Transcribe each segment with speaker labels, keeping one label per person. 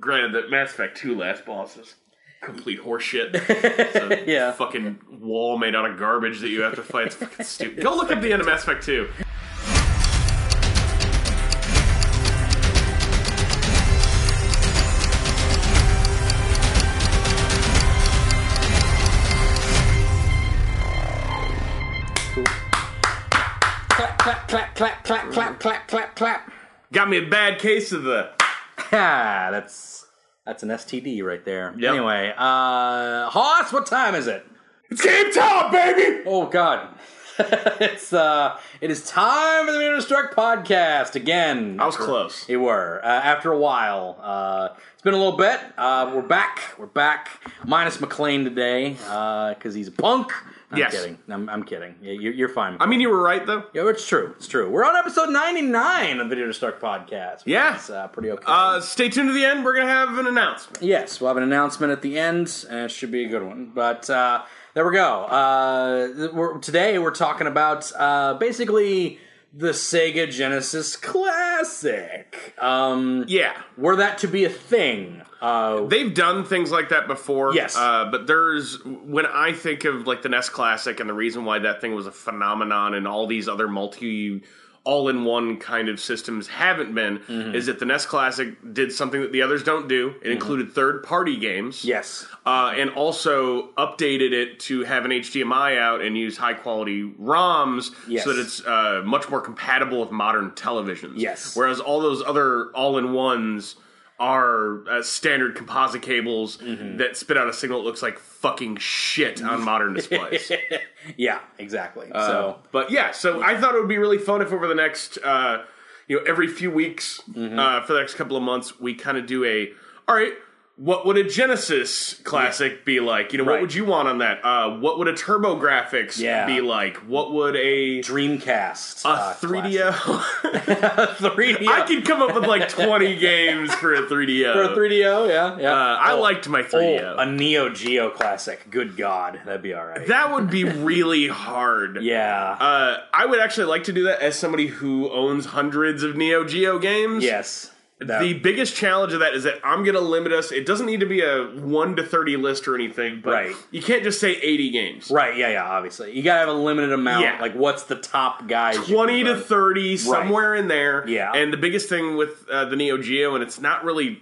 Speaker 1: granted that Mass Effect 2 last boss is complete horseshit. It's a
Speaker 2: Yeah.
Speaker 1: fucking wall made out of garbage that you have to fight. It's fucking stupid. Go look up the end of Mass Effect 2.
Speaker 2: Clap, clap, clap, clap, clap, clap, clap, clap, clap.
Speaker 1: Got me a bad case of the.
Speaker 2: Ah, that's that's an STD right there.
Speaker 1: Yep.
Speaker 2: Anyway, uh, Hoss, what time is it?
Speaker 1: It's game time, baby!
Speaker 2: Oh God, it's uh, it is time for the Minute Struck podcast again.
Speaker 1: I was close.
Speaker 2: You were. Uh, after a while, uh, it's been a little bit. Uh, we're back. We're back. Minus McLean today because he's a punk. I'm
Speaker 1: Yes.
Speaker 2: kidding. I'm, I'm kidding. Yeah, you're, you're fine.
Speaker 1: I mean, you were right, though.
Speaker 2: yeah, it's true. It's true. We're on episode 99 of the Video to Start podcast.
Speaker 1: Yeah.
Speaker 2: It's uh, pretty okay.
Speaker 1: Uh, stay tuned to the end. We're going to have an announcement.
Speaker 2: Yes, we'll have an announcement at the end, and it should be a good one. But uh, there we go. Uh, th- we're, today we're talking about uh, basically the Sega Genesis Classic. Um,
Speaker 1: Yeah.
Speaker 2: Were that to be a thing? Uh,
Speaker 1: They've done things like that before.
Speaker 2: Yes.
Speaker 1: Uh, but there's when I think of like the NES Classic and the reason why that thing was a phenomenon and all these other multi all in one kind of systems haven't been
Speaker 2: Mm-hmm.
Speaker 1: is that the NES Classic did something that the others don't do. It included third party games.
Speaker 2: yes.
Speaker 1: Uh, and also updated it to have an HDMI out and use high quality ROMs
Speaker 2: Yes.
Speaker 1: so that it's uh, much more compatible with modern televisions.
Speaker 2: Yes.
Speaker 1: Whereas all those other all in ones are uh, standard composite cables
Speaker 2: Mm-hmm.
Speaker 1: that spit out a signal that looks like fucking shit on modern displays.
Speaker 2: Yeah. Exactly.
Speaker 1: So,
Speaker 2: so
Speaker 1: but yeah, so I thought it would be really fun if over the next, uh, you know, every few weeks
Speaker 2: Mm-hmm.
Speaker 1: uh, for the next couple of months, we kind of do a, all right, what would a Genesis classic be like? You know, what
Speaker 2: Right.
Speaker 1: would you want on that? Uh, what would a Turbo Graphics
Speaker 2: Yeah. Ah,
Speaker 1: be like? What would a
Speaker 2: Dreamcast. uh,
Speaker 1: a 3DO?
Speaker 2: Three D.
Speaker 1: I could come up with like 20 games for a 3DO.
Speaker 2: For a 3DO. Yeah. Yeah.
Speaker 1: Uh, I
Speaker 2: Oh,
Speaker 1: liked my
Speaker 2: oh,
Speaker 1: 3DO.
Speaker 2: a Neo Geo classic. Good God, that'd be all right.
Speaker 1: that would be really hard.
Speaker 2: yeah.
Speaker 1: Uh, I would actually like to do that as somebody who owns hundreds of Neo Geo games.
Speaker 2: yes. That-
Speaker 1: The biggest challenge of that is that I'm going to limit us. It doesn't need to be a 1 to 30 list or anything, but
Speaker 2: Right.
Speaker 1: you can't just say 80 games.
Speaker 2: Right, yeah, yeah, obviously. You gotta have a limited amount.
Speaker 1: Yeah.
Speaker 2: Like, what's the top guys? you can
Speaker 1: 20 to
Speaker 2: run?
Speaker 1: 30, somewhere in there.
Speaker 2: Yeah.
Speaker 1: And the biggest thing with uh, the Neo Geo, and it's not really.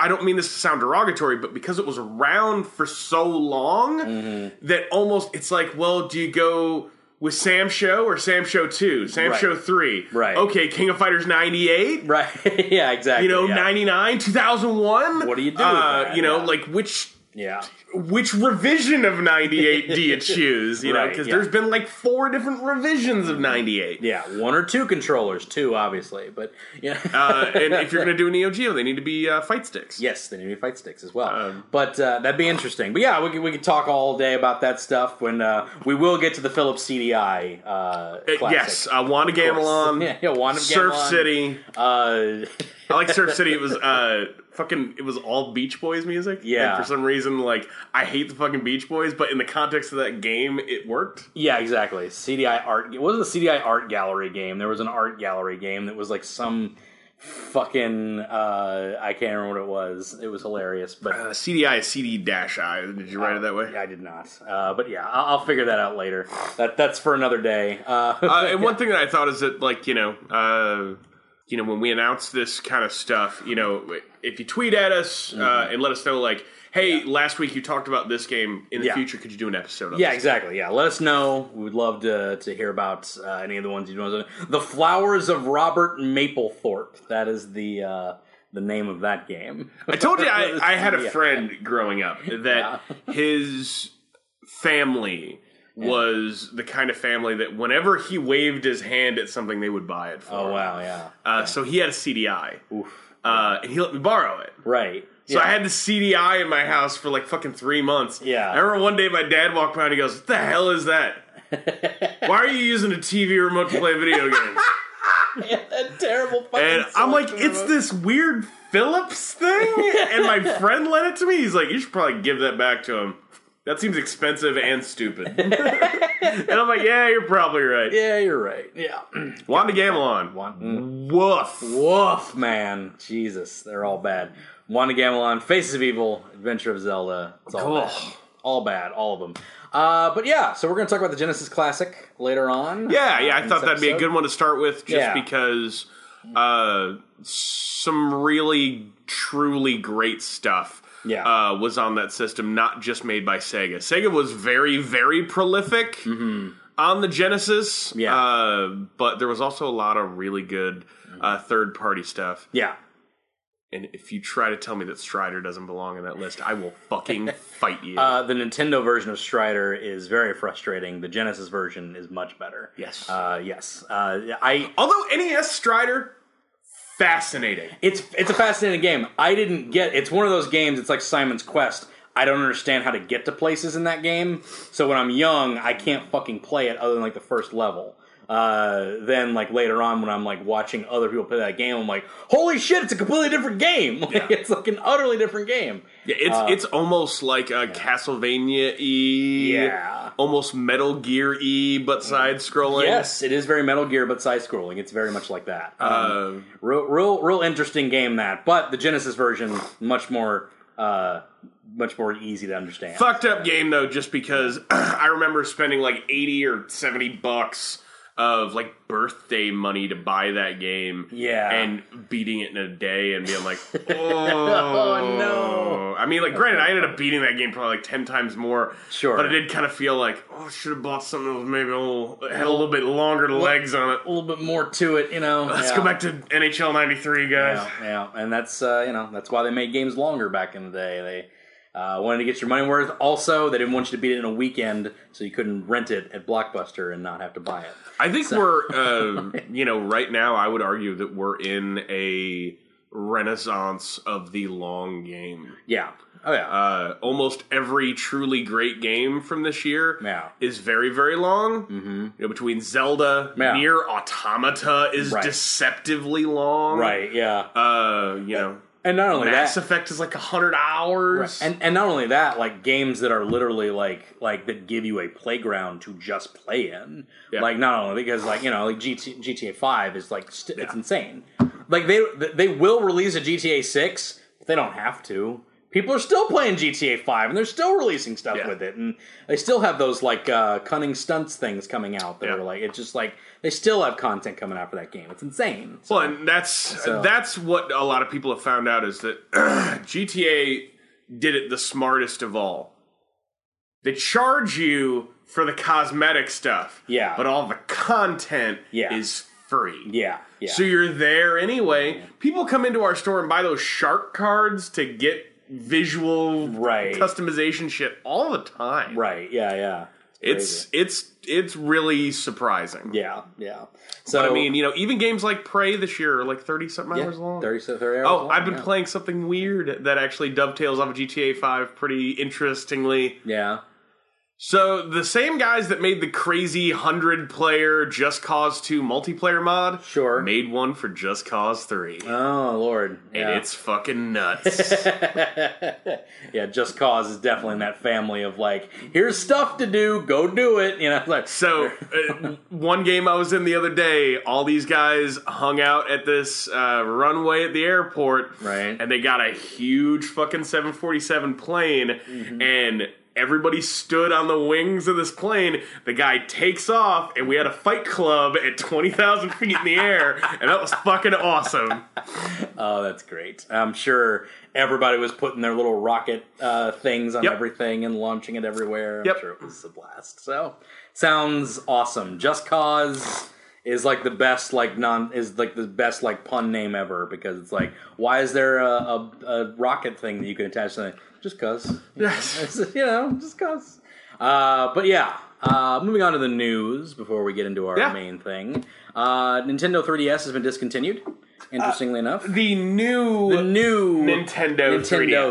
Speaker 1: I don't mean this to sound derogatory, but because it was around for so long
Speaker 2: Mm-hmm.
Speaker 1: that almost it's like, well, do you go with Sam Show or Sam Show 2, Sam
Speaker 2: Right.
Speaker 1: Show 3?
Speaker 2: Right.
Speaker 1: Okay, King of Fighters 98?
Speaker 2: Right, yeah, exactly.
Speaker 1: you know,
Speaker 2: yeah.
Speaker 1: 99, 2001.
Speaker 2: What do you do with
Speaker 1: Uh,
Speaker 2: that?
Speaker 1: You know,
Speaker 2: Yeah.
Speaker 1: like which
Speaker 2: Yeah.
Speaker 1: which revision of 98 do you choose? You know,
Speaker 2: Right,
Speaker 1: because
Speaker 2: yeah.
Speaker 1: there's been like four different revisions of 98.
Speaker 2: Yeah, one or two controllers, too, obviously. But, yeah.
Speaker 1: Uh, and if you're going to do a Neo Geo, they need to be uh, fight sticks.
Speaker 2: yes, they need to be fight sticks as well.
Speaker 1: Um,
Speaker 2: but uh, that'd be interesting. But yeah, we could, we could talk all day about that stuff when uh, we will get to the Philips CDI uh,
Speaker 1: Uh,
Speaker 2: classic.
Speaker 1: yes, uh, Wanda Gamelon,
Speaker 2: Yeah, yeah, Wand of
Speaker 1: Surf
Speaker 2: Gamelon.
Speaker 1: City.
Speaker 2: Uh,
Speaker 1: I like Surf City. It was uh, fucking. It was all Beach Boys music.
Speaker 2: Yeah.
Speaker 1: And for some reason, like I hate the fucking Beach Boys, but in the context of that game, it worked.
Speaker 2: Yeah, exactly. CDI art. It wasn't a CDI art gallery game. There was an art gallery game that was like some fucking uh, I can't remember what it was. It was hilarious, but
Speaker 1: Uh, CDI is CD dash I. Did you write it that way?
Speaker 2: I did not. Uh, but yeah, I'll, I'll figure that out later. That that's for another day. Uh,
Speaker 1: uh, and one thing that I thought is that, like, you know, uh, you know, when we announce this kind of stuff, you know, if you tweet at us
Speaker 2: Mm-hmm.
Speaker 1: uh, and let us know, like, hey, last week you talked about this game. In the
Speaker 2: Yeah.
Speaker 1: future, could you do an episode? on
Speaker 2: yeah,
Speaker 1: this?
Speaker 2: exactly. Yeah, let us know. We would love to to hear about uh, any of the ones you want. to- The Flowers of Robert Mapplethorpe. That is the uh, the name of that game.
Speaker 1: I told you I, I had a
Speaker 2: Yeah.
Speaker 1: friend growing up that his family was the kind of family that whenever he waved his hand at something, they would buy it for.
Speaker 2: Oh
Speaker 1: him.
Speaker 2: wow, yeah,
Speaker 1: Uh, so he had a CDI,
Speaker 2: Oof.
Speaker 1: uh, and he let me borrow it.
Speaker 2: right.
Speaker 1: So
Speaker 2: yeah.
Speaker 1: I had the CDI in my house for like fucking three months.
Speaker 2: Yeah.
Speaker 1: I remember one day my dad walked by and he goes, "What the hell is that? Why are you using a TV remote to play video games?"
Speaker 2: that terrible fucking.
Speaker 1: And I'm like,
Speaker 2: selection
Speaker 1: "It's
Speaker 2: remote.
Speaker 1: this weird Phillips thing." And my friend lent it to me. He's like, "You should probably give that back to him. That seems expensive and stupid." and I'm like, "Yeah, you're probably right."
Speaker 2: Yeah, you're right. Yeah.
Speaker 1: Mm. Wanda Gamelon.
Speaker 2: One.
Speaker 1: Woof.
Speaker 2: Woof, man. Jesus, they're all bad. Wanda Gamelon, Faces of Evil, Adventure of Zelda. It's all
Speaker 1: Cool.
Speaker 2: bad. All bad, all of them. Uh, but yeah, so we're going to talk about the Genesis Classic later on.
Speaker 1: Yeah, yeah,
Speaker 2: uh,
Speaker 1: I
Speaker 2: in
Speaker 1: thought
Speaker 2: this
Speaker 1: that'd be a
Speaker 2: episode.
Speaker 1: good one to start with, just
Speaker 2: Yeah.
Speaker 1: because uh, some really truly great stuff.
Speaker 2: Yeah.
Speaker 1: Uh, was on that system, not just made by Sega. Sega was very, very prolific on the Genesis.
Speaker 2: Mm-hmm. Yeah.
Speaker 1: Uh, but there was also a lot of really good uh, third party stuff.
Speaker 2: Yeah.
Speaker 1: And if you try to tell me that Strider doesn't belong in that list, I will fucking fight you.
Speaker 2: Uh, the Nintendo version of Strider is very frustrating. The Genesis version is much better.
Speaker 1: Yes.
Speaker 2: Uh, yes. Uh, I.
Speaker 1: Although NES Strider, fascinating.
Speaker 2: It's it's a fascinating game. I didn't get. It's one of those games. It's like Simon's Quest. I don't understand how to get to places in that game. So when I'm young, I can't fucking play it other than like the first level. Uh, then like later on when I'm like watching other people play that game, I'm like, holy shit, it's a completely different game. Like, It's like an utterly different game.
Speaker 1: Yeah, it's
Speaker 2: Uh,
Speaker 1: it's almost like a Castlevania e,
Speaker 2: Yeah. Mm.
Speaker 1: almost Metal Gear e, but side scrolling.
Speaker 2: Yes, it is very Metal Gear, but side scrolling. It's very much like that. Um,
Speaker 1: Uh,
Speaker 2: real, real, real interesting game that. But the Genesis version much more, uh, much more easy to understand.
Speaker 1: fucked up game though, just because I remember spending like eighty or seventy bucks of like birthday money to buy that game.
Speaker 2: Yeah.
Speaker 1: and beating it in a day and being like, oh,
Speaker 2: no.
Speaker 1: I mean, like, granted, I ended up beating that game probably like ten times more.
Speaker 2: Sure.
Speaker 1: but it did kind of feel like, oh, I should have bought something that was maybe a little, had a little bit longer legs on it.
Speaker 2: a little bit more to it, you know.
Speaker 1: Let's
Speaker 2: Yeah.
Speaker 1: go back to NHL '93, guys.
Speaker 2: Yeah, yeah, and that's uh, you know that's why they made games longer back in the day. They uh, wanted to get your money worth. Also, they didn't want you to beat it in a weekend, so you couldn't rent it at Blockbuster and not have to buy it.
Speaker 1: I think we're, uh, you know, right now. I would argue that we're in a renaissance of the long game.
Speaker 2: Yeah. Oh yeah.
Speaker 1: Uh, almost every truly great game from this year
Speaker 2: Yeah.
Speaker 1: is very, very long. Mm-hmm. You know, between Zelda,
Speaker 2: Yeah.
Speaker 1: Near Automata is
Speaker 2: Right.
Speaker 1: deceptively long.
Speaker 2: right. Yeah.
Speaker 1: Uh, you know,
Speaker 2: And not only
Speaker 1: Mass
Speaker 2: that.
Speaker 1: Effect is like hundred hours.
Speaker 2: And and not only that, like games that are literally like like that give you a playground to just play in.
Speaker 1: Yeah.
Speaker 2: Like not only because like you know like GT, GTA Five is like st- it's insane. Like they they will release a GTA Six, but they don't have to. People are still playing GTA Five, and they're still releasing stuff
Speaker 1: Yeah.
Speaker 2: with it, and they still have those like uh, cunning stunts things coming out that
Speaker 1: Yeah.
Speaker 2: are like it's just like they still have content coming out for that game. It's insane. So,
Speaker 1: Well, and that's that's what a lot of people have found out is that GTA did it the smartest of all. They charge you for the cosmetic stuff,
Speaker 2: Yeah.
Speaker 1: but all the content
Speaker 2: Yeah.
Speaker 1: is free.
Speaker 2: yeah, yeah,
Speaker 1: So you're there anyway. People come into our store and buy those shark cards to get visual
Speaker 2: Right.
Speaker 1: customization shit all the time.
Speaker 2: right, yeah, yeah.
Speaker 1: It's it's it's really surprising.
Speaker 2: Yeah, yeah. So
Speaker 1: But I mean, you know, even games like Prey this year are like thirty something hours long.
Speaker 2: 30, so 30 hours
Speaker 1: Oh,
Speaker 2: long,
Speaker 1: I've been
Speaker 2: yeah.
Speaker 1: playing something weird that actually dovetails off of GTA 5 pretty interestingly.
Speaker 2: Yeah.
Speaker 1: So, the same guys that made the crazy 100 player Just Cause 2 multiplayer mod
Speaker 2: Sure.
Speaker 1: made one for Just Cause 3.
Speaker 2: Oh Lord.
Speaker 1: And
Speaker 2: yeah.
Speaker 1: it's fucking nuts.
Speaker 2: yeah, Just Cause is definitely in that family of like, here's stuff to do, go do it. You know, like
Speaker 1: so, uh, one game I was in the other day, all these guys hung out at this uh, runway at the airport.
Speaker 2: Right.
Speaker 1: And they got a huge fucking 747 plane,
Speaker 2: Mm-hmm.
Speaker 1: and everybody stood on the wings of this plane. The guy takes off, and we had a fight club at 20,000 feet in the air, and that was fucking awesome.
Speaker 2: oh, that's great. I'm sure everybody was putting their little rocket uh, things on
Speaker 1: Yep.
Speaker 2: everything and launching it everywhere. I'm
Speaker 1: Yep.
Speaker 2: sure it was a blast. So sounds awesome. Just Cause is like the best like non is like the best like pun name ever because it's like why is there a, a, a rocket thing that you can attach to something? Just cause.
Speaker 1: Yes.
Speaker 2: you know, just cause. Uh, but yeah, uh, moving on to the news before we get into our
Speaker 1: Yeah.
Speaker 2: main thing. Uh, Nintendo 3DS has been discontinued.
Speaker 1: Uh,
Speaker 2: Interestingly enough,
Speaker 1: The new
Speaker 2: the new
Speaker 1: Nintendo,
Speaker 2: Nintendo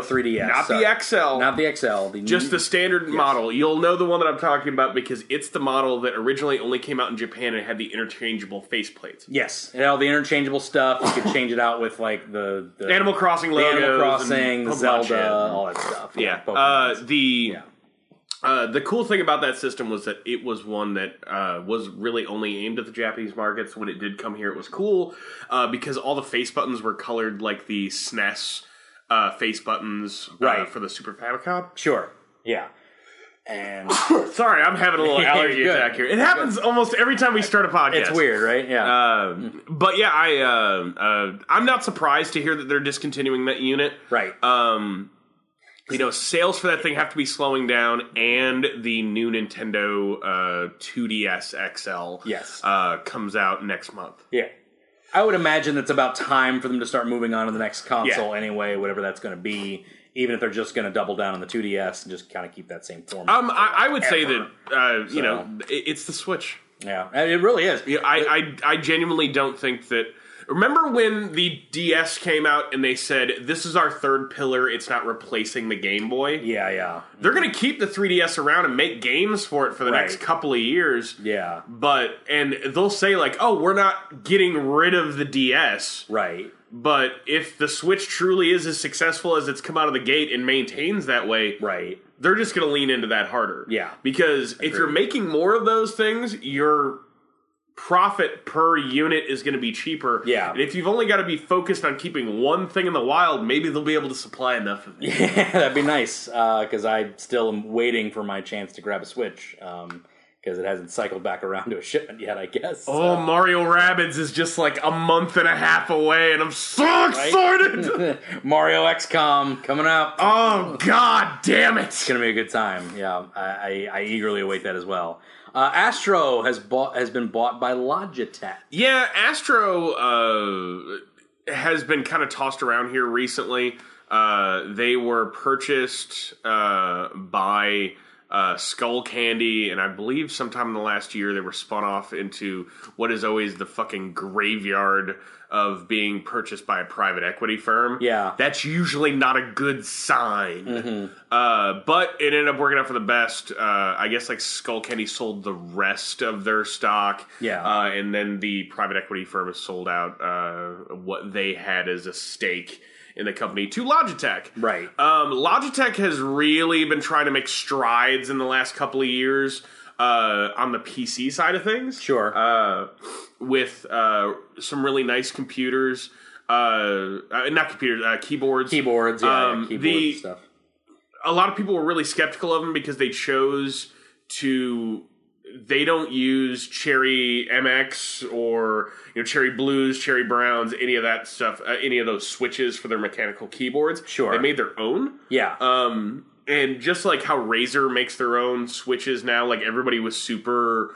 Speaker 1: 3DS.
Speaker 2: 3DS,
Speaker 1: Not
Speaker 2: sorry.
Speaker 1: the XL.
Speaker 2: not the XL, the
Speaker 1: just the standard model. You'll know the one that I'm talking about because it's the model that originally only came out in Japan and had the interchangeable faceplates.
Speaker 2: yes, and all the interchangeable stuff. You could change it out with like the, the
Speaker 1: Animal Crossing logos,
Speaker 2: Animal
Speaker 1: and
Speaker 2: Crossing, the
Speaker 1: Pokemon
Speaker 2: Zelda,
Speaker 1: shit.
Speaker 2: all that stuff.
Speaker 1: Yeah.
Speaker 2: Pokemon.
Speaker 1: Uh, the uh, the cool thing about that system was that it was one that uh, was really only aimed at the Japanese markets. When it did come here, it was cool uh, because all the face buttons were colored like the SNES uh, face buttons uh,
Speaker 2: Right.
Speaker 1: for the Super Famicom.
Speaker 2: Sure. Yeah. And
Speaker 1: Sorry, I'm having a little
Speaker 2: Yeah,
Speaker 1: allergy
Speaker 2: good.
Speaker 1: attack here. It happens almost every time we start a podcast.
Speaker 2: it's weird, right? Yeah.
Speaker 1: Um, but yeah, I uh, uh, I'm not surprised to hear that they're discontinuing that unit.
Speaker 2: right.
Speaker 1: Um, you know, sales for that thing have to be slowing down, and the new Nintendo uh, 2DS XL
Speaker 2: Yes.
Speaker 1: uh, comes out next month.
Speaker 2: yeah. I would imagine it's about time for them to start moving on to the next console anyway, whatever that's going to be, even if they're just going to double down on the 2DS and just kind of keep that same format.
Speaker 1: Um, I, I would say
Speaker 2: Ever.
Speaker 1: that uh, you know it, it's the Switch.
Speaker 2: yeah. And It really is.
Speaker 1: Yeah, I, I I genuinely don't think that. Remember when the DS came out and they said this is our third pillar? It's not replacing the Game Boy.
Speaker 2: Yeah, yeah.
Speaker 1: They're going to keep the 3DS around and make games for it for the
Speaker 2: Right.
Speaker 1: next couple of years.
Speaker 2: Yeah.
Speaker 1: But and they'll say like, "Oh, we're not getting rid of the DS."
Speaker 2: Right.
Speaker 1: But if the Switch truly is as successful as it's come out of the gate and maintains that way,
Speaker 2: Right.
Speaker 1: they're just going to lean into that harder.
Speaker 2: Yeah.
Speaker 1: Because if you're making more of those things, your profit per unit is going to be cheaper.
Speaker 2: Yeah.
Speaker 1: And if you've only got to be focused on keeping one thing in the wild, maybe they'll be able to supply enough of it.
Speaker 2: Yeah, that'd be nice because I still am waiting for my chance to grab a Switch because it hasn't cycled back around to a shipment yet. I guess.
Speaker 1: Oh, Mario Rabbids is just like a month and a half away, and I'm so excited!
Speaker 2: Mario XCOM coming out. It's
Speaker 1: oh, god damn it!
Speaker 2: gonna be a good time. Yeah, I, I, I eagerly await that as well. Uh, Astro has bought has been bought by Logitech.
Speaker 1: Yeah, Astro uh, has been kind of tossed around here recently. Uh, they were purchased uh, by uh, Skull Candy, and I believe sometime in the last year they were spun off into what is always the fucking graveyard of being purchased by a private equity firm.
Speaker 2: Yeah.
Speaker 1: That's usually not a good sign. Uh, but it ended up working out for the best. Uh, I guess like Skull Candy sold the rest of their stock.
Speaker 2: Yeah.
Speaker 1: Uh, and then the private equity firm has sold out uh, what they had as a stake in the company to Logitech.
Speaker 2: Right.
Speaker 1: Um, Logitech has really been trying to make strides in the last couple of years uh, on the PC side of things.
Speaker 2: Sure.
Speaker 1: Uh, with uh, some really nice computers. Uh, uh, not computers, uh, keyboards.
Speaker 2: Keyboards, yeah, yeah,
Speaker 1: Um,
Speaker 2: keyboard
Speaker 1: the-
Speaker 2: stuff.
Speaker 1: a lot of people were really skeptical of them because they chose to they don't use cherry mx or you know cherry blues cherry browns any of that stuff uh, any of those switches for their mechanical keyboards
Speaker 2: Sure.
Speaker 1: they made their own
Speaker 2: Yeah,
Speaker 1: um and just like how razer makes their own switches now like everybody was super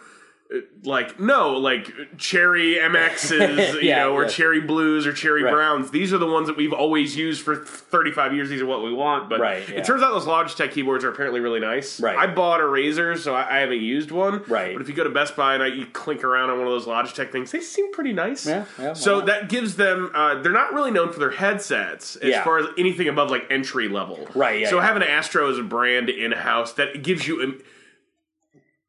Speaker 1: uh, like no like cherry mx's you
Speaker 2: Yeah,
Speaker 1: know or
Speaker 2: yeah.
Speaker 1: cherry blues or cherry
Speaker 2: Right.
Speaker 1: browns these are the ones that we've always used for 35 years these are what we want but
Speaker 2: Right, yeah.
Speaker 1: it turns out those logitech keyboards are apparently really nice
Speaker 2: Right.
Speaker 1: i bought a razer so i, I haven't used one
Speaker 2: Right.
Speaker 1: but if you go to best buy and I, you clink around on one of those logitech things they seem pretty nice
Speaker 2: Yeah, yeah, why
Speaker 1: so
Speaker 2: not?
Speaker 1: that gives them uh, they're not really known for their headsets as
Speaker 2: Yeah.
Speaker 1: far as anything above like entry level
Speaker 2: Right, yeah,
Speaker 1: so
Speaker 2: yeah.
Speaker 1: having Astro as a brand in house that gives you im-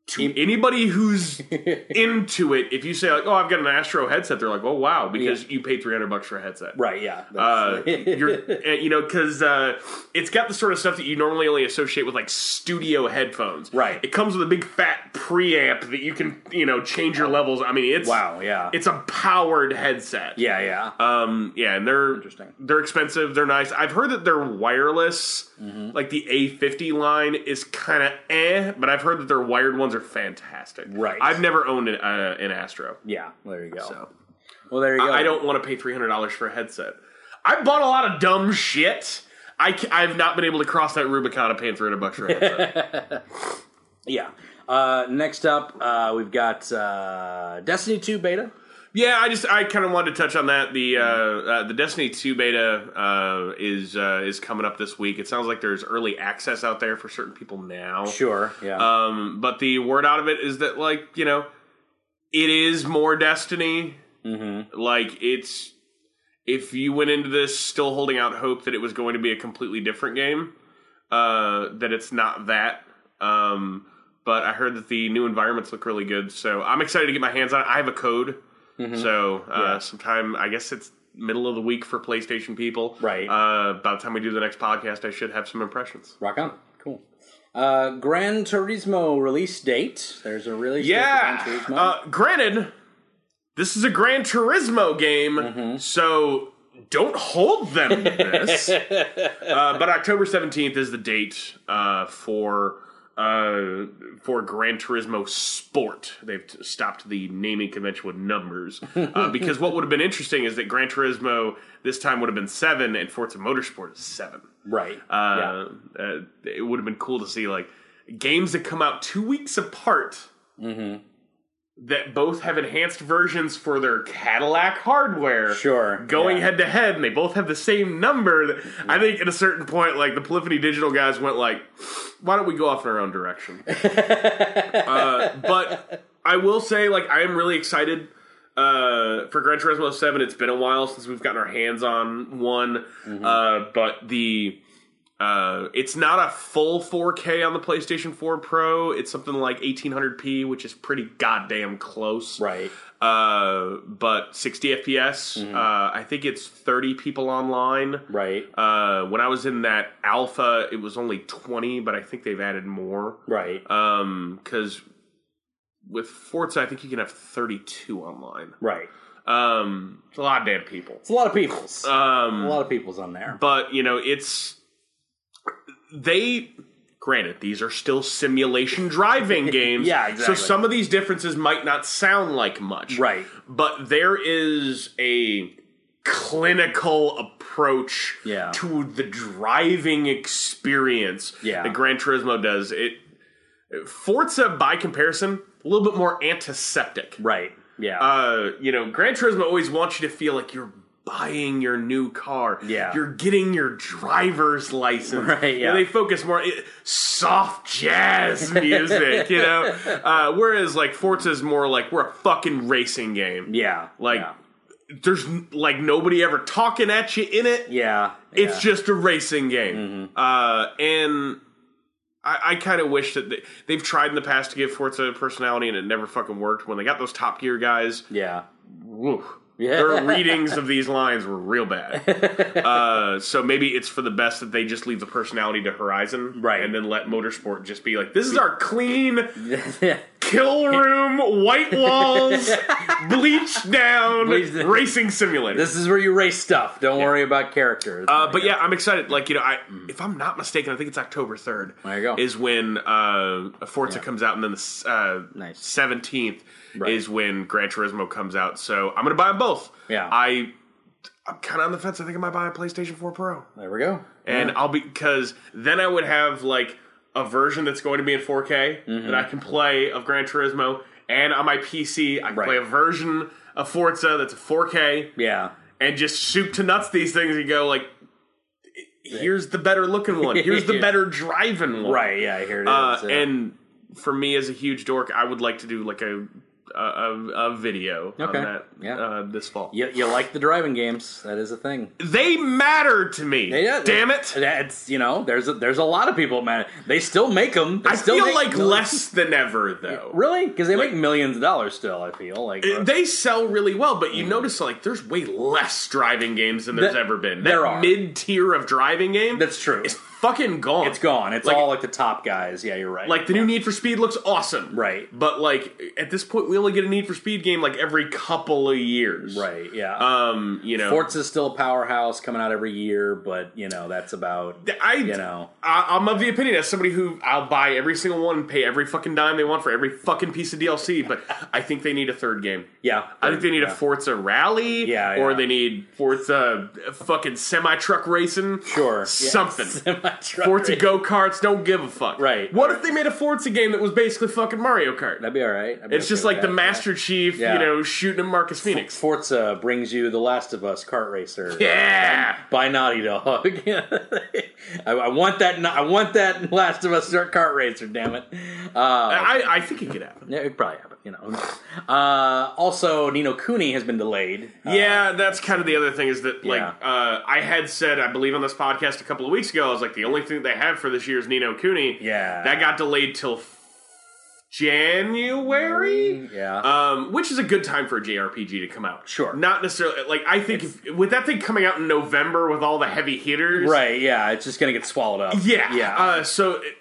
Speaker 1: to anybody who's into it, if you say like, "Oh, I've got an Astro headset," they're like, "Oh, wow!" Because you paid three hundred bucks for a headset,
Speaker 2: right. Yeah,
Speaker 1: Uh,
Speaker 2: That's-
Speaker 1: you're, uh, you know, because uh, it's got the sort of stuff that you normally only associate with like studio headphones.
Speaker 2: Right.
Speaker 1: It comes with a big fat preamp that you can, you know, change your levels. I mean, it's
Speaker 2: wow. Yeah,
Speaker 1: it's a powered headset.
Speaker 2: yeah, yeah.
Speaker 1: Um, yeah, and they're
Speaker 2: Interesting.
Speaker 1: They're expensive. They're nice. I've heard that they're wireless.
Speaker 2: Mm-hmm.
Speaker 1: Like the A50 line is kind of eh, but I've heard that their wired ones are fantastic.
Speaker 2: Right.
Speaker 1: I've never owned an, uh, an Astro,
Speaker 2: yeah, there you go.
Speaker 1: so
Speaker 2: well, there you go.
Speaker 1: I don't want to pay three hundred dollars for a headset. I bought a lot of dumb shit. I ca- I've not been able to cross that Rubicon of paying three hundred bucks for a headset.
Speaker 2: Yeah. Uh, next up, uh, we've got uh, Destiny 2 beta.
Speaker 1: yeah, I just I kind of wanted to touch on that. The uh, uh, the Destiny two beta uh, is uh, is coming up this week. It sounds like there's early access out there for certain people now.
Speaker 2: Sure. Yeah.
Speaker 1: Um, but the word out of it is that, like, you know, it is more Destiny. Mm-hmm. Like, it's. If you went into this still holding out hope that it was going to be a completely different game, uh, that it's not that. Um, but I heard that the new environments look really good, so I'm excited to get my hands on it. I have a code, so uh, sometime I guess it's middle of the week for PlayStation people.
Speaker 2: Right.
Speaker 1: Uh, by the time we do the next podcast, I should have some impressions.
Speaker 2: Rock on. Cool. Uh, Gran Turismo release date. There's a release
Speaker 1: Yeah.
Speaker 2: date for Gran Turismo.
Speaker 1: Uh, granted, this is a Gran Turismo game, so don't hold them to this. uh, but October 17th is the date uh, for uh, for Gran Turismo Sport. They've t- stopped the naming convention with numbers uh, because what would have been interesting is that Gran Turismo this time would have been seven and Forza Motorsport is seven.
Speaker 2: Right.
Speaker 1: Uh, uh, it would have been cool to see like games that come out two weeks apart
Speaker 2: Mm-hmm.
Speaker 1: that both have enhanced versions for their Cadillac hardware.
Speaker 2: Sure,
Speaker 1: going
Speaker 2: yeah. Mm-hmm.
Speaker 1: head to head, and they both have the same number. that- I think at a certain point, like the Polyphony Digital guys went like, "Why don't we go off in our own direction?" uh, but I will say, like, I am really excited uh, for Gran Turismo Seven. It's been a while since we've gotten our hands on one, uh, but the uh, it's not a full 4K on the PlayStation 4 Pro. It's something like 1800p, which is pretty goddamn close.
Speaker 2: right.
Speaker 1: Uh, but 60 FPS. Uh, I think it's 30 people online.
Speaker 2: Right.
Speaker 1: Uh, when I was in that alpha, it was only 20, but I think they've added more.
Speaker 2: right.
Speaker 1: Um, because with Forza, I think you can have 32 online.
Speaker 2: right.
Speaker 1: Um, it's a lot of damn people.
Speaker 2: It's a lot of peoples.
Speaker 1: Um,
Speaker 2: a lot of peoples on there.
Speaker 1: but you know it's they granted these are still simulation driving games
Speaker 2: Yeah, exactly.
Speaker 1: so some of these differences might not sound like much
Speaker 2: Right.
Speaker 1: but there is a clinical approach
Speaker 2: Yeah.
Speaker 1: to the driving experience
Speaker 2: Yeah.
Speaker 1: that Gran Turismo does it Forza by comparison a little bit more antiseptic
Speaker 2: Right. Yeah.
Speaker 1: uh, you know, Gran Turismo always wants you to feel like you're buying your new car.
Speaker 2: Yeah.
Speaker 1: You're getting your driver's license.
Speaker 2: Right,
Speaker 1: You know,
Speaker 2: yeah.
Speaker 1: they focus more it, soft jazz music, you know? Uh, whereas, like, Forza's more like we're a fucking racing game.
Speaker 2: yeah.
Speaker 1: Like,
Speaker 2: yeah.
Speaker 1: there's, n- like, nobody ever talking at you in it.
Speaker 2: Yeah. Mm-hmm.
Speaker 1: It's just a racing game. Uh, and I, I kind of wish that they, they've tried in the past to give Forza a personality and it never fucking worked. When they got those Top Gear guys,
Speaker 2: yeah.
Speaker 1: Woo.
Speaker 2: Yeah.
Speaker 1: Their readings of these lines were real bad. Uh, so maybe it's for the best that they just leave the personality to Horizon,
Speaker 2: Right.
Speaker 1: And then let Motorsport just be like, this is our clean
Speaker 2: Yeah.
Speaker 1: kill room, white walls, bleached down
Speaker 2: Bleached down.
Speaker 1: racing simulator.
Speaker 2: this is where you race stuff. Don't worry about characters.
Speaker 1: uh, but yeah, I'm excited. Like you know, I, if I'm not mistaken, I think it's October third.
Speaker 2: Mm. There you go.
Speaker 1: Is when uh, Forza
Speaker 2: Yeah.
Speaker 1: comes out, and then the uh,
Speaker 2: Nice.
Speaker 1: 17th
Speaker 2: Right.
Speaker 1: is when Gran Turismo comes out. So I'm gonna buy them both.
Speaker 2: Yeah.
Speaker 1: I I'm kind of on the fence. I think I might buy a PlayStation 4 Pro,
Speaker 2: there we go.
Speaker 1: and I'll be because then I would have like a version that's going to be in 4K
Speaker 2: Mm-hmm.
Speaker 1: that I can play of Gran Turismo, and on my PC I can
Speaker 2: Right.
Speaker 1: play a version of Forza that's a 4K,
Speaker 2: Yeah.
Speaker 1: and just soup to nuts these things and go like, here's the better looking one, here's the better driving one,
Speaker 2: Right. Yeah. Here it is.
Speaker 1: uh,
Speaker 2: yeah.
Speaker 1: and for me as a huge dork, I would like to do like a a, a, a video
Speaker 2: Okay.
Speaker 1: on that
Speaker 2: Yeah.
Speaker 1: uh, this fall.
Speaker 2: you, you like the driving games? That is a thing.
Speaker 1: They matter to me.
Speaker 2: Yeah,
Speaker 1: Damn it!
Speaker 2: That's you know. There's a, there's a lot of people. Man, they still make them. They
Speaker 1: I
Speaker 2: still
Speaker 1: feel
Speaker 2: make
Speaker 1: like
Speaker 2: millions-
Speaker 1: less than ever though.
Speaker 2: Really? Because they make millions of dollars still. I feel like
Speaker 1: They sell really well, but
Speaker 2: Mm.
Speaker 1: you notice like there's way less driving games than there's
Speaker 2: Th-
Speaker 1: ever been. That
Speaker 2: there are.
Speaker 1: mid tier of driving game
Speaker 2: that's true.
Speaker 1: is fucking gone.
Speaker 2: it's gone. It's
Speaker 1: like-
Speaker 2: all like the top guys. Yeah, you're right.
Speaker 1: Like the new Need for Speed looks awesome,
Speaker 2: Right.
Speaker 1: But like at this point, we only get a Need for Speed game like every couple of years,
Speaker 2: right. Yeah.
Speaker 1: Um, you know,
Speaker 2: Forza's still a powerhouse coming out every year, but you know that's about
Speaker 1: I
Speaker 2: you know
Speaker 1: I, I'm of the opinion as somebody who I'll buy every single one, and pay every fucking dime they want for every fucking piece of DLC, but I think they need a third game.
Speaker 2: yeah.
Speaker 1: I think they need
Speaker 2: yeah.
Speaker 1: a Forza Rally,
Speaker 2: Yeah,
Speaker 1: or
Speaker 2: yeah.
Speaker 1: they need Forza uh, fucking semi truck racing,
Speaker 2: sure yeah.
Speaker 1: something.
Speaker 2: Semi-truck
Speaker 1: Forza
Speaker 2: race.
Speaker 1: go karts, don't give a fuck.
Speaker 2: Right.
Speaker 1: What if they made a Forza game that was basically fucking Mario Kart?
Speaker 2: That'd be all right. I'd be
Speaker 1: it's
Speaker 2: okay
Speaker 1: just
Speaker 2: with
Speaker 1: like
Speaker 2: that,
Speaker 1: the Master Chief,
Speaker 2: Yeah.
Speaker 1: you know, shooting at Marcus
Speaker 2: yeah.
Speaker 1: Phoenix.
Speaker 2: Forza brings you The Last of Us Kart Racer
Speaker 1: Yeah.
Speaker 2: by Naughty Dog. I, I want that. I want that Last of Us Kart Racer. Damn it. Uh,
Speaker 1: I, I think it could happen.
Speaker 2: Yeah, it probably happened, you know. Uh, also, Nino Cooney has been delayed. Uh,
Speaker 1: Yeah, that's kind of the other thing is that like
Speaker 2: Yeah.
Speaker 1: uh, I had said I believe on this podcast a couple of weeks ago I was like the only thing they have for this year is Nino Cooney.
Speaker 2: Yeah.
Speaker 1: that got delayed till f- January.
Speaker 2: yeah.
Speaker 1: Um, which is a good time for a JRPG to come out.
Speaker 2: Sure.
Speaker 1: not necessarily like I think if, with that thing coming out in November with all the heavy hitters,
Speaker 2: right, yeah. It's just going to get swallowed up.
Speaker 1: Yeah,
Speaker 2: Yeah.
Speaker 1: Uh, so it,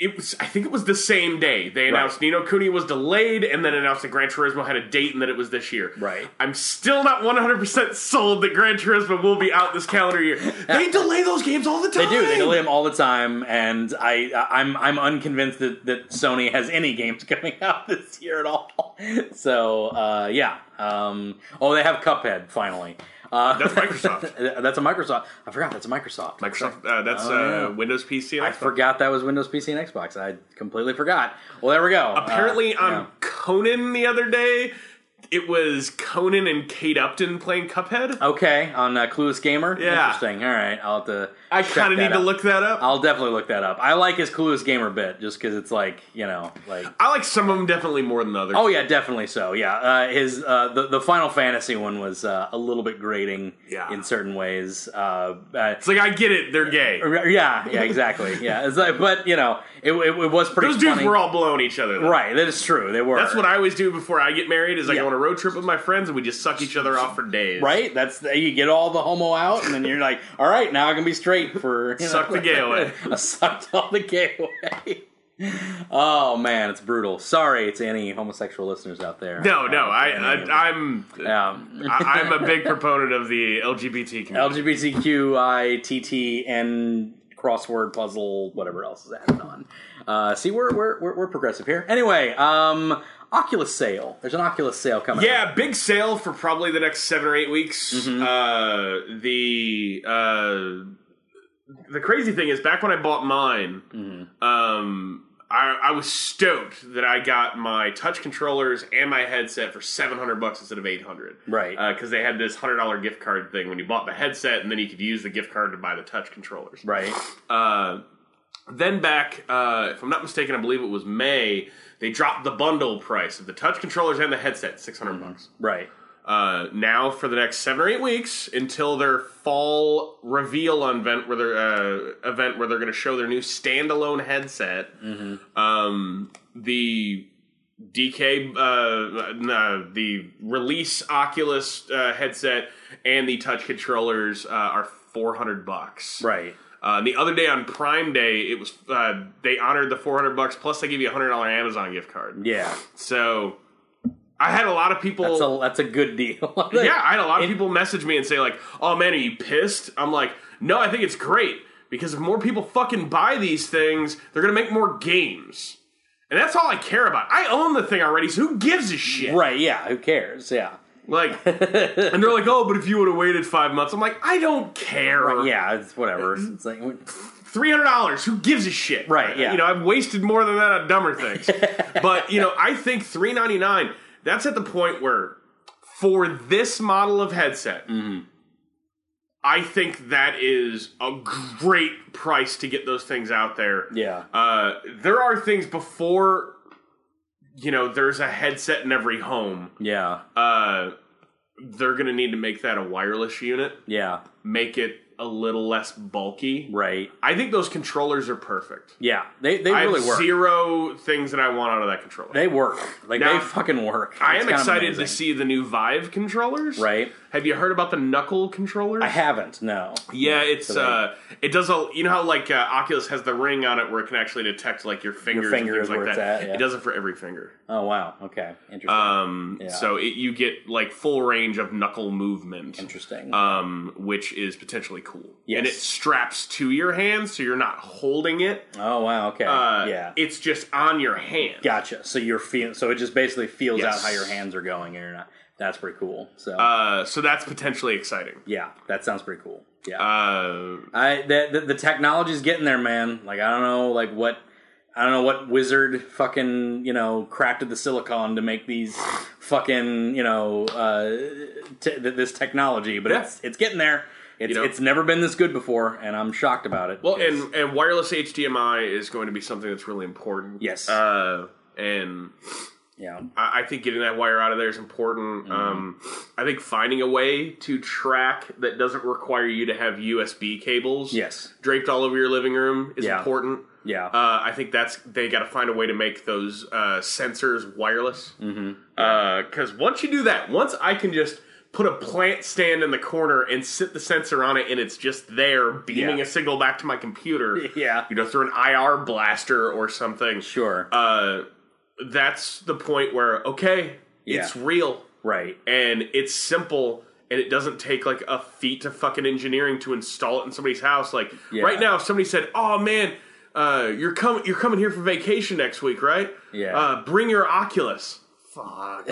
Speaker 1: it was I think it was the same day they announced Nino Cooney was delayed and then announced that Gran Turismo had a date and that it was this year.
Speaker 2: Right.
Speaker 1: I'm still not 100% sold that Gran Turismo will be out this calendar year. They delay those games all the time.
Speaker 2: They do. They delay them all the time, and I, I I'm I'm unconvinced that, that Sony has any games coming out this year at all. So uh, yeah. Um, oh, they have Cuphead finally. Uh,
Speaker 1: That's Microsoft.
Speaker 2: that's a Microsoft. I forgot. That's a Microsoft.
Speaker 1: Microsoft. Uh, that's
Speaker 2: Oh,
Speaker 1: uh,
Speaker 2: yeah.
Speaker 1: Windows PC.
Speaker 2: I forgot that was Windows PC and Xbox. I completely forgot. Well, there we go.
Speaker 1: Apparently
Speaker 2: Uh,
Speaker 1: on
Speaker 2: yeah.
Speaker 1: Conan the other day, it was Conan and Kate Upton playing Cuphead.
Speaker 2: Okay, on uh, Clueless Gamer.
Speaker 1: Yeah.
Speaker 2: Interesting. All right, I'll have to.
Speaker 1: I
Speaker 2: check
Speaker 1: kind of
Speaker 2: that
Speaker 1: need to
Speaker 2: out.
Speaker 1: look that up.
Speaker 2: I'll definitely look that up. I like his Clueless Gamer bit just because it's like you know like.
Speaker 1: I like some of them definitely more than others.
Speaker 2: Oh yeah, definitely so. Yeah, uh, his uh, the the Final Fantasy one was uh, a little bit grating
Speaker 1: Yeah.
Speaker 2: in certain ways. Uh, uh,
Speaker 1: It's like I get it. They're gay.
Speaker 2: yeah, yeah, exactly. Yeah, it's like, but you know, it, it, it was pretty.
Speaker 1: Those dudes
Speaker 2: funny.
Speaker 1: were all blowing each other. though.
Speaker 2: right. That is true. They were.
Speaker 1: That's what I always do before I get married. Is I
Speaker 2: Yeah.
Speaker 1: go on a road trip with my friends and we just suck each other off for days.
Speaker 2: Right. That's you get all the homo out, and then you're like, all right, now I can be straight for you
Speaker 1: Suck the gay away.
Speaker 2: I sucked all the gay away. Oh man, it's brutal. Sorry to any homosexual listeners out there.
Speaker 1: No, no.
Speaker 2: Uh,
Speaker 1: I,
Speaker 2: any of
Speaker 1: I I'm
Speaker 2: them. Yeah.
Speaker 1: I, I'm a big proponent of the LGBT community.
Speaker 2: LGBTQITTN crossword puzzle, whatever else is added on. Uh, see, we're, we're we're we're progressive here. Anyway, um, Oculus sale. There's an Oculus sale coming. up.
Speaker 1: Yeah, big sale for probably the next seven or eight weeks.
Speaker 2: Mm-hmm.
Speaker 1: Uh, the uh, the crazy thing is, back when I bought mine,
Speaker 2: Mm-hmm.
Speaker 1: um, I, I was stoked that I got my touch controllers and my headset for seven hundred bucks instead of eight hundred.
Speaker 2: Right.
Speaker 1: Because they had this hundred dollar gift card thing when you bought the headset, and then you could use the gift card to buy the touch controllers.
Speaker 2: Right.
Speaker 1: Uh, then back, uh, if I'm not mistaken, I believe it was May. They dropped the bundle price of the touch controllers and the headset, six
Speaker 2: Mm-hmm.
Speaker 1: bucks.
Speaker 2: Right.
Speaker 1: Uh, now for the next seven or eight weeks until their fall reveal event, where they're uh, event where they're going to show their new standalone headset.
Speaker 2: Mm-hmm.
Speaker 1: Um, the DK, uh, no, the release Oculus uh, headset and the touch controllers uh, are four hundred bucks.
Speaker 2: Right.
Speaker 1: Uh, the other day on Prime Day, it was uh, they honored the 400 bucks plus they give you a hundred dollar Amazon gift card.
Speaker 2: Yeah.
Speaker 1: So I had a lot of people.
Speaker 2: That's a that's a good deal.
Speaker 1: yeah, I had a lot of people message me and say like, "Oh man, are you pissed?" I'm like, "No, I think it's great because if more people fucking buy these things, they're gonna make more games." And that's all I care about. I own the thing already, so who gives a shit?
Speaker 2: Right. Yeah. Who cares? Yeah.
Speaker 1: Like, and they're like, "Oh, but if you would have waited five months," I'm like, "I don't care."
Speaker 2: Yeah. It's whatever.
Speaker 1: Mm-hmm.
Speaker 2: It's like
Speaker 1: three hundred dollars. Who gives a shit?
Speaker 2: Right, yeah.
Speaker 1: You know, I've wasted more than that on dumber things. but you know, I think three ninety nine. That's at the point where for this model of headset.
Speaker 2: Mm-hmm.
Speaker 1: I think that is a great price to get those things out there.
Speaker 2: yeah.
Speaker 1: Uh, there are things before, you know, there's a headset in every home.
Speaker 2: Yeah.
Speaker 1: Uh, they're going to need to make that a wireless unit,
Speaker 2: Yeah.
Speaker 1: make it a little less bulky.
Speaker 2: Right.
Speaker 1: I think those controllers are perfect.
Speaker 2: Yeah. They they
Speaker 1: I have
Speaker 2: really work.
Speaker 1: zero things that I want out of that controller.
Speaker 2: They work. Like
Speaker 1: Now-
Speaker 2: they fucking work.
Speaker 1: I am
Speaker 2: It's kind of
Speaker 1: excited to
Speaker 2: amazing.
Speaker 1: see the new Vive controllers.
Speaker 2: Right.
Speaker 1: Have you heard about the knuckle controllers?
Speaker 2: I haven't. No.
Speaker 1: Yeah, it's
Speaker 2: they-
Speaker 1: uh, it does all. You know how like uh, Oculus has the ring on it where it can actually detect like your fingers
Speaker 2: finger
Speaker 1: and
Speaker 2: is
Speaker 1: things like
Speaker 2: where it's
Speaker 1: that.
Speaker 2: at, yeah.
Speaker 1: It does it for every finger.
Speaker 2: Oh wow. Okay. Interesting.
Speaker 1: Um,
Speaker 2: Yeah.
Speaker 1: so it, you get like full range of knuckle movement.
Speaker 2: Interesting.
Speaker 1: Um, which is potentially cool.
Speaker 2: Yes.
Speaker 1: And it straps to your hand, so you're not holding it.
Speaker 2: oh wow. Okay.
Speaker 1: Uh,
Speaker 2: yeah.
Speaker 1: It's just on your hand.
Speaker 2: gotcha. So you're feeling. So it just basically feels out
Speaker 1: Yes.
Speaker 2: how your hands are going, and you're not. That's pretty cool. So
Speaker 1: Uh, so that's potentially exciting.
Speaker 2: yeah, that sounds pretty cool. Yeah.
Speaker 1: Uh,
Speaker 2: I the, the the technology's getting there, man. Like I don't know, like what I don't know what wizard fucking you know crafted the silicon to make these fucking you know uh, t- th- this technology, but
Speaker 1: Yeah.
Speaker 2: it's it's getting there. It's
Speaker 1: know?
Speaker 2: it's never been this good before, and I'm shocked about it.
Speaker 1: well,
Speaker 2: because-
Speaker 1: and and wireless HDMI is going to be something that's really important.
Speaker 2: Yes.
Speaker 1: Uh, and
Speaker 2: yeah,
Speaker 1: I, I think getting that wire out of there is important.
Speaker 2: Mm-hmm.
Speaker 1: Um, I think finding a way to track that doesn't require you to have USB cables.
Speaker 2: Yes.
Speaker 1: Draped all over your living room is
Speaker 2: Yeah.
Speaker 1: important.
Speaker 2: yeah,
Speaker 1: Uh, I think that's they got to find a way to make Uh, those uh, sensors wireless. Because mm-hmm. once you do that, once I can just put a plant stand in the corner and sit the sensor on it, and it's just there beaming
Speaker 2: Yeah.
Speaker 1: a signal back to my computer.
Speaker 2: Yeah.
Speaker 1: you know, through an IR blaster or something.
Speaker 2: Sure.
Speaker 1: Uh, that's the point where okay,
Speaker 2: Yeah.
Speaker 1: it's real
Speaker 2: right.
Speaker 1: and it's simple and it doesn't take like a feat of fucking engineering to install it in somebody's house. Like
Speaker 2: Yeah.
Speaker 1: right now, if somebody said, "Oh man, uh, you're coming, you're coming here for vacation next week, right?
Speaker 2: Yeah.
Speaker 1: uh, bring your Oculus." Fuck.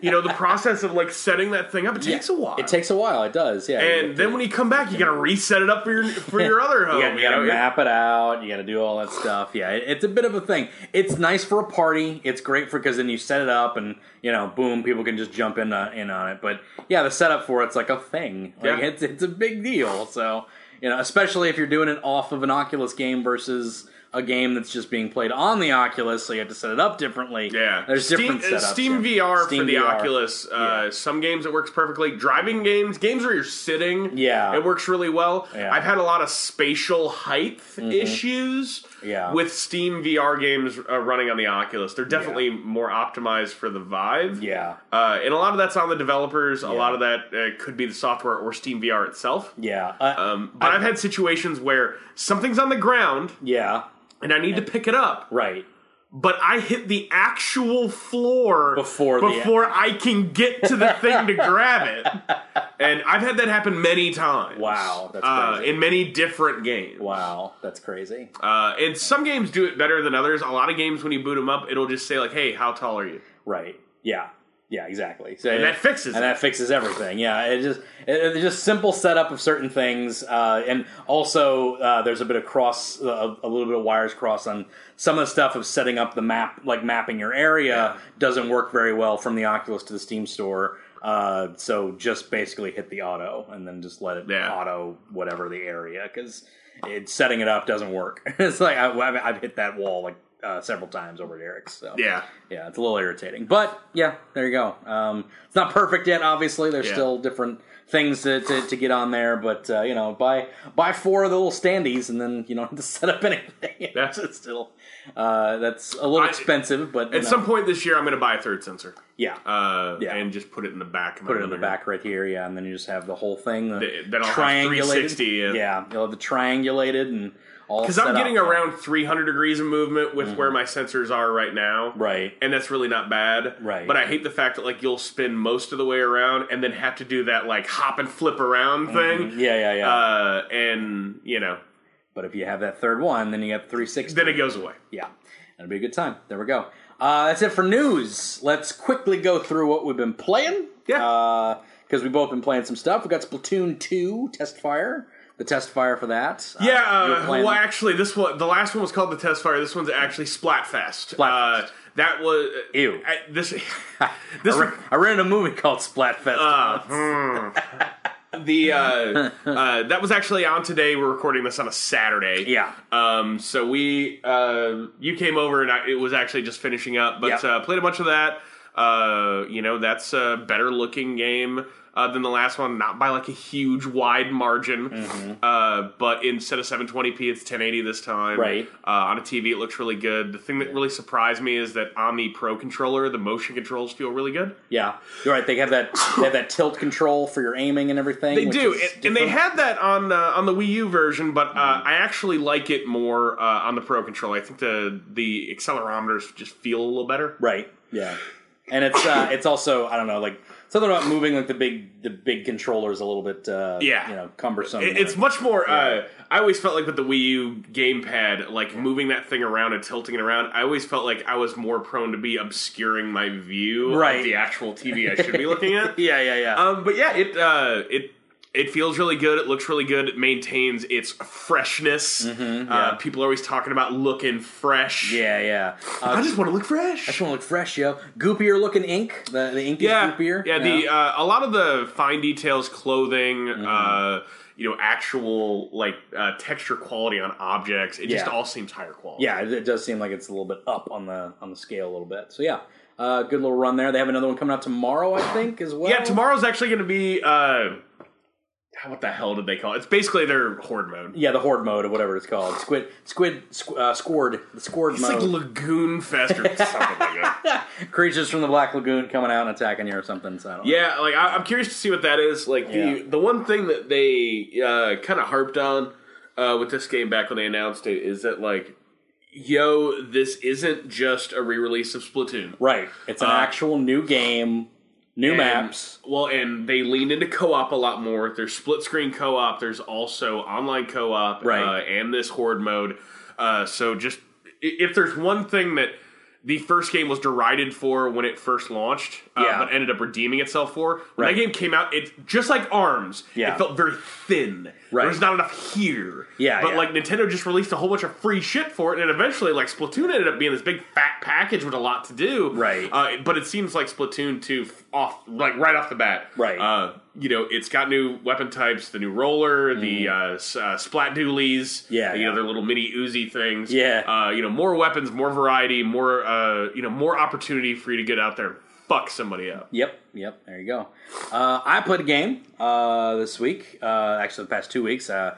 Speaker 1: you know the process of like setting that thing up it takes a while.
Speaker 2: It takes a while. It does. Yeah.
Speaker 1: and then when you come back, you gotta reset it up for your for your other home.
Speaker 2: Yeah, you gotta
Speaker 1: know?
Speaker 2: map it out. You gotta do all that stuff. Yeah, it, it's a bit of a thing. It's nice for a party. It's great for because then you set it up and you know, boom, people can just jump in uh, in on it. But yeah, the setup for it's like a thing. Like
Speaker 1: Yeah.
Speaker 2: it's it's a big deal. So you know, especially if you're doing it off of an Oculus game versus a game that's just being played on the Oculus, so you have to set it up differently.
Speaker 1: Yeah,
Speaker 2: there's different
Speaker 1: Steam, uh,
Speaker 2: setups.
Speaker 1: Steam
Speaker 2: yeah.
Speaker 1: VR
Speaker 2: Steam
Speaker 1: for the
Speaker 2: VR.
Speaker 1: Oculus. Uh, Some games it works perfectly. Driving games, games where you're sitting,
Speaker 2: Yeah.
Speaker 1: it works really well.
Speaker 2: Yeah. Mm-hmm.
Speaker 1: I've had a lot of spatial height issues,
Speaker 2: Yeah.
Speaker 1: with Steam VR games uh, running on the Oculus. They're definitely more optimized for the Vive.
Speaker 2: Yeah.
Speaker 1: Uh, and a lot of that's on the developers. A lot of that uh, could be the software or Steam VR itself.
Speaker 2: Yeah. Uh,
Speaker 1: Um, but I've had situations where something's on the ground
Speaker 2: yeah.
Speaker 1: and I need to pick it up,
Speaker 2: Right.
Speaker 1: but I hit the actual floor
Speaker 2: Before the-
Speaker 1: before I can get to the thing to grab it. And I've had that happen many times.
Speaker 2: Wow, that's
Speaker 1: Uh,
Speaker 2: crazy.
Speaker 1: in many different games.
Speaker 2: Wow, that's crazy.
Speaker 1: Uh, and some games do it better than others. A lot of games, when you boot them up, it'll just say like, "Hey, how tall are you?"
Speaker 2: Right. Yeah. Yeah. Exactly. So
Speaker 1: And that fixes
Speaker 2: and
Speaker 1: it.
Speaker 2: that fixes everything. Yeah. It just it, it's just simple setup of certain things, uh, and also uh, there's a bit of cross, uh, a little bit of wires cross on some of the stuff of setting up the map, like mapping your area, doesn't work very well from the Oculus to the Steam store. Uh, so just basically hit the auto and then just let it
Speaker 1: Yeah.
Speaker 2: auto whatever the area because it setting it up doesn't work. it's like I, I've, I've hit that wall like uh, several times over at Eric's. So
Speaker 1: Yeah.
Speaker 2: yeah, it's a little irritating, but yeah, there you go. Um, it's not perfect yet, obviously. There's
Speaker 1: Yeah.
Speaker 2: still different things to, to, to get on there, but uh, you know, buy buy four of the little standees, and then you don't have to set up anything.
Speaker 1: Yeah.
Speaker 2: it's still uh, that's a little
Speaker 1: I-
Speaker 2: expensive, but you
Speaker 1: At
Speaker 2: know,
Speaker 1: some point this year, I'm going to buy a third sensor
Speaker 2: yeah,
Speaker 1: uh,
Speaker 2: Yeah.
Speaker 1: and just put it in the back. Of my
Speaker 2: put it in the
Speaker 1: living room.
Speaker 2: back right here, yeah, and then you just have the whole thing the,
Speaker 1: Th- then I'll have 360,
Speaker 2: Yeah.
Speaker 1: yeah.
Speaker 2: you'll have the triangulated and all
Speaker 1: Because
Speaker 2: set
Speaker 1: I'm
Speaker 2: up. Mm-hmm.
Speaker 1: getting around 300 degrees of movement with where my sensors are right now.
Speaker 2: right.
Speaker 1: and that's really not bad.
Speaker 2: Right.
Speaker 1: But I hate the fact that like you'll spin most of the way around and then have to do that like hop and flip around thing.
Speaker 2: Yeah, yeah, Mm-hmm. yeah.
Speaker 1: Uh, and you know,
Speaker 2: but if you have that third one, then you have 360.
Speaker 1: then it goes away.
Speaker 2: Yeah, it'll be a good time. There we go. Uh, that's it for news. Let's quickly go through what we've been playing.
Speaker 1: Yeah.
Speaker 2: Uh, Because we've both been playing some stuff. We've got Splatoon 2 Test Fire. The test fire for that. Uh,
Speaker 1: Yeah,
Speaker 2: you were
Speaker 1: uh,
Speaker 2: playing-
Speaker 1: well, actually, this one, the last one was called the Test Fire. This one's actually Splatfest.
Speaker 2: Splatfest.
Speaker 1: Uh, that was
Speaker 2: Ew.
Speaker 1: I, this this
Speaker 2: I, re- I rented a movie called Splatfest.
Speaker 1: uh, mm. the uh, uh, that was actually on today. We're recording this on a Saturday.
Speaker 2: yeah.
Speaker 1: Um, so we, uh, you came over and I, it was actually just finishing up, but
Speaker 2: Yeah.
Speaker 1: uh, played a bunch of that. Uh, you know, that's a better looking game uh, than the last one, not by like a huge wide margin.
Speaker 2: Mm-hmm.
Speaker 1: Uh, but instead of 720p, it's 1080 this time.
Speaker 2: Right.
Speaker 1: Uh, on a TV, it looks really good. The thing that really surprised me is that on the Pro controller, the motion controls feel really good.
Speaker 2: Yeah. You're right. They have that they have that tilt control for your aiming and everything.
Speaker 1: They do, and, and they had that on uh, on the Wii U version, but uh, I actually like it more uh, on the Pro controller. I think the the accelerometers just feel a little better.
Speaker 2: Right. Yeah. And it's uh, it's also I don't know like something about moving like the big the big controller is a little bit uh,
Speaker 1: Yeah.
Speaker 2: you know cumbersome.
Speaker 1: It- It's much more. Uh, I always felt like with the Wii U gamepad, like moving that thing around and tilting it around, I always felt like I was more prone to be obscuring my view
Speaker 2: Right.
Speaker 1: of the actual TV I should be looking at.
Speaker 2: yeah yeah yeah.
Speaker 1: Um, but yeah, it uh, it it feels really good. It looks really good. It maintains its freshness. uh, people are always talking about looking fresh.
Speaker 2: Mm-hmm. Yeah, yeah. Uh,
Speaker 1: I just want to look fresh.
Speaker 2: just want to look fresh, yo. Goopier looking ink. The, the ink is
Speaker 1: Yeah,
Speaker 2: goopier.
Speaker 1: yeah. The uh, a lot of the fine details, clothing,
Speaker 2: Mm-hmm.
Speaker 1: uh, you know, actual like uh, texture quality on objects. It just
Speaker 2: Yeah.
Speaker 1: all seems higher quality.
Speaker 2: yeah, it, it does seem like it's a little bit up on the on the scale a little bit. So yeah, uh, good little run there. They have another one coming out tomorrow, I think, as well.
Speaker 1: yeah. Tomorrow's actually going to be. Uh, what the hell did they call it? It's basically their horde mode.
Speaker 2: Yeah, the horde mode or whatever it's called. Squid, squid, squ- uh, squord, the squord
Speaker 1: It's
Speaker 2: mode.
Speaker 1: like Lagoon Fest or something like that.
Speaker 2: Creatures from the Black Lagoon coming out and attacking you or something. So I don't
Speaker 1: Yeah, like I, I'm curious to see what that is. Like
Speaker 2: Yeah.
Speaker 1: the the one thing that they uh, kind of harped on uh, with this game back when they announced it is that like, yo, this isn't just a re-release of Splatoon.
Speaker 2: Right. It's an
Speaker 1: Uh,
Speaker 2: actual new game, new
Speaker 1: And-
Speaker 2: maps.
Speaker 1: Well, and they leaned into co-op a lot more. There's split screen co-op. There's also online co-op,
Speaker 2: Right.
Speaker 1: Uh, and this horde mode. Uh, so just i- if there's one thing that the first game was derided for when it first launched, uh,
Speaker 2: Yeah.
Speaker 1: but ended up redeeming itself for when
Speaker 2: Right.
Speaker 1: that game came out, it just like Arms,
Speaker 2: Yeah.
Speaker 1: it felt very thin.
Speaker 2: Right.
Speaker 1: There was not enough here.
Speaker 2: Yeah,
Speaker 1: but
Speaker 2: yeah.
Speaker 1: like Nintendo just released a whole bunch of free shit for it, and eventually like Splatoon ended up being this big fat package with a lot to do.
Speaker 2: Right.
Speaker 1: Uh, but it seems like Splatoon 2 f- off like right off the bat.
Speaker 2: Right.
Speaker 1: Uh, you know, it's got new weapon types, the new roller, the uh, s- uh, splat doolies,
Speaker 2: Mm. Yeah,
Speaker 1: you
Speaker 2: yeah.
Speaker 1: know, their little mini Uzi things.
Speaker 2: Yeah.
Speaker 1: Uh, you know, more weapons, more variety, more uh, you know, more opportunity for you to get out there and fuck somebody up.
Speaker 2: Yep, yep. There you go. Uh, I played a game uh, this week. Uh, actually, the past two weeks, uh,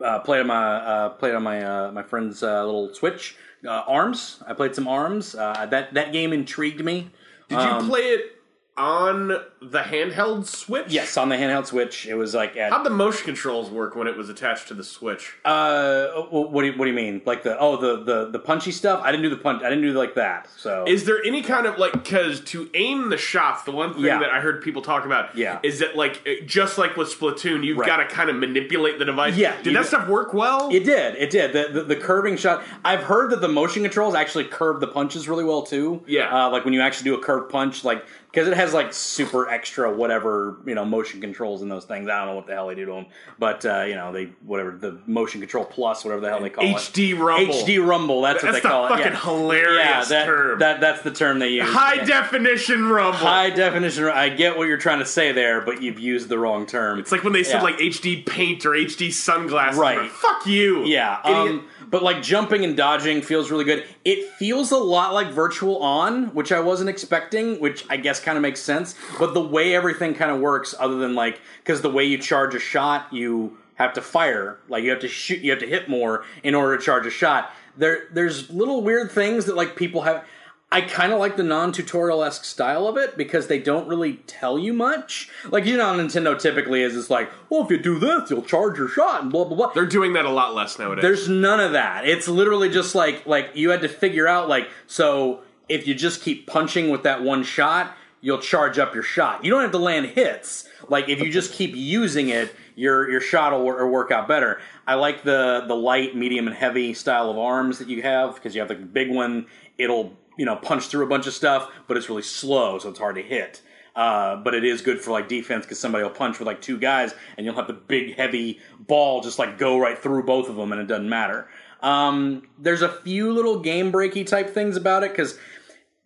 Speaker 2: uh, played on my uh, played on my uh, my friend's uh, little Switch. Uh, Arms. I played some Arms. Uh, that that game intrigued me.
Speaker 1: Did
Speaker 2: Um,
Speaker 1: you play it on the handheld Switch?
Speaker 2: Yes, on the handheld Switch, it was like at,
Speaker 1: How'd the motion controls work when it was attached to the Switch?
Speaker 2: uh, what do you, what do you mean? Like the oh the, the the punchy stuff. I didn't do the punch. I didn't do like that. So
Speaker 1: Is there any kind of like because to aim the shots, the one thing
Speaker 2: Yeah.
Speaker 1: that I heard people talk about,
Speaker 2: Yeah.
Speaker 1: is that like it- just like with Splatoon, you've
Speaker 2: Right.
Speaker 1: got to kind of manipulate the device.
Speaker 2: Yeah,
Speaker 1: did
Speaker 2: you-
Speaker 1: that stuff work well?
Speaker 2: It did. It did. The, the the curving shot. I've heard that the motion controls actually curve the punches really well too.
Speaker 1: Yeah.
Speaker 2: Uh, like when you actually do a curved punch, like because it has like super extra whatever you know motion controls in those things. I don't know what the hell they do to them, but uh, you know they whatever the motion control plus whatever the hell they call it.
Speaker 1: HD rumble.
Speaker 2: HD rumble. That's, what
Speaker 1: That's the
Speaker 2: they call it.
Speaker 1: fucking
Speaker 2: yeah.
Speaker 1: hilarious
Speaker 2: yeah, that,
Speaker 1: term.
Speaker 2: That that's the term they use.
Speaker 1: High
Speaker 2: Yeah.
Speaker 1: definition rumble.
Speaker 2: High definition. I get what you're trying to say there, but you've used the wrong term.
Speaker 1: it's like when they said
Speaker 2: Yeah.
Speaker 1: like HD paint or HD sunglasses.
Speaker 2: Right.
Speaker 1: Like, Fuck you.
Speaker 2: Yeah,
Speaker 1: Idiot.
Speaker 2: um, but like jumping and dodging feels really good. It feels a lot like Virtual On, which I wasn't expecting, which I guess kind of makes sense. But the way everything kind of works, other than like because the way you charge a shot, you have to fire, like you have to shoot, you have to hit more in order to charge a shot. There, there's little weird things that like people have. I kind of like the non-tutorial esque style of it because they don't really tell you much. Like you know, how Nintendo typically is it's like, well, if you do this, you'll charge your shot and blah blah blah.
Speaker 1: they're doing that a lot less nowadays.
Speaker 2: There's none of that. It's literally just like like you had to figure out like so if you just keep punching with that one shot, you'll charge up your shot. You don't have to land hits. Like if you just keep using it, your your shot will, will work out better. I like the the light, medium, and heavy style of arms that you have because you have the big one. It'll you know punch through a bunch of stuff, but it's really slow, so it's hard to hit. Uh, but it is good for like defense because somebody will punch with like two guys, and you'll have the big heavy ball just like go right through both of them, and it doesn't matter. Um, there's a few little game breaky type things about it because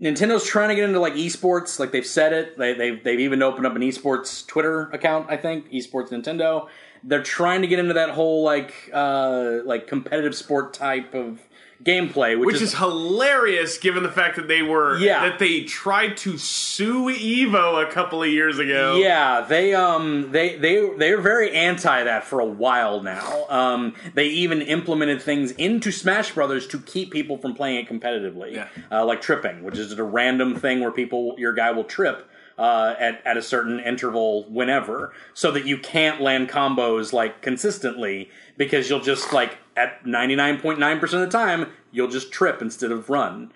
Speaker 2: Nintendo's trying to get into like esports. Like they've said it. They, they've they've even opened up an esports Twitter account. I think esports Nintendo. They're trying to get into that whole like uh, like competitive sport type of gameplay, which,
Speaker 1: which is hilarious given the fact that they were
Speaker 2: Yeah.
Speaker 1: that they tried to sue Evo a couple of years ago.
Speaker 2: Yeah, they um they they they're very anti that for a while now. Um, they even implemented things into Smash Brothers to keep people from playing it competitively,
Speaker 1: Yeah.
Speaker 2: uh, like tripping, which is just a random thing where people your guy will trip. Uh, at, at a certain interval whenever so that you can't land combos like consistently because you'll just like at 99.9% of the time you'll just trip instead of run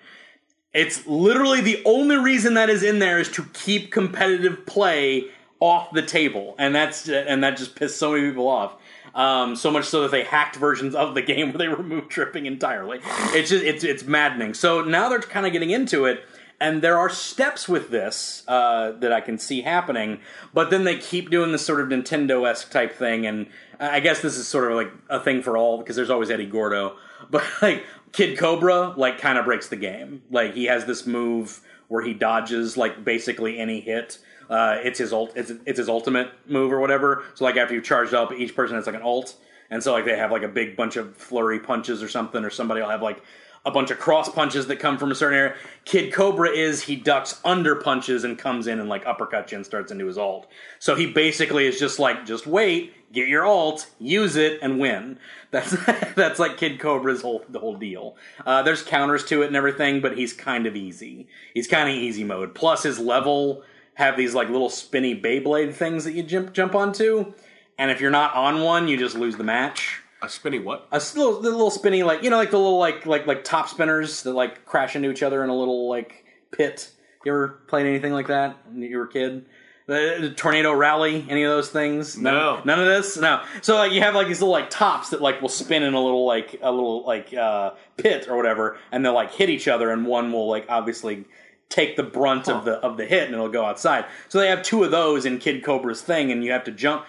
Speaker 2: it's literally the only reason that is in there is to keep competitive play off the table, and that's and that just pissed so many people off. Um, so much so that they hacked versions of the game where they removed tripping entirely. It's just it's it's maddening. So now they're kind of getting into it, and there are steps with this uh, that I can see happening. But then they keep doing this sort of Nintendo esque type thing, and I I guess this is sort of like a thing for all because there's always Eddie Gordo, but like Kid Cobra like kind of breaks the game. Like he has this move where he dodges like basically any hit. Uh, it's his ult. It's, it's his ultimate move or whatever. So like after you've charged up, each person has like an ult, and so like they have like a big bunch of flurry punches or something, or somebody will have like a bunch of cross punches that come from a certain area. Kid Cobra is he ducks under punches and comes in and like uppercuts you and starts into his alt. So he basically is just like, just wait, get your alt, use it, and win. That's that's like Kid Cobra's whole the whole deal. Uh, there's counters to it and everything, but he's kind of easy. He's kind of easy mode. Plus his level have these like little spinny Beyblade things that you jump jump onto, and if you're not on one, you just lose the match
Speaker 1: A spinny what?
Speaker 2: a s- little, the little spinny, like you know, like the little like like like top spinners that like crash into each other in a little like pit. You ever played anything like that when you were a kid? The, the tornado rally, any of those things? None,
Speaker 1: No.
Speaker 2: none of this. No. So like you have like these little like tops that like will spin in a little like a little like uh, pit or whatever, and they'll like hit each other, and one will like obviously take the brunt of the of the hit, and it'll go outside. So they have two of those in Kid Cobra's thing, and you have to jump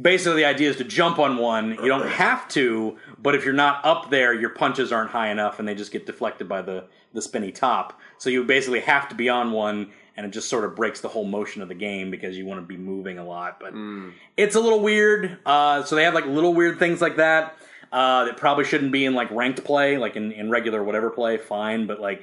Speaker 2: basically the idea is to jump on one. You don't have to, but if you're not up there, your punches aren't high enough and they just get deflected by the, the spinny top. So you basically have to be on one and it just sort of breaks the whole motion of the game because you want to be moving a lot. But it's a little weird. Uh, so they have like little weird things like that uh, that probably shouldn't be in like ranked play, like in, in regular whatever play, fine. But like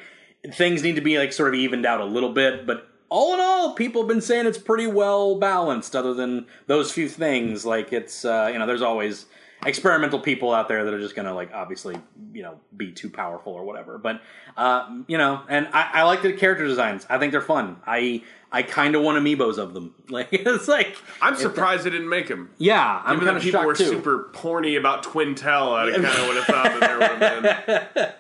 Speaker 2: things need to be like sort of evened out a little bit. But all in all, people have been saying it's pretty well balanced, other than those few things. Like it's uh, you know, there's always experimental people out there that are just gonna like obviously you know be too powerful or whatever. But uh, you know, and I, I like the character designs. I think they're fun. I I kind of want amiibos of them. Like it's like
Speaker 1: I'm surprised they didn't make him.
Speaker 2: yeah, I'm
Speaker 1: Even
Speaker 2: kind
Speaker 1: though
Speaker 2: of
Speaker 1: people
Speaker 2: shocked
Speaker 1: were
Speaker 2: too.
Speaker 1: super porny about Twin Tell, I kind of would have thought that there would have been.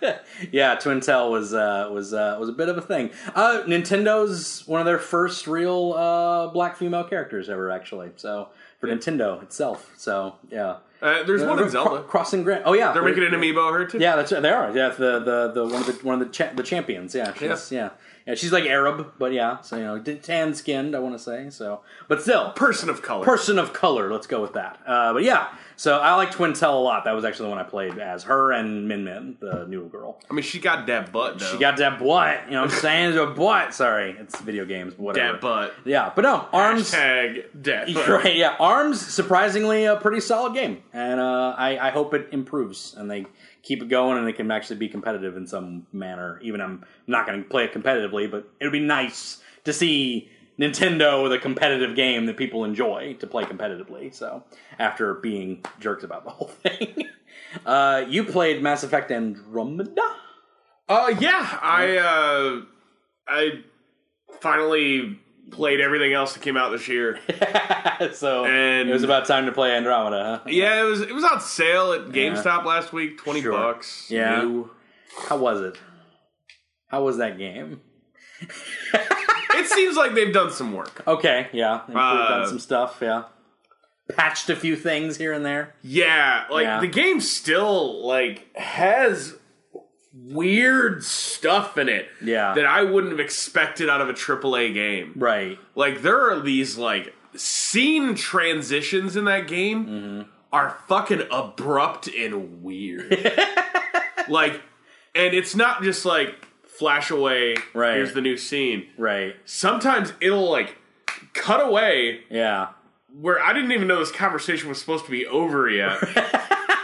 Speaker 2: yeah, Twintel was uh, was uh, was a bit of a thing. Uh, Nintendo's one of their first real uh, black female characters ever, actually. So for Nintendo itself, so yeah.
Speaker 1: Uh, there's one in
Speaker 2: Cro-
Speaker 1: Zelda.
Speaker 2: crossing Grand. Oh yeah,
Speaker 1: They're making an amiibo of her too.
Speaker 2: Yeah, that's right. They are. Yeah, the the, the one of the one of the cha- the champions. Yeah, she's, yeah, yeah, She's like Arab, but yeah. So you know, d- tan skinned. I want to say so, but still,
Speaker 1: Person of color.
Speaker 2: person of color. Let's go with that. Uh, but yeah, so I like Twintel a lot. That was actually the one I played as her and Min Min, the new girl.
Speaker 1: I mean, she got that butt though.
Speaker 2: You got that butt. You know what I'm saying? Your butt. Sorry, it's video games. Whatever.
Speaker 1: that butt.
Speaker 2: Yeah, but no arms.
Speaker 1: Hashtag that butt.
Speaker 2: Right. Yeah, arms. Surprisingly, a pretty solid game, and uh, I, I hope it improves and they keep it going and it can actually be competitive in some manner. Even I'm not going to play it competitively, but it would be nice to see Nintendo with a competitive game that people enjoy to play competitively. So after being jerks about the whole thing, uh, you played Mass Effect Andromeda.
Speaker 1: Uh, yeah, I uh, I finally played everything else that came out this year.
Speaker 2: so
Speaker 1: And-
Speaker 2: it was about time to play Andromeda, huh?
Speaker 1: yeah, it was it was on sale at GameStop last week, twenty
Speaker 2: Sure.
Speaker 1: bucks.
Speaker 2: Yeah.
Speaker 1: new.
Speaker 2: How was it? How was that game?
Speaker 1: it seems like they've done some work.
Speaker 2: Okay, yeah, improved
Speaker 1: Uh,
Speaker 2: on some stuff. Yeah, patched a few things here and there.
Speaker 1: Yeah, like
Speaker 2: Yeah.
Speaker 1: the game still like has weird stuff in it.
Speaker 2: Yeah.
Speaker 1: that I wouldn't have expected out of a AAA game.
Speaker 2: Right.
Speaker 1: like there are these like scene transitions in that game
Speaker 2: Mm-hmm.
Speaker 1: are fucking abrupt and weird like and it's not just like flash away
Speaker 2: Right.
Speaker 1: here's the new scene
Speaker 2: Right.
Speaker 1: sometimes it'll like cut away
Speaker 2: Yeah.
Speaker 1: where i didn't even know this conversation was supposed to be over yet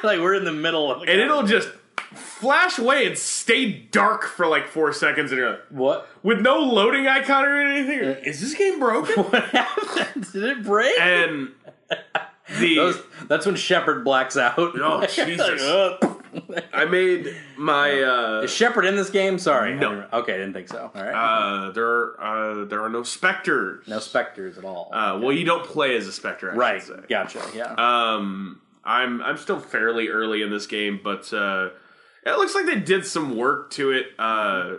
Speaker 2: like we're in the middle of
Speaker 1: and it'll just flash away and stay dark for like four seconds and you're like
Speaker 2: what?
Speaker 1: with no loading icon or anything you're like, is this game broken
Speaker 2: What happened? Did it break?
Speaker 1: and the
Speaker 2: Those, that's when Shepard blacks out.
Speaker 1: Oh,
Speaker 2: Like,
Speaker 1: Jesus.
Speaker 2: ugh.
Speaker 1: I made my uh,
Speaker 2: Is Shepard in this game? Sorry. I
Speaker 1: No.
Speaker 2: didn't- Okay, I didn't think so. All right.
Speaker 1: uh there are, uh there are no specters.
Speaker 2: no specters at all.
Speaker 1: Uh, well, you don't play as a specter, I
Speaker 2: right.
Speaker 1: Should say.
Speaker 2: Gotcha. Yeah.
Speaker 1: Um, I'm I'm still fairly early in this game, but uh, it looks like they did some work to it. Uh,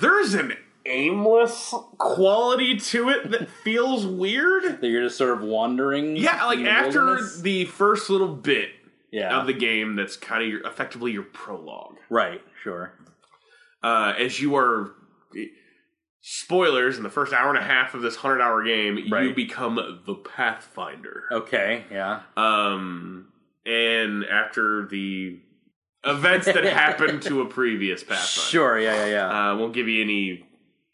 Speaker 1: there's an aimless quality to it that feels weird.
Speaker 2: that you're just sort of wandering.
Speaker 1: Yeah, like
Speaker 2: in the
Speaker 1: after
Speaker 2: wilderness?
Speaker 1: the first little bit
Speaker 2: yeah,
Speaker 1: of the game, that's kind of your effectively your prologue.
Speaker 2: right, sure,
Speaker 1: uh, as you are spoilers in the first hour and a half of this hundred hour game, you
Speaker 2: Right.
Speaker 1: become the Pathfinder.
Speaker 2: okay, yeah,
Speaker 1: Um, and after the events that happened to a previous Pathfinder,
Speaker 2: sure, yeah, yeah, yeah,
Speaker 1: uh, won't give you any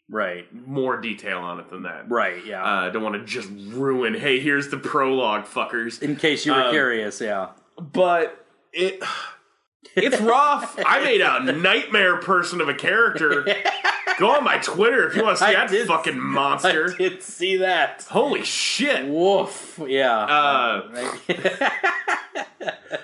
Speaker 2: right,
Speaker 1: more detail on it than that.
Speaker 2: right, yeah.
Speaker 1: Uh, don't want to just ruin. Hey, here's the prologue, fuckers.
Speaker 2: In case you were
Speaker 1: um,
Speaker 2: curious, yeah,
Speaker 1: But it, It's rough. I made a nightmare person of a character. Go on my Twitter if you want to see
Speaker 2: I
Speaker 1: that
Speaker 2: did-
Speaker 1: fucking monster.
Speaker 2: I did see that.
Speaker 1: Holy shit.
Speaker 2: Woof. Yeah.
Speaker 1: Uh,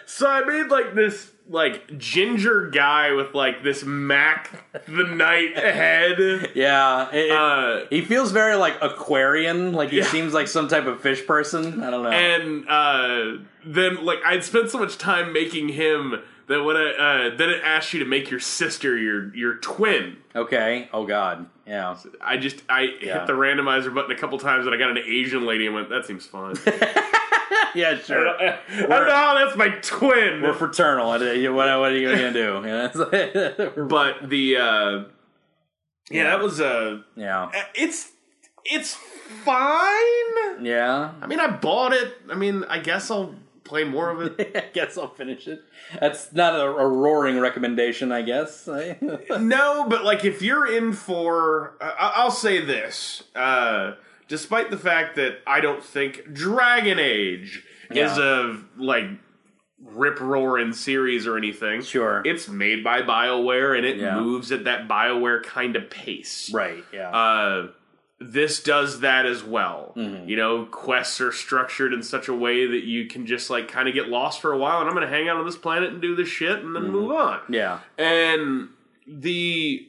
Speaker 1: so I made like this like ginger guy with like this Mac the Knight head.
Speaker 2: yeah. It- it-
Speaker 1: Uh,
Speaker 2: he feels very like Aquarian. Like he
Speaker 1: Yeah.
Speaker 2: seems like some type of fish person. I don't know.
Speaker 1: and uh, then like I'd spent so much time making him that when I uh, then it asked you to make your sister your your twin.
Speaker 2: okay. Oh God. Yeah.
Speaker 1: I just I
Speaker 2: Yeah.
Speaker 1: hit the randomizer button a couple times and I got an Asian lady and went that seems fun.
Speaker 2: Yeah. Sure.
Speaker 1: I don't know how that's my twin.
Speaker 2: We're fraternal. What, what, what are you gonna do? Yeah. it's like-
Speaker 1: but the uh, yeah, that was uh,
Speaker 2: yeah.
Speaker 1: it's it's fine.
Speaker 2: Yeah.
Speaker 1: I mean, I bought it. I mean, I guess I'll play more of it.
Speaker 2: I guess I'll finish it. That's not a, a roaring recommendation, I guess.
Speaker 1: no, but like if you're in for, I- I- I'll say this. Uh, despite the fact that I don't think Dragon Age is a like rip roaring series or anything.
Speaker 2: Sure.
Speaker 1: it's made by Bioware and it
Speaker 2: Yeah.
Speaker 1: moves at that Bioware kind of pace.
Speaker 2: right. Yeah.
Speaker 1: Uh, this does that as well.
Speaker 2: Mm-hmm.
Speaker 1: You know, quests are structured in such a way that you can just like kind of get lost for a while, and I'm going to hang out on this planet and do this shit, and then
Speaker 2: Mm-hmm.
Speaker 1: move on.
Speaker 2: yeah.
Speaker 1: And the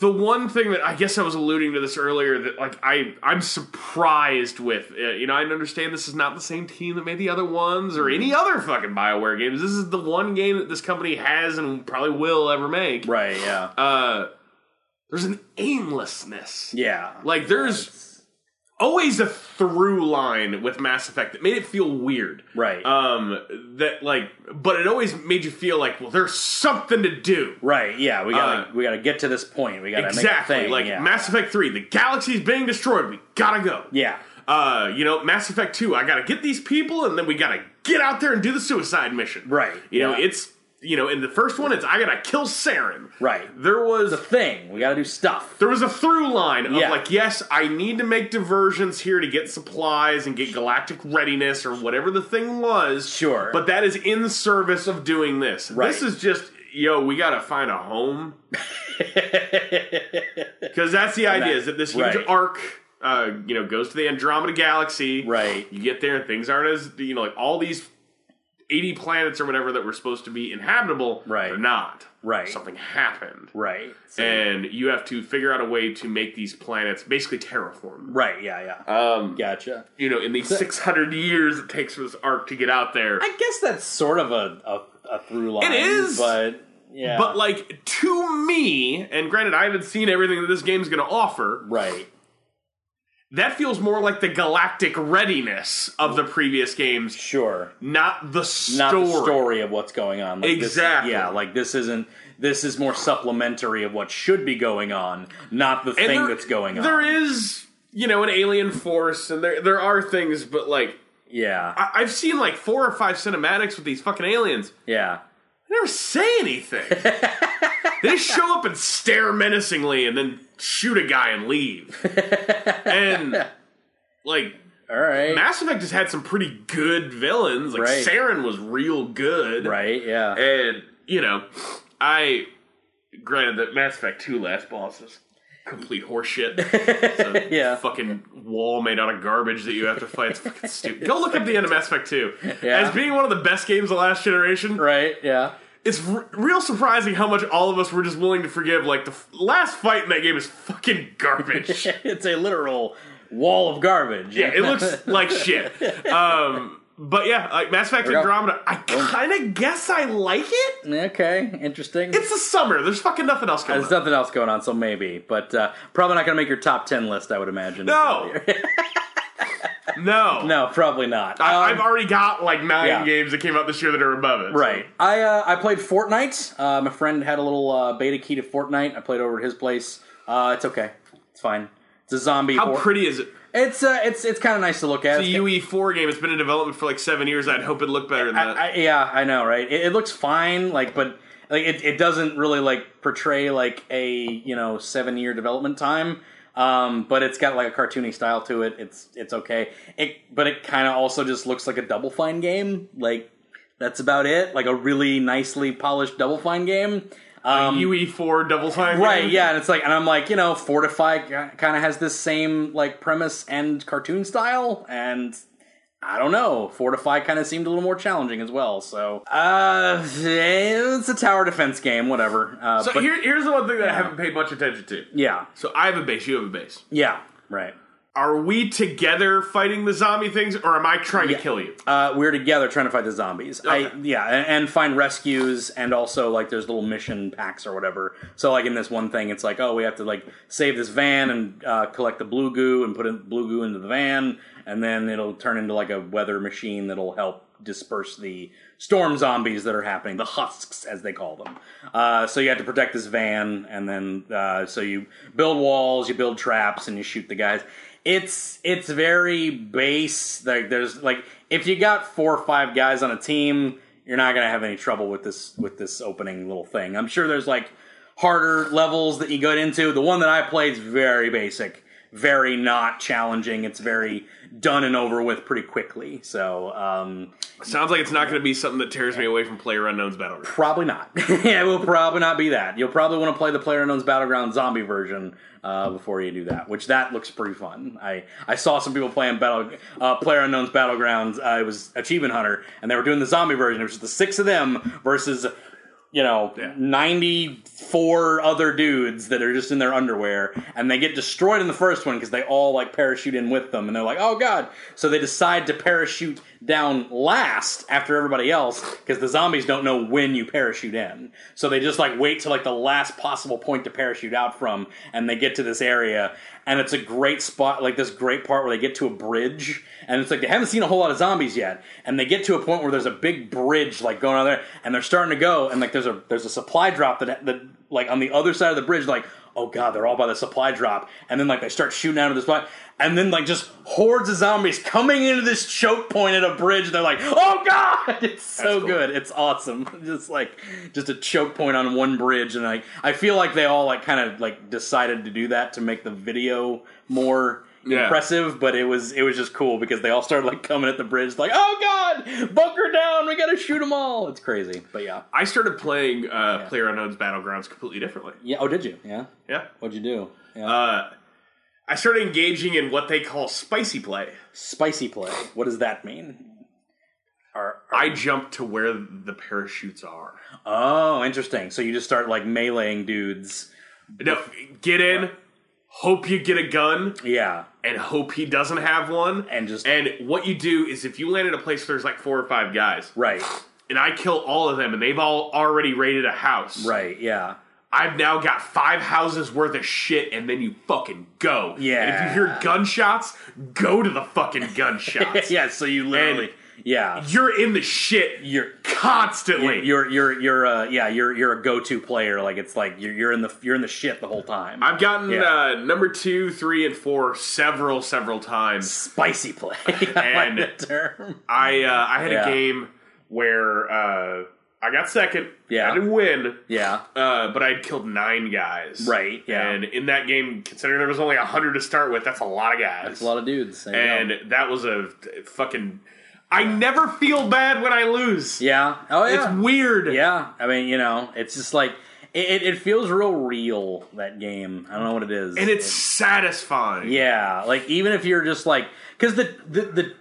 Speaker 1: the one thing that I guess I was alluding to this earlier that like I I'm surprised with uh, you know I understand this is not the same team that made the other ones or
Speaker 2: Mm.
Speaker 1: any other fucking BioWare games. This is the one game that this company has and probably will ever make.
Speaker 2: Right. Yeah.
Speaker 1: Uh there's an aimlessness.
Speaker 2: yeah.
Speaker 1: Like there's
Speaker 2: It's-
Speaker 1: always a through line with Mass Effect that made it feel weird.
Speaker 2: Right.
Speaker 1: Um that like but it always made you feel like well there's something to do.
Speaker 2: Right. Yeah. We
Speaker 1: Uh,
Speaker 2: gotta we gotta get to this point. We gotta
Speaker 1: Exactly.
Speaker 2: make a thing.
Speaker 1: like
Speaker 2: yeah.
Speaker 1: Mass Effect 3, the galaxy's being destroyed. We gotta go.
Speaker 2: yeah.
Speaker 1: Uh, you know, Mass Effect 2, I gotta get these people and then we gotta get out there and do the suicide mission.
Speaker 2: Right,
Speaker 1: You know,
Speaker 2: yeah.
Speaker 1: it's you know, in the first one it's I gotta kill Saren.
Speaker 2: Right.
Speaker 1: There was
Speaker 2: The thing. We gotta do stuff.
Speaker 1: there was a through line of
Speaker 2: Yeah.
Speaker 1: like, yes, I need to make diversions here to get supplies and get galactic readiness or whatever the thing was.
Speaker 2: Sure.
Speaker 1: But that is in service of doing this.
Speaker 2: Right.
Speaker 1: This is just, yo, we gotta find a home. Because that's the idea, is that this huge
Speaker 2: right.
Speaker 1: arc uh, you know, goes to the Andromeda Galaxy.
Speaker 2: Right.
Speaker 1: You get there and things aren't as you know, like all these eighty planets or whatever that were supposed to be inhabitable,
Speaker 2: Right.
Speaker 1: they're not.
Speaker 2: Right.
Speaker 1: Something happened
Speaker 2: Right. So-
Speaker 1: and you have to figure out a way to make these planets basically terraform.
Speaker 2: right. Yeah. Yeah.
Speaker 1: Um,
Speaker 2: gotcha.
Speaker 1: you know, in the 600 years it takes for this arc to get out there.
Speaker 2: I guess that's sort of a a, a through line.
Speaker 1: is,
Speaker 2: but yeah.
Speaker 1: But like to me, and granted, I haven't seen everything that this game's going to offer.
Speaker 2: right.
Speaker 1: That feels more like the galactic readiness of the previous games,
Speaker 2: Sure.
Speaker 1: not the story.
Speaker 2: not the story of what's going on. Like this-
Speaker 1: Exactly.
Speaker 2: yeah, like this isn't. This is more supplementary of what should be going on, not the
Speaker 1: And
Speaker 2: thing
Speaker 1: there-
Speaker 2: that's going on.
Speaker 1: There is, you know, an alien force, and there there are things, but like
Speaker 2: yeah,
Speaker 1: I, I've seen like four or five cinematics with these fucking aliens.
Speaker 2: yeah,
Speaker 1: They never say anything. they just show up and stare menacingly and then shoot a guy and leave. and like
Speaker 2: all right,
Speaker 1: Mass Effect has had some pretty good villains. Like
Speaker 2: Right.
Speaker 1: Saren was real good.
Speaker 2: right, yeah,
Speaker 1: And, you know, I granted that Mass Effect 2 last boss is complete horseshit. It's a
Speaker 2: Yeah.
Speaker 1: Fucking wall made out of garbage that you have to fight. It's fucking stupid. Go look up the end of Mass Effect 2.
Speaker 2: Yeah.
Speaker 1: As being one of the best games of the last generation,
Speaker 2: right, yeah,
Speaker 1: it's r- real surprising how much all of us were just willing to forgive. Like the f- last fight in that game is fucking garbage. yeah,
Speaker 2: it's a literal wall of garbage.
Speaker 1: it looks like shit. Um, but yeah, like Mass Effect
Speaker 2: we go.
Speaker 1: Andromeda, I kind of guess I like it.
Speaker 2: okay, interesting.
Speaker 1: It's the summer. There's fucking nothing else going
Speaker 2: There's
Speaker 1: on.
Speaker 2: nothing else going on, so maybe, but uh, probably not going to make your top ten list, I would imagine.
Speaker 1: No, no,
Speaker 2: no, probably not.
Speaker 1: I-
Speaker 2: Um,
Speaker 1: I've already got like nine
Speaker 2: yeah.
Speaker 1: games that came out this year that are above it. so-
Speaker 2: Right. I uh, I played Fortnite. Uh, my friend had a little uh, beta key to Fortnite. I played over at his place. Uh, it's okay. It's fine. It's a zombie.
Speaker 1: How
Speaker 2: hor-
Speaker 1: pretty is it?
Speaker 2: It's uh, it's it's kind of nice to look at.
Speaker 1: The
Speaker 2: It's-
Speaker 1: UE4 game. It's been in development for like seven years. I'd hope it looked better than that.
Speaker 2: I, I, yeah, I know, right? It, it looks fine, like, but like it, it doesn't really like portray like a you know seven year development time. Um, but it's got like a cartoony style to it. It's it's okay. It but it kind of also just looks like a Double Fine game, like. That's about it. Like a really nicely polished Double Fine game. Um,
Speaker 1: UE4 E Double Fine.
Speaker 2: Right,
Speaker 1: game?
Speaker 2: yeah, and it's like, and I'm like, you know, Fortify kind of has this same like premise and cartoon style, and I don't know, Fortify kind of seemed a little more challenging as well. So, uh, it's a tower defense game, whatever. Uh,
Speaker 1: So
Speaker 2: but
Speaker 1: here, here's the one thing that I haven't paid much attention to.
Speaker 2: yeah,
Speaker 1: So I have a base. You have a base.
Speaker 2: yeah, right.
Speaker 1: Are we together fighting the zombie things, or am I trying to kill you?
Speaker 2: Uh, we're together trying to fight the zombies. I
Speaker 1: Okay.
Speaker 2: yeah, and, and find rescues, and also like there's little mission packs or whatever. So like in this one thing, it's like oh we have to like save this van and uh, collect the blue goo and put in blue goo into the van, and then it'll turn into like a weather machine that'll help disperse the storm zombies that are happening, the husks as they call them. Uh, so you have to protect this van, and then uh, so you build walls, you build traps, and you shoot the guys. It's it's very base. Like there's like if you got four or five guys on a team, you're not gonna have any trouble with this with this opening little thing. I'm sure there's like harder levels that you get into. The one that I played is very basic, very not challenging. It's very done and over with pretty quickly. So um,
Speaker 1: Sounds like it's not going to be something that tears me away from player unknown's battleground.
Speaker 2: Probably not. it will probably not be that. You'll probably want to play the PlayerUnknown's Battleground zombie version uh, before you do that, which that looks pretty fun. I, I saw some people playing Battle uh, PlayerUnknown's Battleground. Uh, it was Achievement Hunter, and they were doing the zombie version. It was just the six of them versus you know, 94 other dudes that are just in their underwear and they get destroyed in the first one because they all like parachute in with them and they're like, oh god. So they decide to parachute down last after everybody else because the zombies don't know when you parachute in. So they just like wait till like the last possible point to parachute out from and they get to this area and it's a great spot, like this great part where they get to a bridge and it's like they haven't seen a whole lot of zombies yet and they get to a point where there's a big bridge like going on there and they're starting to go and like there's a there's a supply drop that that like on the other side of the bridge like oh god they're all by the supply drop and then like they start shooting out of the spot and then like just hordes of zombies coming into this choke point at a bridge and they're like oh god it's so
Speaker 1: cool.
Speaker 2: good it's awesome just like just a choke point on one bridge and like i feel like they all like kind of like decided to do that to make the video more
Speaker 1: Yeah.
Speaker 2: impressive impressive, but it was it was just cool because they all started like coming at the bridge, like, "Oh God, bunker down! We gotta shoot them all!" It's crazy, but yeah,
Speaker 1: I started playing uh, player unknown's battlegrounds completely differently.
Speaker 2: yeah. Oh, did you? Yeah,
Speaker 1: Yeah,
Speaker 2: what'd you do? Yeah.
Speaker 1: uh, I started engaging in what they call spicy play.
Speaker 2: Spicy play. What does that mean? Are, are-
Speaker 1: I jumped to where the parachutes are.
Speaker 2: oh, interesting. So you just start like meleeing dudes.
Speaker 1: No, get in. Hope you get a gun,
Speaker 2: Yeah,
Speaker 1: and hope he doesn't have one.
Speaker 2: And just-
Speaker 1: and what you do is if you land in a place where there's like four or five guys,
Speaker 2: right,
Speaker 1: and I kill all of them, and they've all already raided a house.
Speaker 2: right, yeah.
Speaker 1: I've now got five houses worth of shit, and then you fucking go.
Speaker 2: Yeah.
Speaker 1: And if you hear gunshots, go to the fucking gunshots.
Speaker 2: Yeah, so you literally, yeah,
Speaker 1: You're in the shit
Speaker 2: you're
Speaker 1: constantly.
Speaker 2: you're you're you're uh yeah you're you're a go-to player. Like it's like you're you're in the you're in the shit the whole time.
Speaker 1: I've gotten
Speaker 2: Yeah.
Speaker 1: uh, number two, three, and four several, several times.
Speaker 2: Spicy play, I like
Speaker 1: And-
Speaker 2: that term.
Speaker 1: I uh, I had
Speaker 2: Yeah.
Speaker 1: a game where uh, I got second.
Speaker 2: Yeah.
Speaker 1: I didn't win.
Speaker 2: Yeah.
Speaker 1: Uh, but I had killed nine guys.
Speaker 2: Right, yeah.
Speaker 1: And in that game, considering there was only hundred to start with, that's a lot of guys.
Speaker 2: It's a lot of dudes. There you
Speaker 1: and
Speaker 2: go.
Speaker 1: that was a fucking. I never feel bad when I lose.
Speaker 2: yeah, oh
Speaker 1: It's
Speaker 2: yeah,
Speaker 1: weird.
Speaker 2: yeah. I mean, you know, it's just like it, it, it feels real real that game. I don't know what it is,
Speaker 1: And it's satisfying.
Speaker 2: yeah, like even if you're just like because the the the.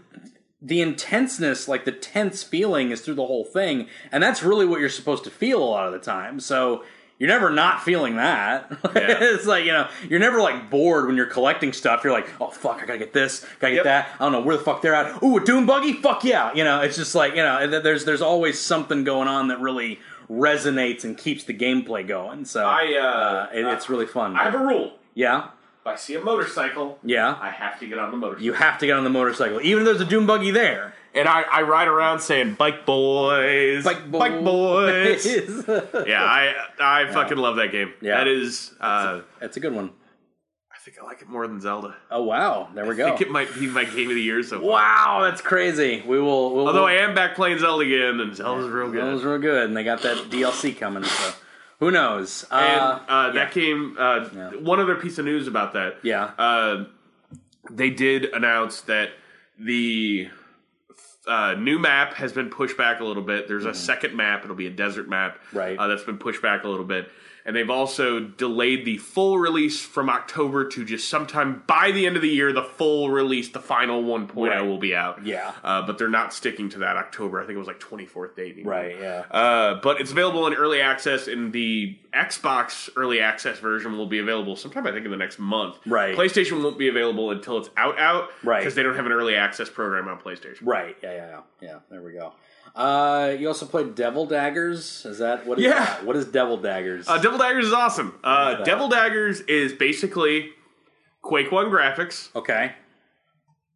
Speaker 2: The intenseness, like the tense feeling, is through the whole thing, and that's really what you're supposed to feel a lot of the time. So you're never not feeling that. it's like you know, you're never like bored when you're collecting stuff. You're like, oh fuck, I gotta get this, gotta get
Speaker 1: Yep.
Speaker 2: that. I don't know where the fuck they're at. Ooh, a dune buggy, fuck yeah. You know, it's just like you know, th- there's there's always something going on that really resonates and keeps the gameplay going. So
Speaker 1: I, uh,
Speaker 2: it, it's really fun.
Speaker 1: I have a rule.
Speaker 2: yeah,
Speaker 1: If I see a motorcycle,
Speaker 2: yeah.
Speaker 1: I have to get on the motorcycle.
Speaker 2: You have to get on the motorcycle, even if there's a doom buggy there.
Speaker 1: and I, I ride around saying, "Bike boys, bike boys."
Speaker 2: That's
Speaker 1: yeah, I I fucking love that game.
Speaker 2: Yeah.
Speaker 1: That is, uh,
Speaker 2: a good one.
Speaker 1: I think I like it more than Zelda.
Speaker 2: Oh wow, there we
Speaker 1: I
Speaker 2: go.
Speaker 1: think it might be my game of the year. So, far.
Speaker 2: Wow, that's crazy. We will. We'll,
Speaker 1: although I
Speaker 2: we'll,
Speaker 1: am back playing Zelda again, and Zelda's real good.
Speaker 2: that was real good, and they got that DLC coming. So who knows? Uh,
Speaker 1: And uh, that came. Uh, One other piece of news about that.
Speaker 2: Yeah.
Speaker 1: Uh, they did announce that the uh, new map has been pushed back a little bit. There's a second map. It'll be a desert map.
Speaker 2: Mm-hmm. Right.
Speaker 1: Uh, that's been pushed back a little bit. And they've also delayed the full release from October to just sometime by the end of the year. The full release, the final 1.0
Speaker 2: Right.
Speaker 1: will be out.
Speaker 2: Yeah.
Speaker 1: Uh, but they're not sticking to that October. I think it was like 24th date. anymore.
Speaker 2: Right, yeah.
Speaker 1: Uh, but it's available in early access, and the Xbox early access version will be available sometime, I think, in the next month.
Speaker 2: Right.
Speaker 1: PlayStation won't be available until it's out, out.
Speaker 2: Right.
Speaker 1: Because they don't have an early access program on PlayStation.
Speaker 2: Right. Yeah, yeah, yeah. Yeah, there we go. Uh, you also played Devil Daggers. Is that what is
Speaker 1: Yeah.
Speaker 2: that? What is Devil Daggers?
Speaker 1: Uh, Devil Daggers is awesome. Uh,
Speaker 2: that.
Speaker 1: Devil Daggers is basically Quake 1 graphics,
Speaker 2: okay.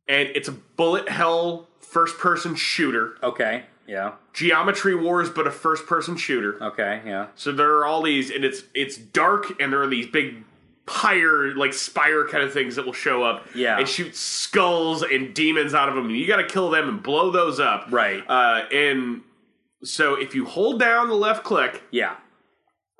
Speaker 1: and it's a bullet hell first person shooter.
Speaker 2: Okay. Yeah.
Speaker 1: Geometry Wars, but a first person shooter.
Speaker 2: Okay. Yeah.
Speaker 1: So there are all these, and it's it's dark, and there are these big pyre like spire kind of things that will show up,
Speaker 2: Yeah.
Speaker 1: and shoot skulls and demons out of them. And you got to kill them and blow those up,
Speaker 2: Right.
Speaker 1: Uh, and so if you hold down the left click,
Speaker 2: Yeah.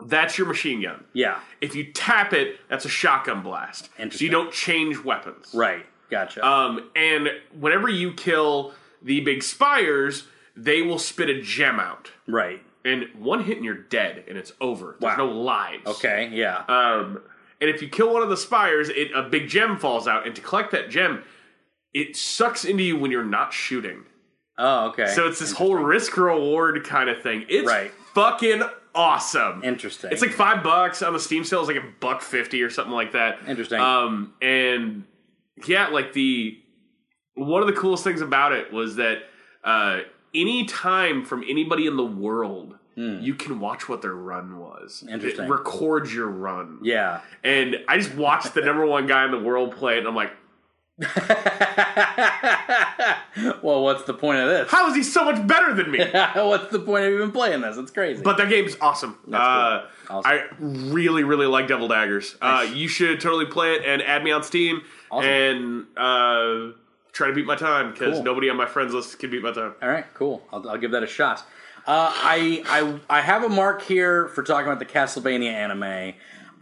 Speaker 1: that's your machine gun.
Speaker 2: Yeah.
Speaker 1: If you tap it, that's a shotgun blast. So
Speaker 2: Interesting.
Speaker 1: you don't change weapons,
Speaker 2: Right. Gotcha.
Speaker 1: um, and whenever you kill the big spires, they will spit a gem out.
Speaker 2: right.
Speaker 1: And one hit and you're dead, and it's over. There's
Speaker 2: Wow.
Speaker 1: no lives.
Speaker 2: Okay. Yeah.
Speaker 1: Um, and if you kill one of the spires, it, a big gem falls out. And to collect that gem, it sucks into you when you're not shooting.
Speaker 2: oh, okay.
Speaker 1: So it's this whole risk reward kind of thing. It's
Speaker 2: Right.
Speaker 1: fucking awesome.
Speaker 2: interesting.
Speaker 1: It's like five bucks on the Steam sale. It's like a buck fifty or something like that.
Speaker 2: Interesting.
Speaker 1: Um, and yeah, like the one of the coolest things about it was that uh, any time from anybody in the world, you can watch what their run was.
Speaker 2: Hmm. Interesting.
Speaker 1: It records your run.
Speaker 2: yeah.
Speaker 1: And I just watched the number one guy in the world play it, and I'm like,
Speaker 2: well, what's the point of this?
Speaker 1: how is he so much better than me?
Speaker 2: what's the point of even playing this? It's crazy.
Speaker 1: But that game's awesome. Uh,
Speaker 2: cool. Awesome.
Speaker 1: I really, really like Devil Daggers. Uh, you should totally play it and add me on Steam
Speaker 2: Awesome.
Speaker 1: and uh, try to beat my time because
Speaker 2: Cool.
Speaker 1: nobody on my friends list can beat my time.
Speaker 2: All right, cool. I'll, I'll give that a shot. Uh, I, I I have a mark here for talking about the Castlevania anime.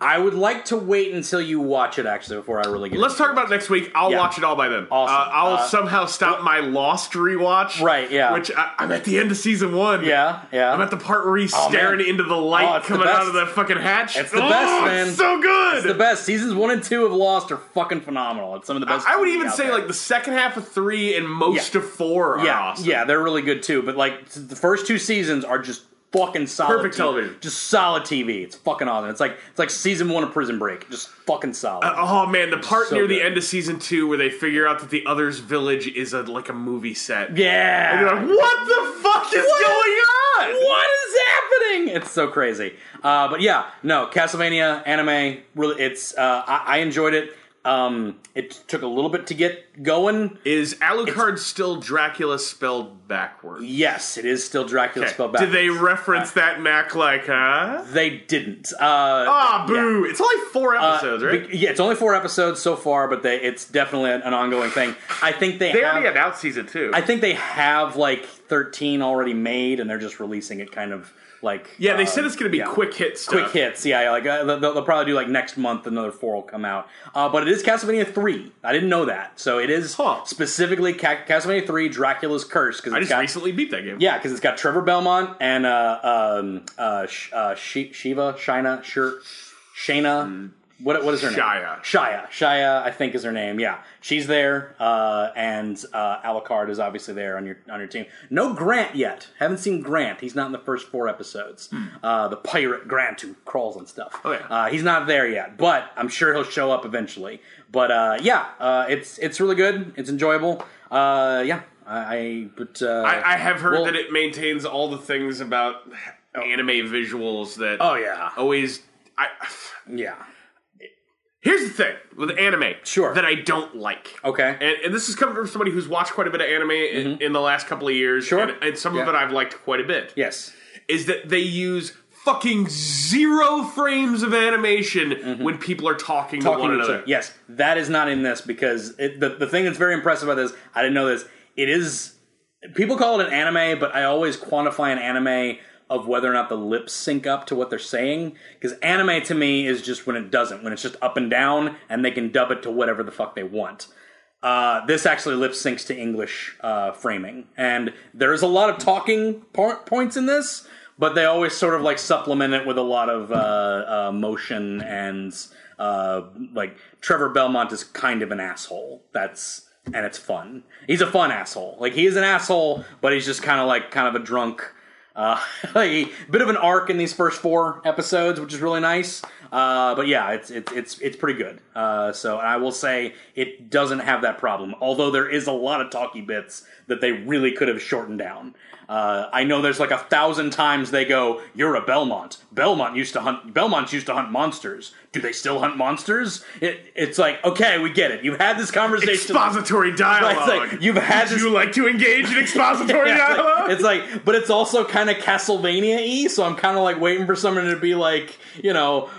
Speaker 2: I would like to wait until you watch it actually before I really get.
Speaker 1: Let's talk about it next week. I'll
Speaker 2: Yeah.
Speaker 1: watch it all by then.
Speaker 2: Awesome.
Speaker 1: Uh, I'll
Speaker 2: Uh,
Speaker 1: somehow stop my Lost rewatch.
Speaker 2: Right, yeah.
Speaker 1: Which I, I'm at the end of season one.
Speaker 2: yeah, yeah.
Speaker 1: I'm at the part where he's
Speaker 2: Oh, man.
Speaker 1: staring into the light
Speaker 2: Oh, it's the
Speaker 1: coming out of
Speaker 2: best.
Speaker 1: that fucking hatch.
Speaker 2: It's the best,
Speaker 1: Oh,
Speaker 2: man.
Speaker 1: It's so good.
Speaker 2: It's the best seasons one and two of Lost are fucking phenomenal. It's some of the best.
Speaker 1: I would
Speaker 2: TV
Speaker 1: even
Speaker 2: out
Speaker 1: say
Speaker 2: there.
Speaker 1: like the second half of three and most of four are
Speaker 2: yeah,
Speaker 1: awesome.
Speaker 2: yeah, they're really good too. But like t- the first two seasons are just fucking solid.
Speaker 1: Perfect
Speaker 2: TV.
Speaker 1: television.
Speaker 2: just solid TV. It's fucking awesome. It's like it's like season one of Prison Break, just fucking solid.
Speaker 1: Oh man, the part
Speaker 2: So
Speaker 1: near the
Speaker 2: good.
Speaker 1: end of season two where they figure out that the other's village is a like a movie set.
Speaker 2: yeah,
Speaker 1: And they're like, what the fuck is going on?
Speaker 2: What is happening? It's so crazy. Uh, but yeah, no, Castlevania anime. Really, it's uh, I, I enjoyed it. Um, it took a little bit to get going.
Speaker 1: Is Alucard still Dracula spelled backwards?
Speaker 2: Yes, it is still Dracula spelled back.
Speaker 1: Did they reference that and act like, huh?
Speaker 2: They didn't. Uh,
Speaker 1: Ah, boo! It's only four episodes, right?
Speaker 2: be- yeah, it's only four episodes so far, but they, it's definitely an, an ongoing thing. I think they,
Speaker 1: they
Speaker 2: have,
Speaker 1: already announced season two.
Speaker 2: um, I think they have like thirteen already made, and they're just releasing it kind of like
Speaker 1: yeah, they
Speaker 2: uh,
Speaker 1: said it's going to be
Speaker 2: yeah.
Speaker 1: quick hit stuff.
Speaker 2: quick hits. Yeah, yeah, like uh, they'll, they'll probably do like next month another four will come out. Uh, but it is Castlevania three. I didn't know that, so it is
Speaker 1: Huh.
Speaker 2: specifically Ca- Castlevania three: Dracula's Curse because
Speaker 1: I
Speaker 2: it's
Speaker 1: just
Speaker 2: got
Speaker 1: recently beat that game.
Speaker 2: yeah because it's got Trevor Belmont and uh, um, uh, Sh- uh, Sh- Shiva Shina Shir, Shayna. What, what is her
Speaker 1: Mm. Shia.
Speaker 2: name? Shia. Shia, I think is her name. Yeah, she's there, uh, and uh, Alucard is obviously there on your on your team. No Grant yet. Haven't seen Grant. He's not in the first four episodes. Uh, the pirate Grant who crawls and stuff.
Speaker 1: Hmm. Oh, yeah.
Speaker 2: uh, he's not there yet, but I'm sure he'll show up eventually. But uh, yeah, uh, it's it's really good. It's enjoyable. Uh, yeah, I, I but uh,
Speaker 1: I, I have heard
Speaker 2: Well-
Speaker 1: that it maintains all the things about anime visuals that
Speaker 2: oh yeah
Speaker 1: always. I,
Speaker 2: yeah
Speaker 1: here's the thing with anime,
Speaker 2: Sure.
Speaker 1: that I don't like.
Speaker 2: okay Mm-hmm.
Speaker 1: And, and this is coming from somebody who's watched quite a bit of anime in, in the last couple of years,
Speaker 2: Sure.
Speaker 1: and, and some of
Speaker 2: Yeah.
Speaker 1: it I've liked quite a bit.
Speaker 2: yes
Speaker 1: Is that they use fucking zero frames of animation when people are talking, to
Speaker 2: Mm-hmm. talking
Speaker 1: one
Speaker 2: to each
Speaker 1: another.
Speaker 2: other. Yes, that is not in this because it, the the thing that's very impressive about this, I didn't know this. It is people call it an anime, but I always quantify an anime of whether or not the lips sync up to what they're saying because anime to me is just when it doesn't, when it's just up and down, and they can dub it to whatever the fuck they want. Uh, this actually lip syncs to English uh, framing, and there's a lot of talking po- points in this, but they always sort of like supplement it with a lot of uh, uh, motion and uh, like Trevor Belmont is kind of an asshole. That's and it's fun. He's a fun asshole. Like he is an asshole, but he's just kind of like kind of a drunk. Uh, like a bit of an arc in these first four episodes, which is really nice. Uh, but yeah, it's it's it's it's pretty good. Uh, so I will say it doesn't have that problem. Although there is a lot of talky bits that they really could have shortened down. Uh, I know there's like a thousand times they go, "You're a Belmont. Belmont used to hunt. Belmonts used to hunt monsters. Do they still hunt monsters?" It, it's like, okay, we get it. You've had this conversation.
Speaker 1: Expository dialogue.
Speaker 2: It's like, you've had
Speaker 1: Would
Speaker 2: this-
Speaker 1: you like to engage in expository
Speaker 2: yeah,
Speaker 1: dialogue?
Speaker 2: It's like, it's like- but it's also kind of Castlevania y, so I'm kind of like waiting for someone to be like, you know,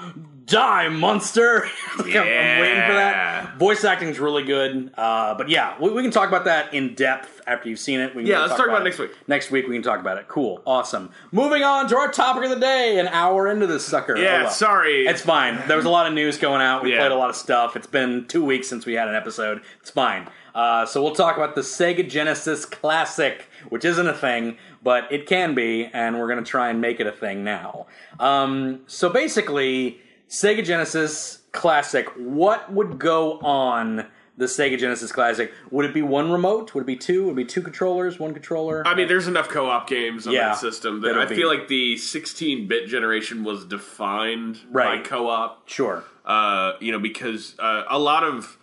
Speaker 2: die, monster. Like, I'm, I'm waiting for
Speaker 1: Yeah.
Speaker 2: that. Voice acting's really good. Uh, but yeah, we, we can talk about that in depth after you've seen it. We can
Speaker 1: Yeah, let's talk about
Speaker 2: it.
Speaker 1: it next week.
Speaker 2: Next week, we can talk about it. Cool. Awesome. Moving on to our topic of the day, an hour into this sucker.
Speaker 1: yeah,
Speaker 2: Oh, well.
Speaker 1: sorry.
Speaker 2: It's fine. There was a lot of news going out. We
Speaker 1: Yeah.
Speaker 2: played a lot of stuff. It's been two weeks since we had an episode. It's fine. Uh, so we'll talk about the Sega Genesis Classic, which isn't a thing, but it can be, and we're going to try and make it a thing now. Um, so basically, Sega Genesis Classic, what would go on the Sega Genesis Classic? Would it be one remote? Would it be two? Would it be two controllers? One controller?
Speaker 1: I mean, there's enough co-op games on
Speaker 2: Yeah,
Speaker 1: that system that
Speaker 2: that'll
Speaker 1: I feel
Speaker 2: be-
Speaker 1: like the 16-bit generation was defined
Speaker 2: Right.
Speaker 1: by co-op.
Speaker 2: sure.
Speaker 1: Uh, you know, because uh, a lot of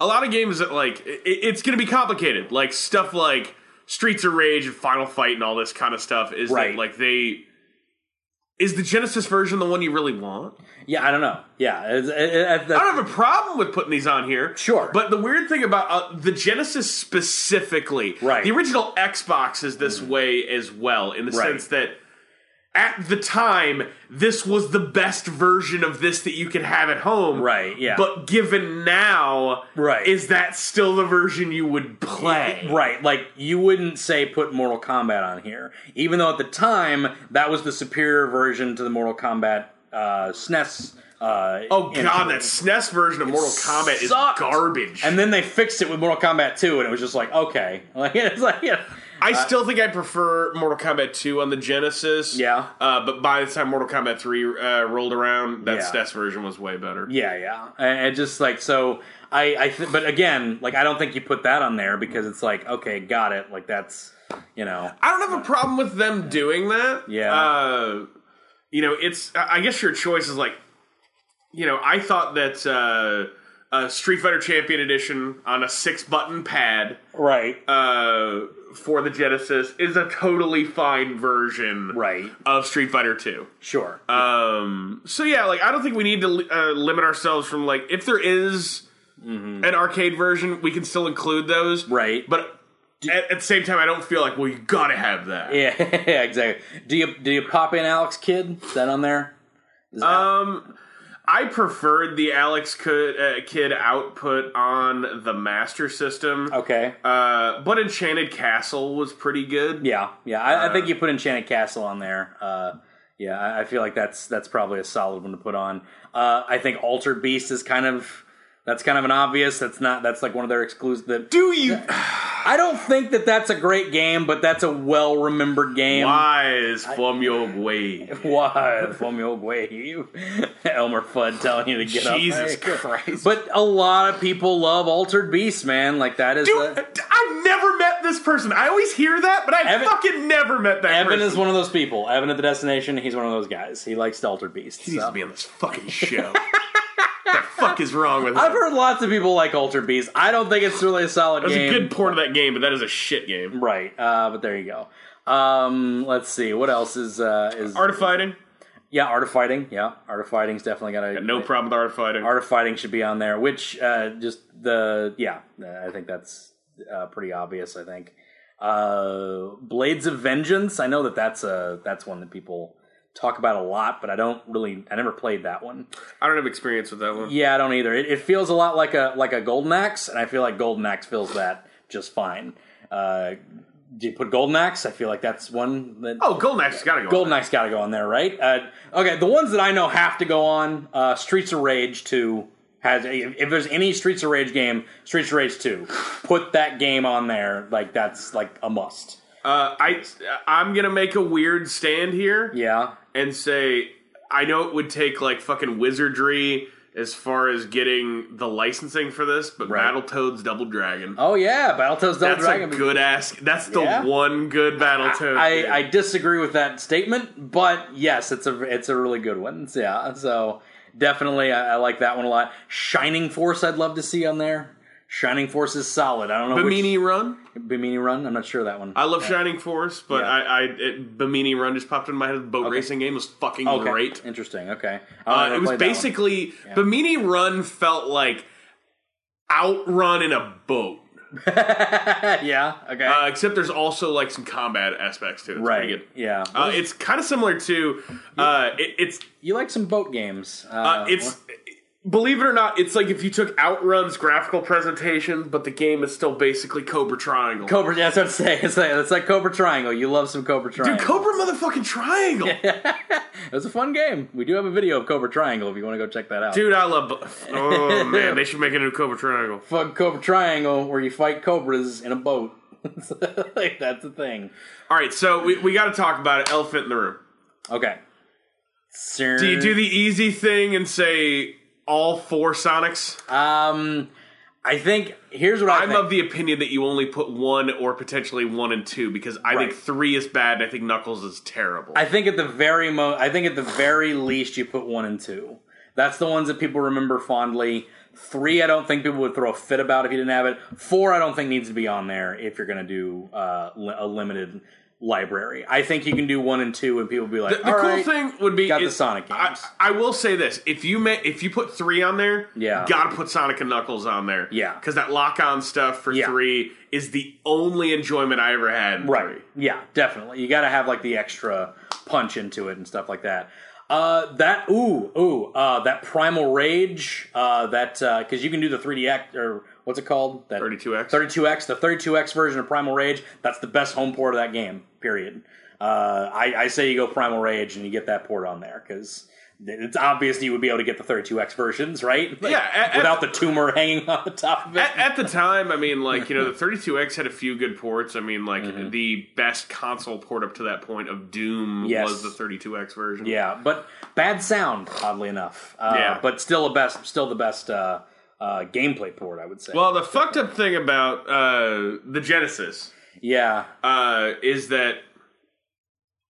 Speaker 1: a lot of games that like i it's going to be complicated. Like stuff like Streets of Rage and Final Fight and all this kind of stuff is
Speaker 2: Right.
Speaker 1: that like they is the Genesis version the one you really want?
Speaker 2: Yeah, I don't know. Yeah. it's- it- it- that's-
Speaker 1: I don't have a problem with putting these on here.
Speaker 2: Sure.
Speaker 1: But the weird thing about uh, the Genesis specifically,
Speaker 2: Right. Mm.
Speaker 1: The original Xbox is this way as well, in the
Speaker 2: Right.
Speaker 1: sense that at the time, this was the best version of this that you could have at home.
Speaker 2: Right, yeah.
Speaker 1: But given now,
Speaker 2: Right.
Speaker 1: is that still the version you would play?
Speaker 2: Right, like you wouldn't say put Mortal Kombat on here, even though at the time that was the superior version to the Mortal Kombat uh, SNES. Uh,
Speaker 1: Oh
Speaker 2: entry.
Speaker 1: god, that SNES version of Mortal Kombat is
Speaker 2: sucked.
Speaker 1: garbage.
Speaker 2: And then they fixed it with Mortal Kombat 2, and it was just like okay, like it's like yeah,
Speaker 1: I still think I prefer Mortal Kombat 2 on the Genesis.
Speaker 2: Yeah.
Speaker 1: Uh, but by the time Mortal Kombat 3 uh, rolled around, that
Speaker 2: Yeah.
Speaker 1: SNES version was way better.
Speaker 2: yeah, yeah. And it just like so, I, I, th- but again, like I don't think you put that on there because it's like okay, got it, like that's you know,
Speaker 1: I don't have a problem with them doing that.
Speaker 2: Yeah.
Speaker 1: Uh, you know, it's, I I guess your choice is like, you know, I thought that uh, uh, Street Fighter Champion Edition on a six button pad
Speaker 2: right,
Speaker 1: uh, for the Genesis is a totally fine version
Speaker 2: right,
Speaker 1: of Street Fighter 2.
Speaker 2: sure,
Speaker 1: Um, so yeah, like I don't think we need to uh, limit ourselves from like if there is an arcade version, we can still include those,
Speaker 2: Mm-hmm. right,
Speaker 1: But at, at the same time, I don't feel like well, you gotta have that.
Speaker 2: yeah, yeah, exactly. Do you do you pop in Alex Kidd? Is that on there?
Speaker 1: Um, I preferred the Alex could, uh, Kid output on the Master System,
Speaker 2: Okay.
Speaker 1: uh, but Enchanted Castle was pretty good.
Speaker 2: Yeah, yeah. I,
Speaker 1: Uh,
Speaker 2: I think you put Enchanted Castle on there. Uh, yeah, I, I feel like that's that's probably a solid one to put on. Uh, I think Altered Beast is kind of that's kind of an obvious. That's not that's like one of their exclusive. that-
Speaker 1: Do you
Speaker 2: I don't think that that's a great game, but that's a well remembered game.
Speaker 1: wise from your way?
Speaker 2: Why? From your wave. Elmer Fudd telling you to get up.
Speaker 1: Jesus
Speaker 2: Hey.
Speaker 1: Christ!
Speaker 2: But a lot of people love Altered Beast, man. Like that is
Speaker 1: Dude,
Speaker 2: the-
Speaker 1: I've never met this person. I always hear that, but I've
Speaker 2: Evan-
Speaker 1: fucking never met that
Speaker 2: Evan
Speaker 1: person.
Speaker 2: is one of those people. Evan at the destination, he's one of those guys. He likes the Altered Beast.
Speaker 1: he needs
Speaker 2: so.
Speaker 1: to be on this fucking show. the fuck is wrong with him?
Speaker 2: I've heard lots of people like Altered Beast. I don't think it's really a solid
Speaker 1: That's a
Speaker 2: game.
Speaker 1: good port of that game, but that is a shit game.
Speaker 2: right, uh, but there you go. Um, let's see what else is uh, is
Speaker 1: Art of Fighting?
Speaker 2: yeah art of fighting yeah art of fighting's definitely got a
Speaker 1: No problem with Art of Fighting.
Speaker 2: art of fighting should be on there which uh, just the yeah I think that's uh, pretty obvious I think uh, Blades of Vengeance I know that that's a that's one that people talk about a lot but I don't really I never played that one
Speaker 1: I don't have experience with that one.
Speaker 2: Yeah, I don't either. It, it feels a lot like a like a golden axe, and I feel like golden axe feels that just fine. Uh, do you put golden axe? I feel like that's one that
Speaker 1: Oh, Golden Axe has got to go.
Speaker 2: golden axe got to go on there, right? Uh, okay, the ones that I know have to go on. Uh, Streets of Rage two has if if there's any Streets of Rage game, Streets of Rage two, put that game on there. Like that's like a must.
Speaker 1: Uh, I I'm gonna make a weird stand here
Speaker 2: Yeah,
Speaker 1: and say I know it would take like fucking wizardry as far as getting the licensing for this, but
Speaker 2: Right.
Speaker 1: Battletoads Double Dragon.
Speaker 2: Oh yeah, Battletoads Double
Speaker 1: that's
Speaker 2: Dragon.
Speaker 1: a good ass. That's the
Speaker 2: Yeah.
Speaker 1: one good Battletoads.
Speaker 2: I,
Speaker 1: game.
Speaker 2: I disagree with that statement, but yes, it's a it's a really good one. So, yeah, so definitely I, I like that one a lot. Shining Force, I'd love to see on there. Shining Force is solid. I don't know
Speaker 1: Bimini Run.
Speaker 2: which Bimini Run. I'm not sure of that one.
Speaker 1: I love Shining Force, but
Speaker 2: Yeah.
Speaker 1: I, I it, Bimini Run just popped in my head. The boat racing game was fucking
Speaker 2: okay.
Speaker 1: great.
Speaker 2: Interesting. Okay,
Speaker 1: Uh, it was basically Bimini Run felt like outrun in a boat.
Speaker 2: yeah. Okay.
Speaker 1: Uh, except there's also like some combat aspects to it. It's pretty
Speaker 2: right.
Speaker 1: good.
Speaker 2: Yeah.
Speaker 1: Uh, it's kind of similar to uh, it, it's
Speaker 2: you like some boat games? Uh,
Speaker 1: uh, it's believe it or not it's like if you took Outrun's graphical presentation, but the game is still basically Cobra Triangle.
Speaker 2: Cobra. That's what I'm saying. It's like it's like Cobra Triangle. You love some Cobra Triangle.
Speaker 1: Dude, Cobra motherfucking Triangle.
Speaker 2: it was a fun game. We do have a video of Cobra Triangle if you want to go check that out.
Speaker 1: Dude, I love. Oh man, they should make a new Cobra Triangle.
Speaker 2: Fuck Cobra Triangle, where you fight cobras in a boat. like that's the thing.
Speaker 1: All right, so we, we got to talk about it. Elephant in the room.
Speaker 2: Okay. Sir,
Speaker 1: Do you do the easy thing and say all four Sonics?
Speaker 2: um, I think here's what I
Speaker 1: I'm
Speaker 2: think.
Speaker 1: of the opinion that you only put one or potentially one and two because I
Speaker 2: Right.
Speaker 1: think three is bad and I think Knuckles is terrible.
Speaker 2: I think at the very mo. I think at the very least, you put one and two. That's the ones that people remember fondly. Three, I don't think people would throw a fit about if you didn't have it. Four, I don't think needs to be on there if you're going to do uh, li- a limited library. I think you can do one and two, and people will be like,
Speaker 1: the
Speaker 2: "All
Speaker 1: cool
Speaker 2: right."
Speaker 1: thing would be
Speaker 2: got the
Speaker 1: is-
Speaker 2: Sonic
Speaker 1: I,
Speaker 2: games.
Speaker 1: I will say this: if you may, if you put three on there,
Speaker 2: Yeah.
Speaker 1: gotta put Sonic and Knuckles on there,
Speaker 2: Yeah.
Speaker 1: because that lock-on stuff for
Speaker 2: Yeah.
Speaker 1: three is the only enjoyment I ever had. in
Speaker 2: Right.
Speaker 1: three.
Speaker 2: Yeah, definitely. You got to have like the extra punch into it and stuff like that. Uh, that ooh ooh uh, that primal rage uh, that because you can do the 3DX or what's it called that
Speaker 1: 32X.
Speaker 2: 32X the 32X version of Primal Rage. That's the best home port of that game. Period. Uh, I, I say you go Primal Rage and you get that port on there because. It's obvious you would be able to get the 32x versions, right? Like,
Speaker 1: Yeah, at- at-
Speaker 2: without the tumor hanging on the top of it.
Speaker 1: At, at the time, I mean, like you know, the 32X had a few good ports. I mean, like
Speaker 2: Mm-hmm.
Speaker 1: the best console port up to that point of Doom
Speaker 2: Yes.
Speaker 1: was the 32X version.
Speaker 2: Yeah, but bad sound, oddly enough. Uh,
Speaker 1: Yeah.
Speaker 2: but still a best, still the best uh, uh, gameplay port, I would say.
Speaker 1: Well, the fucked up thing about uh, the Genesis
Speaker 2: yeah,
Speaker 1: uh, is that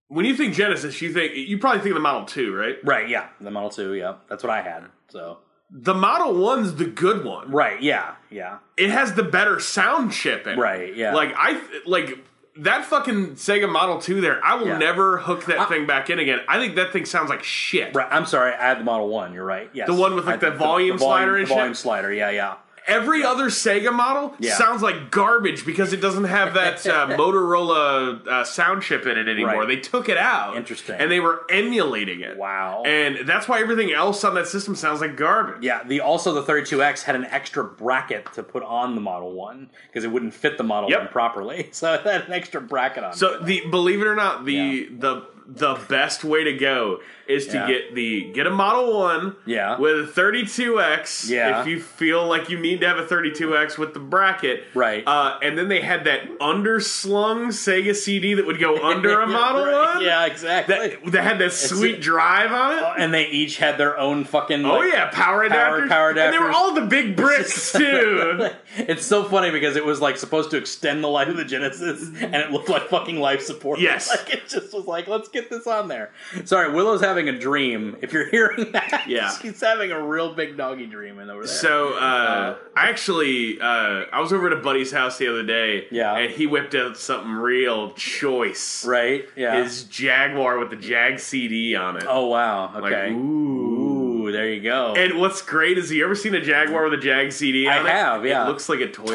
Speaker 1: when you think Genesis, you think you probably think of the Model Two, right?
Speaker 2: right. Yeah, the Model Two. Yeah, that's what I had. So
Speaker 1: The Model One's the good one.
Speaker 2: right. Yeah. Yeah.
Speaker 1: It has the better sound chip in. it.
Speaker 2: Right, yeah.
Speaker 1: Like I like. That fucking Sega Model 2 there, I will
Speaker 2: Yeah.
Speaker 1: never hook that thing back in again. I think that thing sounds like shit.
Speaker 2: Right. I'm sorry. I had the Model One. You're right. Yes.
Speaker 1: The one with, like,
Speaker 2: I-
Speaker 1: the volume slider and
Speaker 2: the volume
Speaker 1: shit?
Speaker 2: slider. Yeah. Yeah.
Speaker 1: Every other Sega model
Speaker 2: Yeah.
Speaker 1: sounds like garbage because it doesn't have that uh, Motorola uh, sound chip in it anymore.
Speaker 2: Right.
Speaker 1: They took it out.
Speaker 2: Interesting.
Speaker 1: And they were emulating it.
Speaker 2: Wow.
Speaker 1: And that's why everything else on that system sounds like garbage.
Speaker 2: yeah, the also the 32X had an extra bracket to put on the Model 1 because it wouldn't fit the Model
Speaker 1: Yep.
Speaker 2: 1 properly. So it had an extra bracket on
Speaker 1: So the believe it or not, the
Speaker 2: Yeah.
Speaker 1: the the best way to go is to
Speaker 2: Yeah.
Speaker 1: get the get a model one
Speaker 2: Yeah.
Speaker 1: with a 32x
Speaker 2: Yeah.
Speaker 1: if you feel like you need to have a 32x with the bracket
Speaker 2: Right.
Speaker 1: uh, and then they had that underslung sega cd that would go under a model
Speaker 2: Right.
Speaker 1: one
Speaker 2: Yeah, exactly.
Speaker 1: that, that had that sweet drive on it.
Speaker 2: and they each had their own fucking.
Speaker 1: Oh
Speaker 2: like,
Speaker 1: yeah, power adapters.
Speaker 2: power
Speaker 1: And they were
Speaker 2: adapters.
Speaker 1: all the big bricks too.
Speaker 2: It's so funny because it was like supposed to extend the life of the Genesis, and it looked like fucking life support.
Speaker 1: Yes.
Speaker 2: like it just was like, let's get this on there. Sorry, Willow's having a dream. If you're hearing that,
Speaker 1: Yeah.
Speaker 2: she's having a real big doggy dream in over there.
Speaker 1: So uh, I actually uh, I was over at a buddy's house the other day.
Speaker 2: Yeah.
Speaker 1: and he whipped out something real choice.
Speaker 2: right, yeah.
Speaker 1: His Jaguar with the Jag CD on it.
Speaker 2: oh wow,
Speaker 1: Like,
Speaker 2: okay.
Speaker 1: ooh.
Speaker 2: Ooh, there you go.
Speaker 1: And what's great is you ever seen a Jaguar with a Jag CD?
Speaker 2: I
Speaker 1: on it?
Speaker 2: have, yeah.
Speaker 1: It looks like a toilet.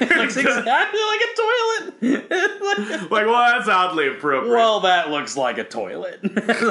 Speaker 2: looks exactly like a toilet.
Speaker 1: Like, well, that's oddly appropriate.
Speaker 2: Well, that looks like a toilet.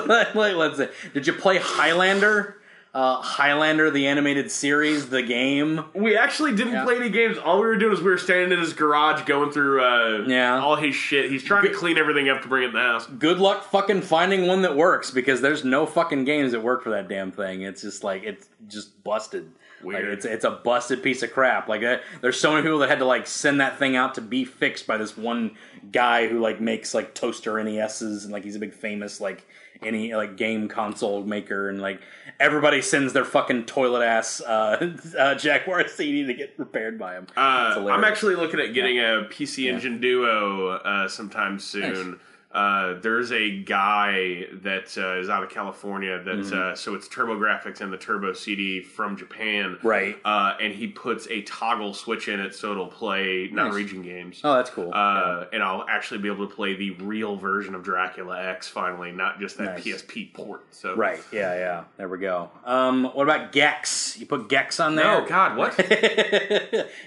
Speaker 2: Like, Let's see. Did you play Highlander? Uh, Highlander, the animated series, the game.
Speaker 1: We actually didn't play any games. All we were doing was we were standing in his garage going through uh,
Speaker 2: Yeah.
Speaker 1: all his shit. He's trying to clean everything up to bring it in the house.
Speaker 2: Good luck fucking finding one that works because there's no fucking games that work for that damn thing. It's just like it's just busted.
Speaker 1: Weird.
Speaker 2: Like it's it's a busted piece of crap. Like uh, there's so many people that had to like send that thing out to be fixed by this one guy who like makes like toaster NESs and like he's a big famous like any like game console maker and like everybody sends their fucking toilet ass uh, uh, Jaguar CD to get repaired by him. It's
Speaker 1: Uh, I'm
Speaker 2: hilarious.
Speaker 1: actually looking at getting a PC Engine Duo uh, sometime soon. Uh, there's a guy that uh, is out of California that
Speaker 2: Mm-hmm.
Speaker 1: uh, so it's TurboGrafx and the Turbo CD from Japan,
Speaker 2: Right.
Speaker 1: Uh, and he puts a toggle switch in it so it'll play non-region games.
Speaker 2: oh that's cool.
Speaker 1: Uh, and I'll actually be able to play the real version of Dracula X finally, not just that
Speaker 2: Nice.
Speaker 1: PSP port. So
Speaker 2: Right. Yeah. Yeah. There we go. Um, what about Gex? You put Gex on there?
Speaker 1: Oh God, what?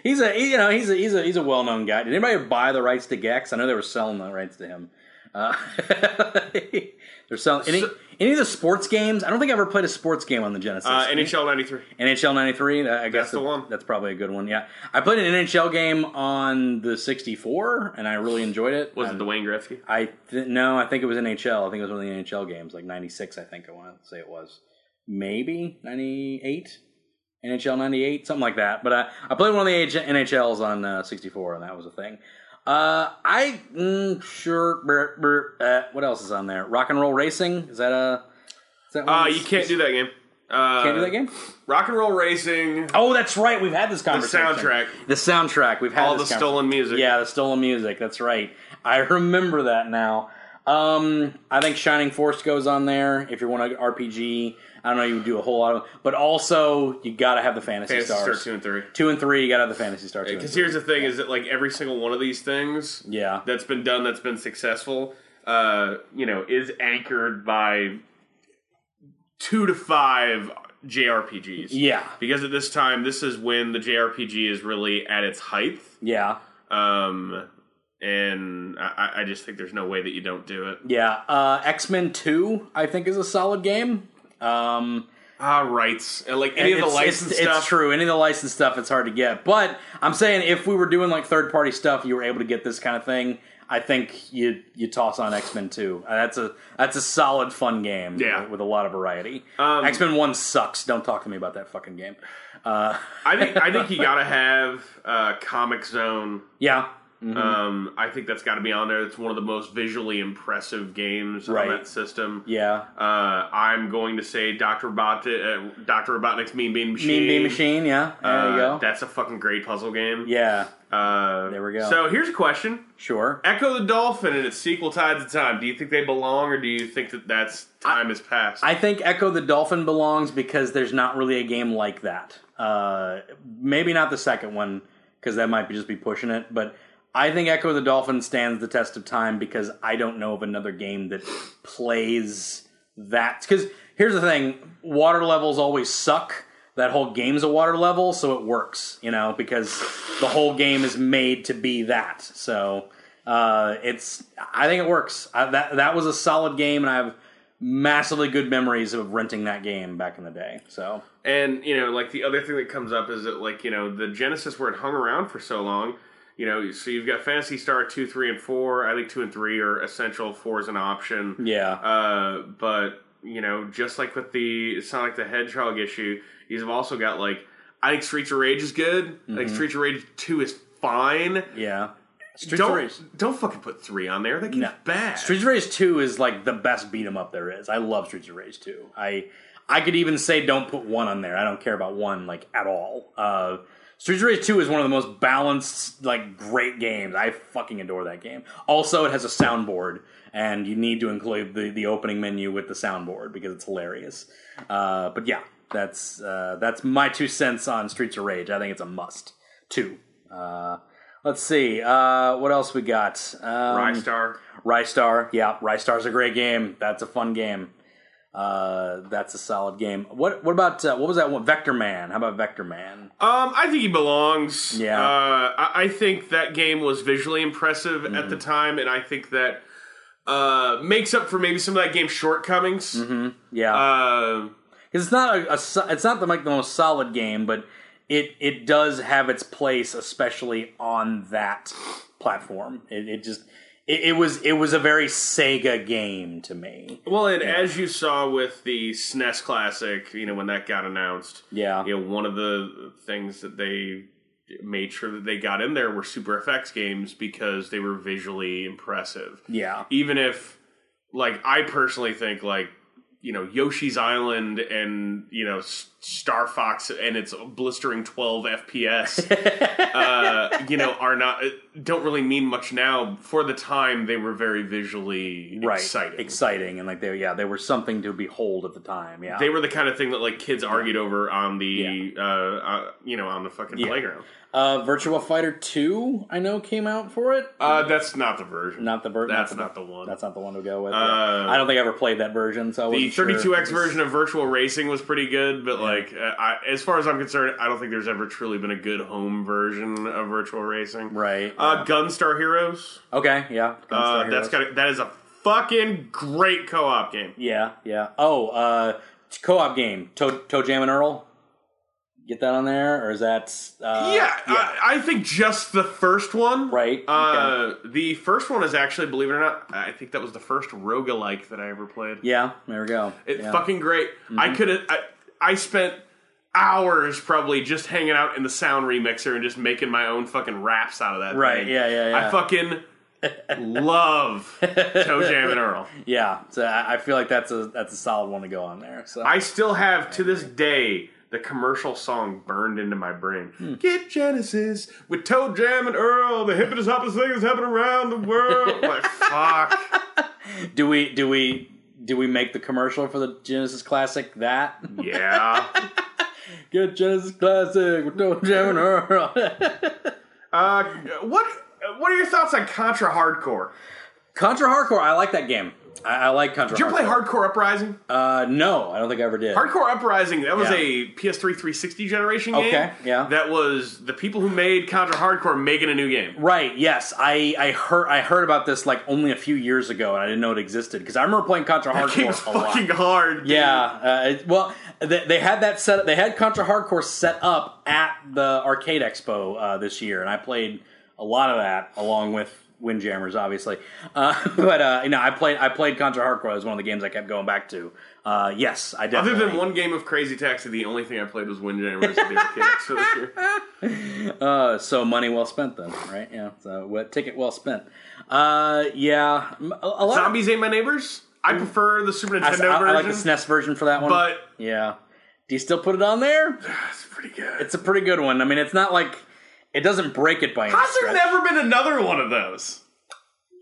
Speaker 2: he's a he- you know he's a he's a he's a well known guy. Did anybody buy the rights to Gex? I know they were selling the rights to him. Uh, they're selling any any of the sports games. I don't think I ever played a sports game on the Genesis.
Speaker 1: uh, NHL '93.
Speaker 2: NHL '93. I guess
Speaker 1: the
Speaker 2: that-
Speaker 1: one.
Speaker 2: That's probably a good one. Yeah, I played an NHL game on the '64, and I really enjoyed it.
Speaker 1: Was
Speaker 2: Um,
Speaker 1: it the Wayne Gretzky?
Speaker 2: I th- no, I think it was NHL. I think it was one of the NHL games, like '96. I think I want to say it was maybe '98, NHL '98, something like that. But uh, I played one of the H- NHLs on uh, '64, and that was a thing. Uh, I mm, sure. brr, brr, uh, what else is on there? Rock and Roll Racing is that a? Is that
Speaker 1: Uh,
Speaker 2: one
Speaker 1: you can't do that game. Uh,
Speaker 2: Can't do that game.
Speaker 1: Rock and Roll Racing,
Speaker 2: Oh, that's right. We've had this
Speaker 1: the
Speaker 2: conversation.
Speaker 1: soundtrack,
Speaker 2: The soundtrack. We've had
Speaker 1: all the
Speaker 2: this conversation.
Speaker 1: stolen music.
Speaker 2: Yeah, the stolen music. That's right. I remember that now. Um, I think Shining Force goes on there if you want an RPG. I don't know, you would do a whole lot of, but also you got to have the fantasy,
Speaker 1: Fantasy Star
Speaker 2: stars.
Speaker 1: two and three.
Speaker 2: Two and three, you got to have the fantasy stars. two and
Speaker 1: Because
Speaker 2: three.
Speaker 1: here's the thing: is that like every single one of these things,
Speaker 2: Yeah.
Speaker 1: that's been done, that's been successful, uh, you know, is anchored by two to five JRPGs.
Speaker 2: yeah,
Speaker 1: Because at this time, this is when the JRPG is really at its height,
Speaker 2: yeah,
Speaker 1: um, and I, I- I just think there's no way that you don't do it.
Speaker 2: yeah. Uh, X Men Two, I think, is a solid game. Um,
Speaker 1: Ah, rights, and like any of the
Speaker 2: it's-
Speaker 1: licensed
Speaker 2: it's,
Speaker 1: stuff.
Speaker 2: It's true. Any of the licensed stuff, it's hard to get. But I'm saying if we were doing like third party stuff, you were able to get this kind of thing. I think you you toss on X Men Two. Uh, That's a that's a solid fun game.
Speaker 1: Yeah.
Speaker 2: with, a lot of variety.
Speaker 1: Um,
Speaker 2: X Men One sucks. Don't talk to me about that fucking game. Uh,
Speaker 1: I think I think you gotta have uh, Comic Zone.
Speaker 2: yeah, Mm-hmm.
Speaker 1: Um, I think that's got to be on there. It's one of the most visually impressive games
Speaker 2: Right.
Speaker 1: on that system.
Speaker 2: yeah.
Speaker 1: Uh, I'm going to say Doctor Bot, uh, Doctor Robotnik's Mean Bean Machine.
Speaker 2: Mean Bean Machine. Yeah, there
Speaker 1: Uh,
Speaker 2: you go.
Speaker 1: That's a fucking great puzzle game.
Speaker 2: yeah,
Speaker 1: Uh,
Speaker 2: There we go.
Speaker 1: So here's a question:
Speaker 2: sure.
Speaker 1: Echo the Dolphin and its sequel, Tides of Time. Do you think they belong, or do you think that that's time has passed?
Speaker 2: I think Echo the Dolphin belongs because there's not really a game like that. Uh, maybe not the second one because that might be just be pushing it, but I think Echo the Dolphin stands the test of time because I don't know of another game that plays that. Because here's the thing: water levels always suck. That whole game's a water level, so it works, you know, because the whole game is made to be that. So uh, it's, I think it works. I, that that was a solid game, and I've massively good memories of renting that game back in the day. So
Speaker 1: And you know, like the other thing that comes up is that like you know the Genesis where it hung around for so long. You know, so you've got Fantasy Star two, three, and four. I think two and three are essential. Four is an option.
Speaker 2: yeah,
Speaker 1: Uh, but you know, just like with the Sonic the Hedgehog issue, you've also got like I think Streets of Rage is good. I think Streets of Rage two is fine.
Speaker 2: yeah. Mm-hmm. Streets
Speaker 1: don't
Speaker 2: of Rage.
Speaker 1: don't fucking put three on there. That game's
Speaker 2: No.
Speaker 1: bad.
Speaker 2: Streets of Rage Two is like the best beat 'em up there is. I love Streets of Rage Two. I I could even say don't put one on there. I don't care about one like at all. Uh, Streets of Rage Two is one of the most balanced like great games. I fucking adore that game. Also, it has a soundboard, and you need to include the the opening menu with the soundboard because it's hilarious. Uh, but yeah, that's uh, that's my two cents on Streets of Rage. I think it's a must. Two. Uh, let's see. Uh, what else we got? Um,
Speaker 1: Rystar.
Speaker 2: Rystar, yeah, Rystar's a great game. That's a fun game. Uh, that's a solid game. What what about uh, what was that one? Vector Man. How about Vector Man?
Speaker 1: Um, I think he belongs.
Speaker 2: Yeah.
Speaker 1: Uh, I, I think that game was visually impressive at
Speaker 2: Mm-hmm.
Speaker 1: the time, and I think that uh, makes up for maybe some of that game's shortcomings.
Speaker 2: Mm-hmm. Yeah,
Speaker 1: Uh,
Speaker 2: 'Cause it's not a, a so- it's not the, like the most solid game, but it it does have its place, especially on that platform. It, it just it it, it was it was a very Sega game to me.
Speaker 1: Well, and as you saw with the SNES Classic, you know when that got announced,
Speaker 2: Yeah.
Speaker 1: you know one of the things that they made sure that they got in there were super effects games because they were visually impressive.
Speaker 2: Yeah.
Speaker 1: Even if, like, I personally think like you know Yoshi's Island and you know S- Star Fox and its blistering twelve FPS, uh, you know, are not don't really mean much now. For the time, they were very visually
Speaker 2: Right.
Speaker 1: exciting.
Speaker 2: Exciting. And like they yeah, they were something to behold at the time. Yeah.
Speaker 1: they were the kind of thing that like kids argued over on the uh, uh you know on the fucking playground.
Speaker 2: uh Virtua Fighter 2, I know came out for it.
Speaker 1: Uh, that's not the version.
Speaker 2: Not the version.
Speaker 1: that's not the one.
Speaker 2: That's not the one to go with.
Speaker 1: Uh,
Speaker 2: I don't think I ever played that version, so I
Speaker 1: the
Speaker 2: wasn't sure.
Speaker 1: 32x version of virtual racing was pretty good, but like uh, I, as far as I'm concerned, I don't think there's ever truly been a good home version of virtual racing.
Speaker 2: Right.
Speaker 1: Uh, Gunstar Heroes.
Speaker 2: okay, yeah.
Speaker 1: Uh, that's got a- that is a fucking great co-op game.
Speaker 2: Yeah, yeah. Oh, uh co-op game. Toe Toe Jam and Earl. Get that on there or is that uh
Speaker 1: yeah, I, I think just the first one.
Speaker 2: Right,
Speaker 1: Uh, The first one is actually, believe it or not, I think that was the first roguelike that I ever played.
Speaker 2: Yeah, there we go.
Speaker 1: It
Speaker 2: yeah. Mm-hmm.
Speaker 1: fucking great. I could have. I, I spent hours probably just hanging out in the sound remixer and just making my own fucking raps out of that.
Speaker 2: Right,
Speaker 1: thing.
Speaker 2: yeah, yeah, yeah.
Speaker 1: I fucking love Toe Jam and Earl.
Speaker 2: Yeah, so I I feel like that's a that's a solid one to go on there. So
Speaker 1: I still have to this day the commercial song burned into my brain.
Speaker 2: Hmm.
Speaker 1: Get Genesis with Toe Jam and Earl, the hippest hoppest thing that's happened around the world. like fuck.
Speaker 2: do we do we do we make the commercial for the Genesis Classic that
Speaker 1: Yeah.
Speaker 2: get Genesis Classic with no Jam and Earl?
Speaker 1: Uh, what what are your thoughts on Contra Hardcore?
Speaker 2: Contra Hardcore, I like that game. I, I like Contra.
Speaker 1: Did you
Speaker 2: Hardcore.
Speaker 1: play Hardcore Uprising?
Speaker 2: Uh, no, I don't think I ever did.
Speaker 1: Hardcore Uprising, that was
Speaker 2: Yeah.
Speaker 1: a PS3 360 generation game.
Speaker 2: Okay, yeah.
Speaker 1: That was the people who made Contra Hardcore making a new game.
Speaker 2: Right. Yes, I, I heard I heard about this like only a few years ago, and I didn't know it existed because I remember playing Contra
Speaker 1: That game's
Speaker 2: Hardcore a lot.
Speaker 1: fucking hard. dude.
Speaker 2: Yeah. Uh, it- well, they, they had that set. They had Contra Hardcore set up at the Arcade Expo uh, this year, and I played a lot of that along with Windjammers, obviously. Uh, but uh, you know, I played I played Contra Hardcore. It was one of the games I kept going back to. Uh, yes, I
Speaker 1: Other
Speaker 2: definitely.
Speaker 1: than one game of Crazy Taxi, the only thing I played was Windjammers at the arcade so this year.
Speaker 2: Uh, so money well spent, then, right? Yeah. So what ticket well spent? Uh, yeah. m- A, a lot. of-
Speaker 1: Zombies Ain't My Neighbors? I prefer the Super
Speaker 2: I,
Speaker 1: Nintendo
Speaker 2: I- I
Speaker 1: version,
Speaker 2: like the SNES version for that one.
Speaker 1: but
Speaker 2: yeah. Do you still put it on there?
Speaker 1: that's pretty good.
Speaker 2: It's a pretty good one. I mean, it's not like it doesn't break it by any
Speaker 1: How's there
Speaker 2: stretch.
Speaker 1: never been another one of those?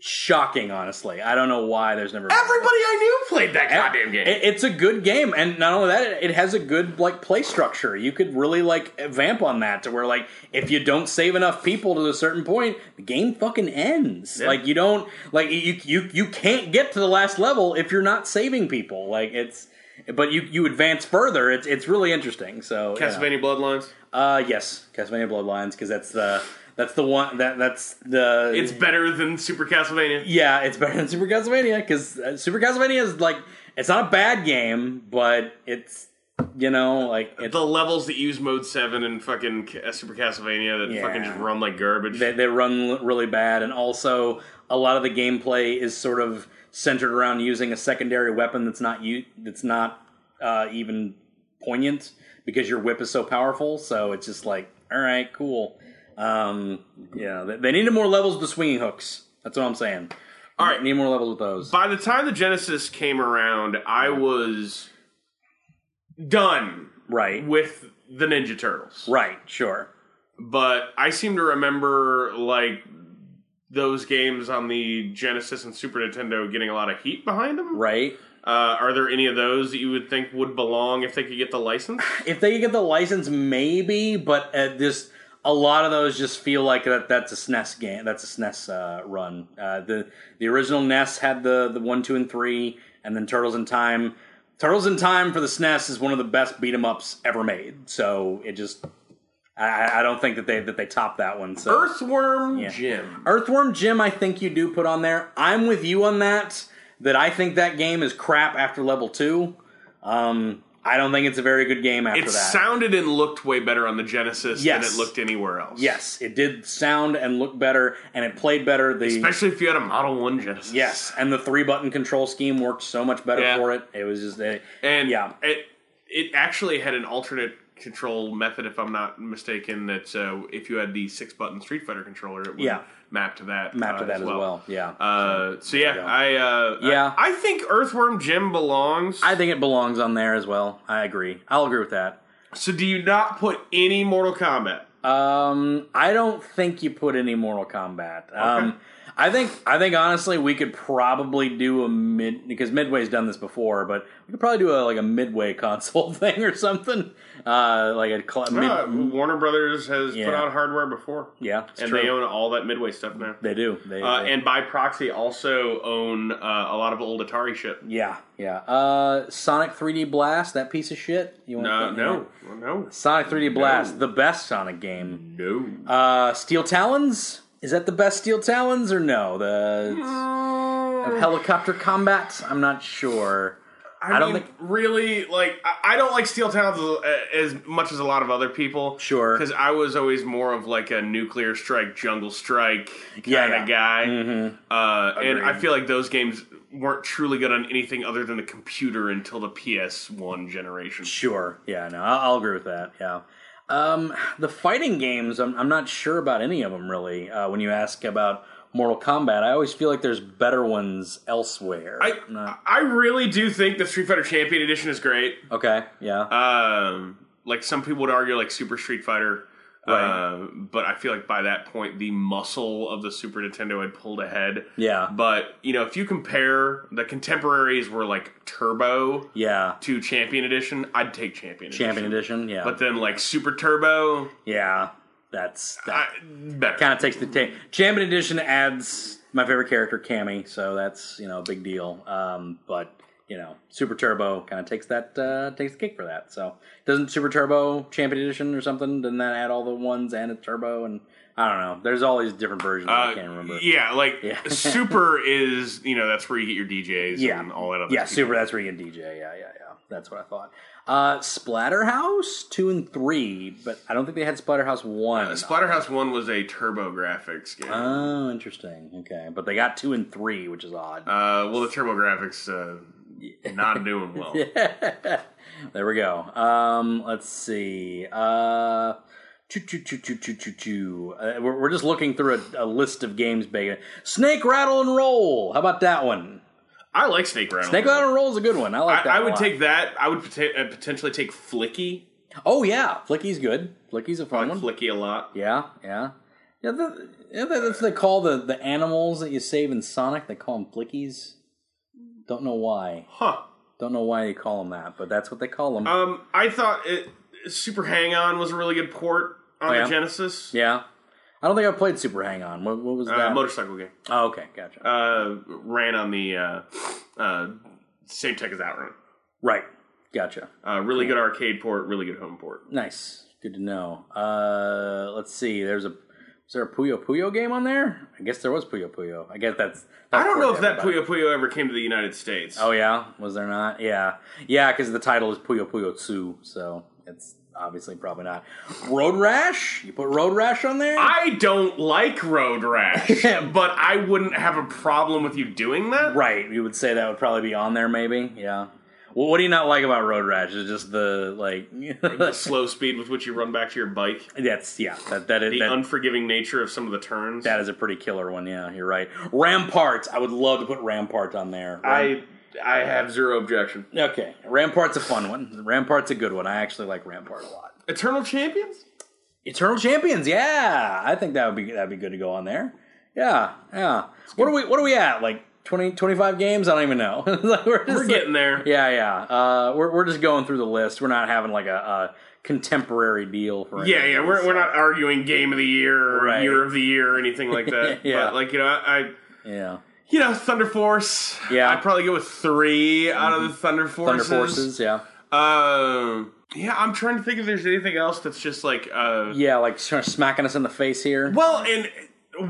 Speaker 2: shocking, honestly. I don't know why there's never been
Speaker 1: Everybody I knew played that goddamn game.
Speaker 2: Eh, E- It, it's a good game, and not only that, it, it has a good like play structure. You could really like vamp on that to where like if you don't save enough people to a certain point, the game fucking ends.
Speaker 1: Yeah.
Speaker 2: Like you don't like you you you can't get to the last level if you're not saving people. Like it's. But you, you advance further. It's it's really interesting. So yeah.
Speaker 1: Castlevania Bloodlines.
Speaker 2: Uh, yes, Castlevania Bloodlines, because that's the that's the one that that's the
Speaker 1: It's better than Super Castlevania.
Speaker 2: yeah, it's better than Super Castlevania because uh, Super Castlevania is like it's not a bad game, but it's you know like it,
Speaker 1: the levels that use mode 7 and fucking Ca- uh, super castlevania that
Speaker 2: Yeah.
Speaker 1: fucking just run like garbage
Speaker 2: they, they run l- really bad, and also a lot of the gameplay is sort of centered around using a secondary weapon that's not you that's not uh, even poignant because your whip is so powerful. So it's just like all right, cool. Um, yeah, they, they needed more levels with the swinging hooks. That's what I'm saying. All
Speaker 1: right.
Speaker 2: need more levels with those.
Speaker 1: by the time the genesis came around i was done
Speaker 2: Right,
Speaker 1: with the ninja turtles
Speaker 2: right, sure.
Speaker 1: but i seem to remember like those games on the genesis and super nintendo getting a lot of heat behind them
Speaker 2: Right.
Speaker 1: uh, are there any of those that you would think would belong if they could get the license
Speaker 2: if they could get the license, maybe. But uh, this, a lot of those just feel like that. That's a SNES game. That's a SNES uh, run. Uh, the the original NES had the the one, two, and three, and then Turtles in Time. Turtles in Time for the SNES is one of the best beat 'em ups ever made. So it just, I- I, I don't think that they that they top that one. So
Speaker 1: earthworm jim
Speaker 2: Earthworm Jim, I think you do put on there. I'm with you on that. That I think that game is crap after level two. Um, I don't think it's a very good game after
Speaker 1: It
Speaker 2: that.
Speaker 1: sounded and looked way better on the Genesis
Speaker 2: Yes.
Speaker 1: than it looked anywhere else.
Speaker 2: yes, it did sound and look better, and it played better. The
Speaker 1: Especially if you had a Model 1 Genesis.
Speaker 2: yes, and the three button control scheme worked so much better
Speaker 1: Yeah.
Speaker 2: for it. It was just a,
Speaker 1: And
Speaker 2: Yeah.
Speaker 1: it it actually had an alternate control method, if I'm not mistaken, that uh, if you had the six button Street Fighter controller, it would
Speaker 2: Yeah.
Speaker 1: map to that.
Speaker 2: map to
Speaker 1: uh,
Speaker 2: that as well. Yeah,
Speaker 1: Uh, so yeah,
Speaker 2: go.
Speaker 1: I uh,
Speaker 2: Yeah.
Speaker 1: I, I think Earthworm Jim belongs.
Speaker 2: I think it belongs on there as well. I agree. I'll agree with that.
Speaker 1: so do you not put any Mortal Kombat?
Speaker 2: Um, I don't think you put any Mortal Kombat. Um, I think I think honestly we could probably do a mid because Midway's done this before, but we could probably do a like a Midway console thing or something. Uh, like a cl- mid-
Speaker 1: Uh, Warner Brothers has
Speaker 2: Yeah.
Speaker 1: put out hardware before,
Speaker 2: yeah, it's
Speaker 1: and
Speaker 2: true.
Speaker 1: they
Speaker 2: They,
Speaker 1: own all that Midway stuff now.
Speaker 2: do. They,
Speaker 1: Uh,
Speaker 2: they-
Speaker 1: and by proxy, also own uh, a lot of old Atari shit.
Speaker 2: yeah, yeah. Uh, Sonic 3D Blast, that piece of shit. You want
Speaker 1: No, Uh, no, no,
Speaker 2: Sonic 3D Blast, the best Sonic game.
Speaker 1: no.
Speaker 2: Uh, Steel Talons? Is that the best Steel Talons or no? The of helicopter combat? I'm not sure.
Speaker 1: I,
Speaker 2: I don't
Speaker 1: mean,
Speaker 2: think-
Speaker 1: really like. I, I don't like Steel Towns as, as much as a lot of other people.
Speaker 2: Sure.
Speaker 1: because I was always more of like a nuclear strike, jungle strike kind
Speaker 2: Yeah, yeah. Mm-hmm.
Speaker 1: of guy. Uh, and I
Speaker 2: Agreed.
Speaker 1: feel like those games weren't truly good on anything other than the computer until the PS1 generation.
Speaker 2: Sure. Yeah, no, I'll, I'll agree with that. Yeah. Um, the fighting games, I'm, I'm not sure about any of them really. Uh, when you ask about Mortal Kombat, I always feel like there's better ones elsewhere.
Speaker 1: I
Speaker 2: No.
Speaker 1: I really do think the Street Fighter Champion Edition is great.
Speaker 2: okay. Yeah.
Speaker 1: Um, like some people would argue, like Super Street Fighter.
Speaker 2: Right.
Speaker 1: Uh, but I feel like by that point, the muscle of the Super Nintendo had pulled ahead.
Speaker 2: Yeah.
Speaker 1: But you know, if you compare the contemporaries were like Turbo
Speaker 2: yeah.
Speaker 1: to Champion Edition, I'd take Champion.
Speaker 2: Champion
Speaker 1: Edition.
Speaker 2: Edition. Yeah.
Speaker 1: But then like Super Turbo,
Speaker 2: yeah. That's that
Speaker 1: I, better.
Speaker 2: kind of takes the ta Champion Edition adds my favorite character, Cammy, so that's you know a big deal. Um, but you know, Super Turbo kind of takes that uh, takes the cake for that. So doesn't Super Turbo Champion Edition or something? Doesn't that add all the ones and a turbo? And I don't know. There's all these different versions. I
Speaker 1: Uh,
Speaker 2: can't remember.
Speaker 1: Yeah, like
Speaker 2: Yeah.
Speaker 1: Super is you know that's where you get your DJs
Speaker 2: Yeah.
Speaker 1: and all that other.
Speaker 2: Yeah,
Speaker 1: stuff.
Speaker 2: Super. That's where you get DJ. Yeah, yeah, yeah. That's what I thought. Uh, Splatterhouse two and three, but I don't think they had Splatterhouse one.
Speaker 1: Uh, Splatterhouse One was a Turbo Graphics game.
Speaker 2: oh, interesting. Okay, but they got two and three, which is odd.
Speaker 1: Uh, well, the TurboGrafx uh, not doing well.
Speaker 2: there we go. Um, let's see. Uh, choo, choo, choo, choo, choo, choo, choo. Uh, we're, we're just looking through a, a list of games. Big Snake Rattle and Roll. How about that one?
Speaker 1: I like Snake Rattle.
Speaker 2: Snake Rattle and Roll is a good one. I like
Speaker 1: I,
Speaker 2: that.
Speaker 1: I
Speaker 2: a
Speaker 1: would
Speaker 2: lot.
Speaker 1: take that. I would pota- uh, potentially take Flicky.
Speaker 2: Oh yeah, Flicky's good. Flicky's a
Speaker 1: I
Speaker 2: fun
Speaker 1: like
Speaker 2: one.
Speaker 1: Flicky a lot.
Speaker 2: yeah, yeah. Yeah, the, yeah, that- that's what they call the, the animals that you save in Sonic. They call them flickies. Don't know why.
Speaker 1: Huh.
Speaker 2: Don't know why they call them that, but that's what they call them.
Speaker 1: Um, I thought it, Super Hang On was a really good port on
Speaker 2: Oh, yeah?
Speaker 1: the Genesis.
Speaker 2: yeah, I don't think I played Super Hang On. What, what was
Speaker 1: Uh,
Speaker 2: that?
Speaker 1: Motorcycle game.
Speaker 2: Oh, okay, gotcha.
Speaker 1: Uh, ran on the uh, uh, same tech as Outrun.
Speaker 2: right, gotcha.
Speaker 1: Uh, really good arcade port. Really good home port.
Speaker 2: Nice, good to know. Uh, let's see. There's a was there a Puyo Puyo game on there? I guess there was Puyo Puyo. I guess that's.
Speaker 1: I don't know if that Puyo Puyo ever came to the United States.
Speaker 2: Oh yeah, was there not? Yeah, yeah, because the title is Puyo Puyo Tsu, so it's obviously probably not. Road Rash? You put Road Rash on there?
Speaker 1: I don't like Road Rash, but I wouldn't have a problem with you doing that.
Speaker 2: right, you would say that would probably be on there, maybe. Yeah. Well, what do you not like about Road Rash? Is just the like
Speaker 1: the slow speed with which you run back to your bike,
Speaker 2: that's yeah that that is
Speaker 1: the
Speaker 2: that,
Speaker 1: unforgiving nature of some of the turns.
Speaker 2: That is a pretty killer one. Yeah, you're right. Rampart. I would love to put Rampart on there. Ram-
Speaker 1: I I have zero objection.
Speaker 2: okay. Rampart's a fun one. Rampart's a good one. I actually like Rampart a lot.
Speaker 1: Eternal Champions?
Speaker 2: Eternal Champions. Yeah, I think that would be that'd be good to go on there. Yeah, yeah. What are we What are we at? Like 20, 25 games? I don't even know. Like, we're just
Speaker 1: We're
Speaker 2: like-
Speaker 1: getting there.
Speaker 2: yeah, yeah. Uh, we're we're just going through the list. We're not having like a, a contemporary deal for. any
Speaker 1: Yeah,
Speaker 2: of
Speaker 1: yeah. We're,
Speaker 2: these,
Speaker 1: we're
Speaker 2: so-
Speaker 1: not arguing game of the year or
Speaker 2: Right.
Speaker 1: year of the year or anything like that.
Speaker 2: Yeah.
Speaker 1: But like, you know, I
Speaker 2: Yeah,
Speaker 1: you know, Thunder Force.
Speaker 2: Yeah. Mm-hmm.
Speaker 1: I'd probably go with 3 out of the Thunder
Speaker 2: Thunder
Speaker 1: Forces.
Speaker 2: Forces. Yeah,
Speaker 1: Um yeah, I'm trying to think if there's anything else that's just like uh
Speaker 2: yeah. Like sort of smacking us in the face here.
Speaker 1: Well, and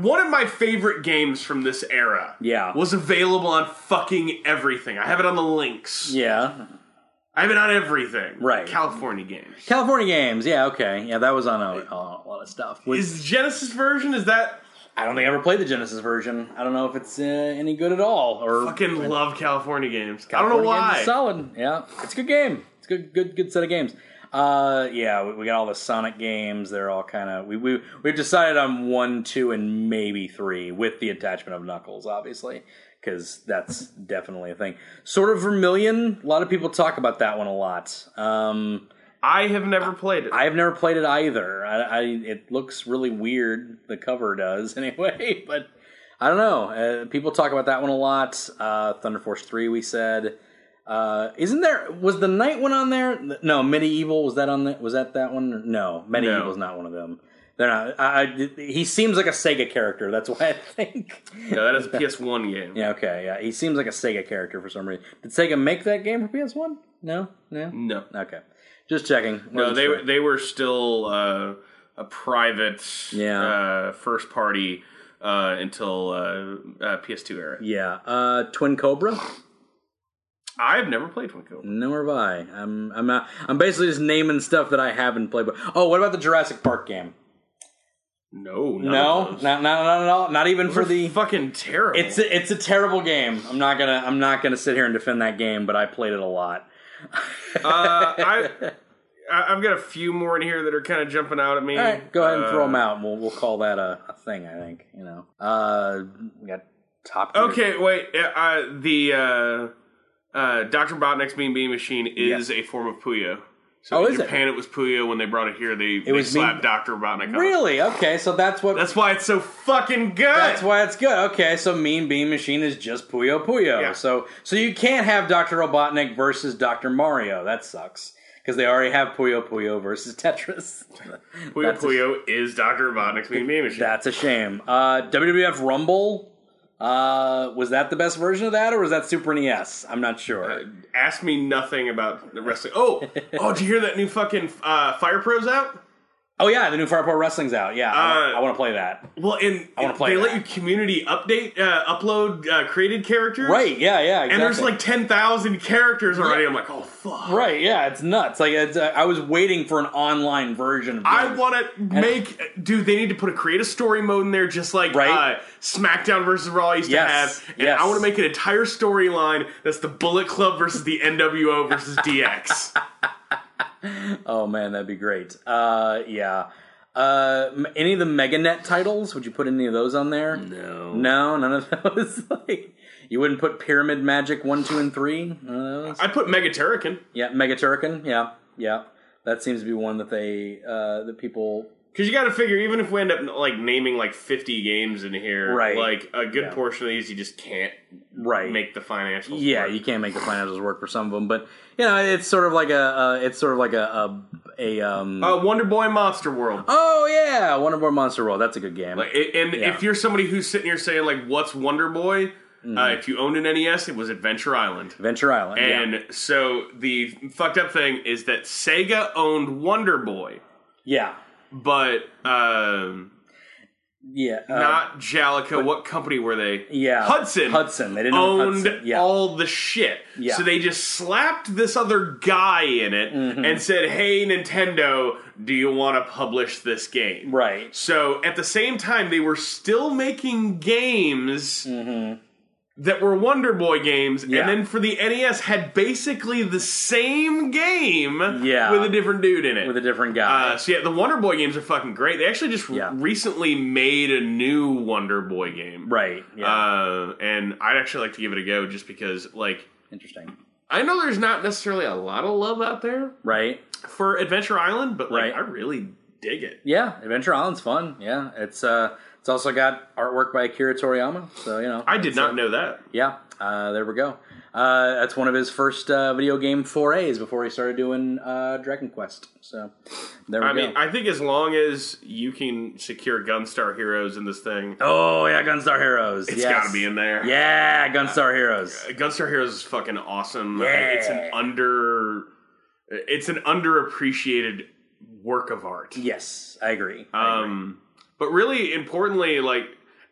Speaker 1: one of my favorite games from this era
Speaker 2: Yeah.
Speaker 1: was available on fucking everything. I have it on the links.
Speaker 2: Yeah.
Speaker 1: I have it on everything.
Speaker 2: Right.
Speaker 1: California games.
Speaker 2: California Games. Yeah, okay. Yeah, that was on a, a lot of stuff. Which,
Speaker 1: Is the Genesis version? Is that
Speaker 2: I don't think I ever played the Genesis version. I don't know if it's uh, any good at all. Or
Speaker 1: fucking love California games? I don't know
Speaker 2: California Games
Speaker 1: why.
Speaker 2: is solid. Yeah, it's a good game. It's a good, good, good set of games. Uh, yeah, we, we got all the Sonic games. They're all kind of we we we've decided on one, two, and maybe three with the attachment of Knuckles, obviously, because that's definitely a thing. Sort of Vermilion. A lot of people talk about that one a lot. Um,
Speaker 1: I have never played it.
Speaker 2: I've never played it either. I, I it looks really weird. The cover does anyway, but I don't know. Uh, people talk about that one a lot. Uh, Thunder Force Three, we said. Uh, isn't there? Was the night one on there? No, Medieval was that on? The, was that that one? No, Medieval's not one of them. They're not. I, I- he seems like a Sega character. That's why I think.
Speaker 1: no, that is a PS1 game.
Speaker 2: Yeah. Okay. Yeah. He seems like a Sega character for some reason. Did Sega make that game for PS One? No. No.
Speaker 1: No.
Speaker 2: Okay. Just checking.
Speaker 1: Mm. No,
Speaker 2: Wasn't
Speaker 1: they
Speaker 2: sure.
Speaker 1: were they were still uh, a private
Speaker 2: Yeah.
Speaker 1: uh, first party uh, until uh, uh, PS2 era.
Speaker 2: Yeah. Uh, Twin Cobra?
Speaker 1: I've never played Twin Cobra.
Speaker 2: Nor have I. I'm I'm not, I'm basically just naming stuff that I haven't played. But oh, what about the Jurassic Park game?
Speaker 1: No, none
Speaker 2: No,
Speaker 1: of those.
Speaker 2: not not not at all. Not even for the.
Speaker 1: fucking terrible.
Speaker 2: It's a, it's a terrible game. I'm not gonna I'm not gonna sit here and defend that game. But I played it a lot.
Speaker 1: uh, I, I I've got a few more in here that are kind of jumping out at me.
Speaker 2: All right, go ahead and throw
Speaker 1: Uh,
Speaker 2: them out. And we'll we'll call that a, a thing. I think you know. Uh, we got top. Gear.
Speaker 1: Okay, wait. uh, Uh, the uh, uh, Doctor Botnik's Mean Bean Machine is a form of Puyo. So
Speaker 2: Oh,
Speaker 1: in
Speaker 2: is it?
Speaker 1: Japan, it? was Puyo. When they brought it here, they, they
Speaker 2: was
Speaker 1: slapped
Speaker 2: Mean-
Speaker 1: Doctor Botnik. on it.
Speaker 2: Really? Okay. So that's what. That's,
Speaker 1: That's why it's so fucking good.
Speaker 2: why it's good. Okay. So Mean Bean Machine is just Puyo Puyo.
Speaker 1: Yeah.
Speaker 2: So so you can't have Doctor Robotnik versus Doctor Mario. That sucks because they already have Puyo Puyo versus Tetris.
Speaker 1: Puyo
Speaker 2: that's a-
Speaker 1: Puyo is Doctor Robotnik's Mean Bean Machine.
Speaker 2: That's a shame. Uh, WWF Rumble. Uh, was that the best version of that, or was that Super NES? I'm not
Speaker 1: Uh,
Speaker 2: sure.
Speaker 1: Ask me nothing about the wrestling. Oh, oh, did you hear that new fucking uh, Fire Pros out?
Speaker 2: Oh yeah, the new Fireport Wrestling's out. Yeah, I,
Speaker 1: Uh,
Speaker 2: want to play that.
Speaker 1: Well, and
Speaker 2: wanna play
Speaker 1: they
Speaker 2: that.
Speaker 1: let you community update, uh, upload uh, created characters.
Speaker 2: Right? Yeah, yeah. Exactly.
Speaker 1: And there's like 10,000 characters already. I'm like, oh, fuck.
Speaker 2: right? Yeah, it's nuts. Like it's, uh, I was waiting for an online version. Of
Speaker 1: I
Speaker 2: this.
Speaker 1: want to make. Dude, they need to put a create a story mode in there just like
Speaker 2: Right.
Speaker 1: uh, SmackDown versus Raw used
Speaker 2: Yes,
Speaker 1: to have. And
Speaker 2: yes.
Speaker 1: I want to make an entire storyline that's the Bullet Club versus the NWO versus DX.
Speaker 2: Oh man, that'd be great. Uh, yeah. Uh, m- any of the MegaNet titles? Would you put any of those on there?
Speaker 1: No.
Speaker 2: No, none of those. like, you wouldn't put Pyramid Magic one, two, and three. None of those.
Speaker 1: I put Mega Turrican.
Speaker 2: Yeah, Megaturrican. Yeah, yeah. That seems to be one that they uh, that people.
Speaker 1: Because you got to figure, even if we end up like naming like fifty games in here,
Speaker 2: Right.
Speaker 1: Like a good
Speaker 2: Yeah.
Speaker 1: portion of these, you just can't
Speaker 2: Right.
Speaker 1: make the financials.
Speaker 2: Yeah,
Speaker 1: work.
Speaker 2: you can't make the financials work for some of them, but you know it's sort of like a uh, it's sort of like a a, a um.
Speaker 1: uh, Wonder Boy Monster World.
Speaker 2: oh yeah, Wonder Boy Monster World. That's a good game.
Speaker 1: Like, i- and
Speaker 2: Yeah.
Speaker 1: if you're somebody who's sitting here saying like, "What's Wonder Boy?" Uh, if you owned an NES, it was Adventure Island.
Speaker 2: Adventure Island. Hmm. yeah.
Speaker 1: And so the fucked up thing is that Sega owned Wonder Boy,
Speaker 2: yeah,
Speaker 1: but um,
Speaker 2: yeah, uh,
Speaker 1: not Jalico. what company were they?
Speaker 2: yeah.
Speaker 1: Hudson.
Speaker 2: Hudson. They didn't own
Speaker 1: owned
Speaker 2: Hudson. Yeah.
Speaker 1: all the shit.
Speaker 2: Yeah.
Speaker 1: So they just slapped this other guy in it
Speaker 2: Mm-hmm.
Speaker 1: and said, "Hey Nintendo, do you want to publish this game?"
Speaker 2: right.
Speaker 1: So at the same time they were still making games that were Wonder Boy games
Speaker 2: Yeah.
Speaker 1: and then for the NES had basically the same game
Speaker 2: Yeah.
Speaker 1: with a different dude in it.
Speaker 2: With a different guy.
Speaker 1: uh, so yeah, the Wonder Boy games are fucking great. They actually just
Speaker 2: Yeah.
Speaker 1: recently made a new Wonder Boy game.
Speaker 2: right. Yeah.
Speaker 1: Uh, and I'd actually like to give it a go just because, like,
Speaker 2: Interesting.
Speaker 1: I know there's not necessarily a lot of love out there
Speaker 2: Right.
Speaker 1: for Adventure Island, but like,
Speaker 2: Right.
Speaker 1: I really dig it.
Speaker 2: Yeah. Adventure Island's fun. Yeah. It's uh. It's also got artwork by Akira Toriyama. So you know.
Speaker 1: I did not know that.
Speaker 2: Yeah, uh, there we go. Uh, that's one of his first uh, video game forays before he started doing uh, Dragon Quest. So there we
Speaker 1: I
Speaker 2: go.
Speaker 1: mean, I think as long as you can secure Gunstar Heroes in this thing,
Speaker 2: oh yeah, Gunstar Heroes.
Speaker 1: it's
Speaker 2: yes.
Speaker 1: got to be in there.
Speaker 2: Yeah, Gunstar Heroes.
Speaker 1: Gunstar Heroes is fucking awesome.
Speaker 2: Yeah.
Speaker 1: It's an under, it's an underappreciated work of art.
Speaker 2: Yes, I agree.
Speaker 1: Um, but really importantly, like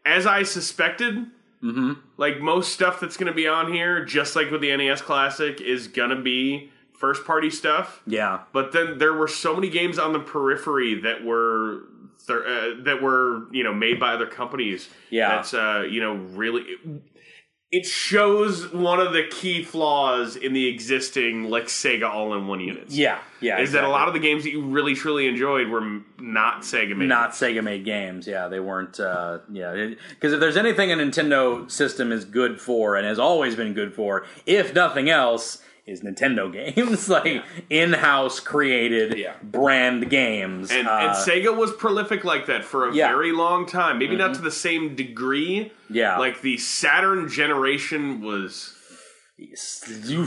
Speaker 1: as I suspected,
Speaker 2: Mm-hmm.
Speaker 1: E like most stuff that's going to be on here, just like with the NES Classic, is going to be first party stuff.
Speaker 2: Yeah.
Speaker 1: But then there were so many games on the periphery that were thir- uh, that were you know made by other companies.
Speaker 2: Yeah.
Speaker 1: that's uh, you know really. It shows one of the key flaws in the existing like Sega all-in-one units.
Speaker 2: Yeah. Yeah.
Speaker 1: is that a lot of the games that you really truly enjoyed were m- not Sega made?
Speaker 2: not Sega made games. Yeah, they weren't. Uh, yeah, because if there's anything a Nintendo system is good for and has always been good for, if nothing else, is Nintendo games like in-house created
Speaker 1: Yeah.
Speaker 2: brand games.
Speaker 1: And,
Speaker 2: Uh,
Speaker 1: and Sega was prolific like that for a
Speaker 2: Yeah. Mm-hmm.
Speaker 1: very long time. Maybe not to the same degree.
Speaker 2: Yeah.
Speaker 1: Like the Saturn generation was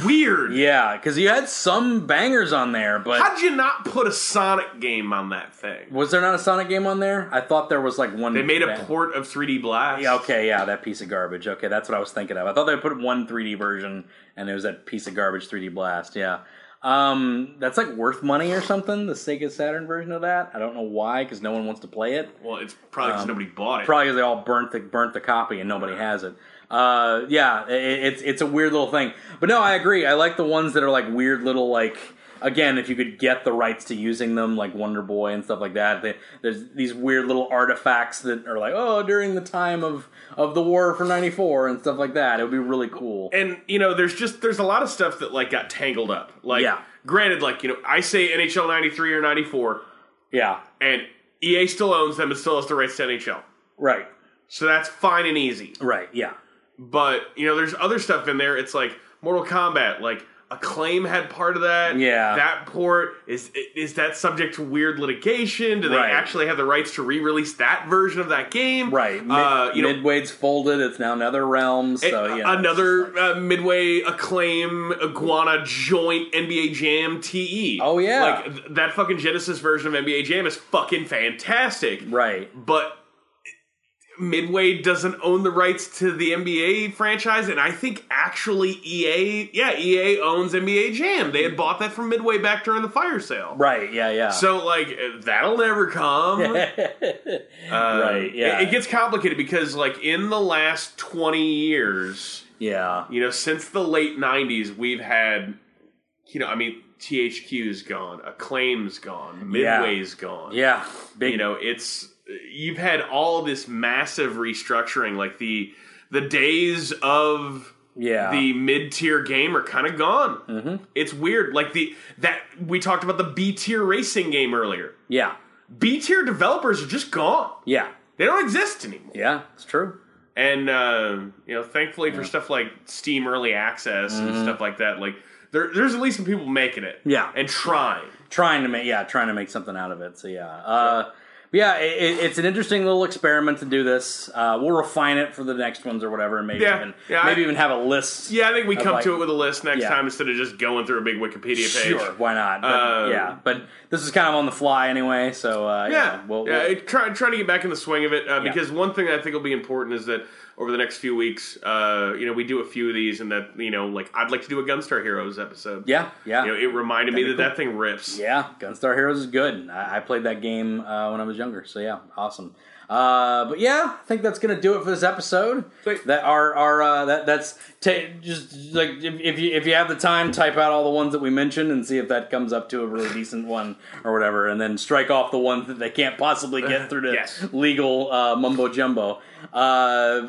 Speaker 1: weird.
Speaker 2: yeah, because you had some bangers on there, but
Speaker 1: How'd you not put a Sonic game on that thing?
Speaker 2: was there not a Sonic game on there? I thought there was like one.
Speaker 1: They made a
Speaker 2: bad-
Speaker 1: port of 3D Blast.
Speaker 2: Yeah, okay, yeah, that piece of garbage. Okay, that's what I was thinking of. I thought they put one 3D version, and it was that piece of garbage 3D blast. Yeah, um, that's like worth money or something. The Sega Saturn version of that. I don't know why, because no one wants to play it.
Speaker 1: Well, it's probably
Speaker 2: Um,
Speaker 1: because nobody bought it.
Speaker 2: Probably because they all burnt the burnt the copy, and nobody has it. Uh, yeah, it, it's it's a weird little thing. But no, I agree. I like the ones that are like weird little like. Again, if you could get the rights to using them, like Wonder Boy and stuff like that, they, there's these weird little artifacts that are like, oh, during the time of of the war for '94 and stuff like that. It would be really cool.
Speaker 1: and you know, there's just there's a lot of stuff that like got tangled up. Like,
Speaker 2: Yeah.
Speaker 1: granted, like you know, I say NHL '93 or '94,
Speaker 2: Yeah,
Speaker 1: and EA still owns them and still has the rights to NHL,
Speaker 2: right,
Speaker 1: so that's fine and easy.
Speaker 2: right, yeah,
Speaker 1: But you know, there's other stuff in there. It's like Mortal Kombat, like Acclaim had part of that.
Speaker 2: Yeah.
Speaker 1: that port is is that subject to weird litigation? Do they
Speaker 2: Right.
Speaker 1: actually have the rights to re-release that version of that game?
Speaker 2: right. Mid,
Speaker 1: uh, you know.
Speaker 2: Midway's folded. It's now another realm. So
Speaker 1: a-
Speaker 2: yeah, it's
Speaker 1: another
Speaker 2: just like-
Speaker 1: uh, Midway Acclaim Iguana joint NBA Jam TE.
Speaker 2: Oh, yeah.
Speaker 1: like th- that fucking Genesis version of NBA Jam is fucking fantastic.
Speaker 2: right.
Speaker 1: but Midway doesn't own the rights to the NBA franchise, and I think actually EA, yeah, EA owns NBA Jam. They had bought that from Midway back during the fire sale.
Speaker 2: Right, yeah, yeah.
Speaker 1: So like that'll never come.
Speaker 2: right, yeah.
Speaker 1: It, it gets complicated because like in the last twenty years,
Speaker 2: yeah.
Speaker 1: you know, since the late '90s, we've had, you know, I mean, THQ's gone, Acclaim's gone,
Speaker 2: Yeah.
Speaker 1: Midway's gone,
Speaker 2: Yeah. Big
Speaker 1: you know it's you've had all this massive restructuring like the the days of
Speaker 2: yeah.
Speaker 1: the mid-tier game are kind of gone mm-hmm. it's weird like the that we talked about the b-tier racing game earlier
Speaker 2: yeah.
Speaker 1: b-tier developers are just gone
Speaker 2: Yeah.
Speaker 1: they don't exist anymore
Speaker 2: Yeah, it's true.
Speaker 1: and uh, you know thankfully for stuff like steam early access and stuff like that like there, there's at least some people making it
Speaker 2: Mm-hmm. Yeah.
Speaker 1: and trying
Speaker 2: Trying to make yeah, trying to make something out of it. So yeah. Uh but yeah, it, it- it's an interesting little experiment to do this. Uh, we'll refine it for the next ones or whatever, and maybe
Speaker 1: Yeah.
Speaker 2: even
Speaker 1: Yeah,
Speaker 2: maybe
Speaker 1: I-
Speaker 2: even have a list.
Speaker 1: yeah i think we
Speaker 2: I'd
Speaker 1: come
Speaker 2: like-
Speaker 1: to it with a list next
Speaker 2: Yeah.
Speaker 1: time instead of just going through a big wikipedia page
Speaker 2: sure, why not? But,
Speaker 1: Um,
Speaker 2: yeah, but this is kind of on the fly anyway. So uh,
Speaker 1: Yeah,
Speaker 2: yeah, we'll,
Speaker 1: yeah.
Speaker 2: we'll-
Speaker 1: it- try try to get back in the swing of it uh, because one thing I think will be important is that over the next few weeks, uh, you know, we do a few of these, and that you know, like I'd like to do a Gunstar Heroes episode.
Speaker 2: yeah, yeah.
Speaker 1: you know, it reminded me that
Speaker 2: That'd be
Speaker 1: that thing rips.
Speaker 2: Yeah, Gunstar Heroes is good. I, I played that game uh, when I was younger, so yeah, awesome. Uh, but yeah, I think that's gonna do it for this episode.
Speaker 1: Sweet.
Speaker 2: That our our uh, that that's ta just like if, if you if you have the time, type out all the ones that we mentioned and see if that comes up to a really decent one or whatever, and then strike off the ones that they can't possibly get through the
Speaker 1: Yes.
Speaker 2: legal uh, mumbo jumbo. Uh,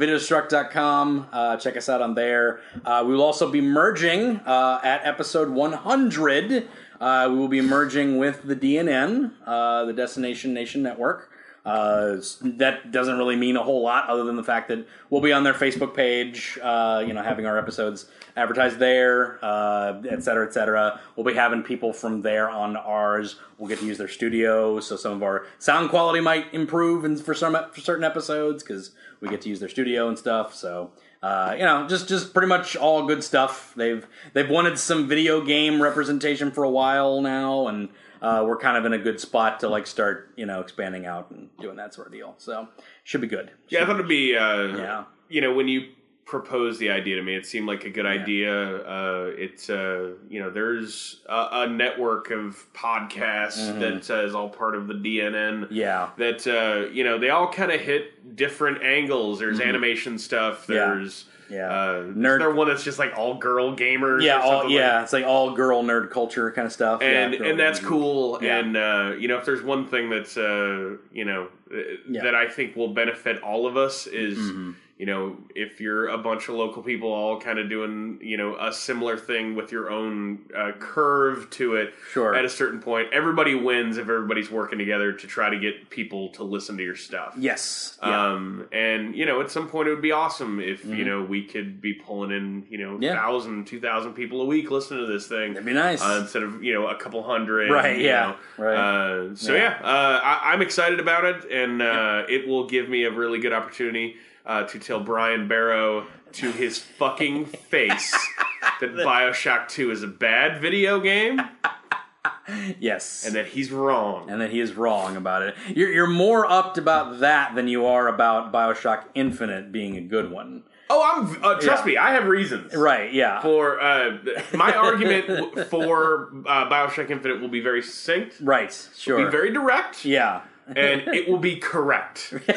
Speaker 2: videostruck.com, uh, check us out on there. Uh, we will also be merging uh, at episode 100. Uh, we will be merging with the DNN, uh, the Destination Nation Network. Uh, s- that doesn't really mean a whole lot other than the fact that we'll be on their Facebook page, uh, you know, having our episodes advertised there, uh, et cetera, et cetera. We'll be having people from there on ours. We'll get to use their studio, so some of our sound quality might improve and for some for certain episodes because we get to use their studio and stuff. So uh, you know, just just pretty much all good stuff. They've they've wanted some video game representation for a while now, and uh, we're kind of in a good spot to like start you know expanding out and doing that sort of deal. So should be good.
Speaker 1: Yeah, I thought it'd be. Uh,
Speaker 2: Yeah.
Speaker 1: you know, when you proposed the idea to me, it seemed like a good idea. Uh, it's uh, you know, there's a, a network of podcasts
Speaker 2: Mm-hmm.
Speaker 1: that uh, is all part of the DNN.
Speaker 2: Yeah.
Speaker 1: that uh, you know they all kind of hit different angles. There's animation stuff. There's
Speaker 2: Mm-hmm. Yeah.
Speaker 1: uh,
Speaker 2: Nerd-
Speaker 1: nerd. There one that's just like all girl gamers.
Speaker 2: yeah,
Speaker 1: or
Speaker 2: all,
Speaker 1: something like
Speaker 2: yeah. it's like all girl nerd culture kind of stuff.
Speaker 1: and
Speaker 2: yeah, girl
Speaker 1: and that's
Speaker 2: nerd.
Speaker 1: cool.
Speaker 2: Yeah.
Speaker 1: And uh, you know, if there's one thing that's uh, you know uh,
Speaker 2: Yeah. Mm-hmm.
Speaker 1: that I think will benefit all of us is you know if you're a bunch of local people all kind of doing you know a similar thing with your own uh, curve to it.
Speaker 2: Sure.
Speaker 1: At a certain point, everybody wins if everybody's working together to try to get people to listen to your stuff.
Speaker 2: Yes. yeah. Mm-hmm.
Speaker 1: Um and you know at some point it would be awesome if you know we could be pulling in you know
Speaker 2: Yeah.
Speaker 1: thousand two thousand people a week listening to this thing
Speaker 2: That'd be nice.
Speaker 1: uh, instead of you know a couple hundred,
Speaker 2: Right,
Speaker 1: you
Speaker 2: yeah,
Speaker 1: know.
Speaker 2: right.
Speaker 1: Uh, so
Speaker 2: Yeah.
Speaker 1: yeah, uh, I, I'm excited about it, and uh, it will give me a really good opportunity uh, to tell Brian Barrow to his fucking face that Bioshock Two is a bad video game
Speaker 2: yes.
Speaker 1: and that he's wrong.
Speaker 2: and that he is wrong about it. You're, you're more upped about that than you are about Bioshock Infinite being a good one.
Speaker 1: oh, I'm uh, trust
Speaker 2: Yeah.
Speaker 1: me, I have reasons.
Speaker 2: Right, yeah.
Speaker 1: For uh, my argument w- for uh, Bioshock Infinite will be very succinct,
Speaker 2: right,
Speaker 1: be
Speaker 2: sure.
Speaker 1: very direct,
Speaker 2: yeah.
Speaker 1: and it will be correct.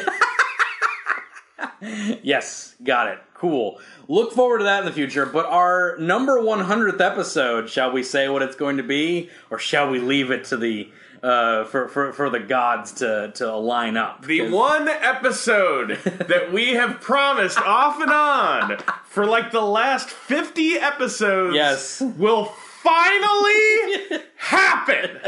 Speaker 2: Yes, got it. Cool. Look forward to that in the future. But our number 100th episode, shall we say what it's going to be, or shall we leave it to the uh, for, for for the gods to to align up?
Speaker 1: The one episode that we have promised off and on for like the last 50 episodes
Speaker 2: Yes.
Speaker 1: will finally happen.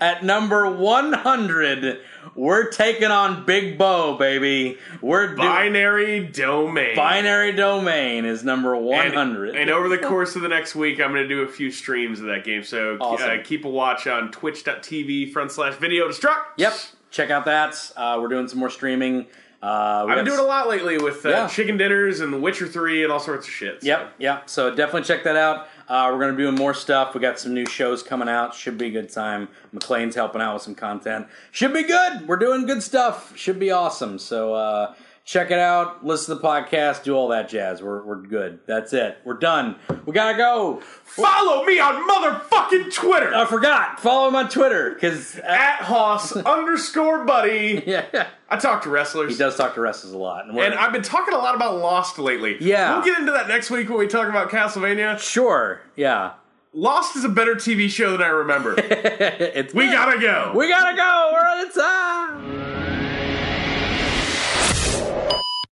Speaker 2: At number 100, we're taking on Big Bo, baby. We're doing.
Speaker 1: Binary domain.
Speaker 2: Binary Domain is number
Speaker 1: And-
Speaker 2: 100.
Speaker 1: And, over the course of the next week, I'm going to do a few streams of that game. So
Speaker 2: Awesome.
Speaker 1: uh, keep a watch on twitch.tv front slash video destruct.
Speaker 2: yep, check out that. Uh, we're doing some more streaming. Uh, we
Speaker 1: I've been
Speaker 2: got-
Speaker 1: doing a lot lately with uh,
Speaker 2: Yeah.
Speaker 1: chicken dinners and The Witcher 3 and all sorts of shit. so-
Speaker 2: Yep, yep. So definitely check that out. Uh, we're going to be doing more stuff. We got some new shows coming out. Should be a good time. McLean's helping out with some content. Should be good. We're doing good stuff. Should be awesome. So uh, check it out. Listen to the podcast. Do all that jazz. We're, we're good. That's it. We're done. We got to go.
Speaker 1: Follow me on motherfucking Twitter.
Speaker 2: I forgot. Follow him on Twitter because.
Speaker 1: at Hoss underscore buddy.
Speaker 2: yeah,
Speaker 1: I talk to wrestlers.
Speaker 2: he does talk to wrestlers a lot, and, we're,
Speaker 1: And I've been talking a lot about Lost lately.
Speaker 2: Yeah.
Speaker 1: We'll get into that next week when we talk about Castlevania.
Speaker 2: sure, yeah.
Speaker 1: Lost is a better TV show than I remember.
Speaker 2: It's
Speaker 1: we gotta go.
Speaker 2: We gotta go. We're out of time.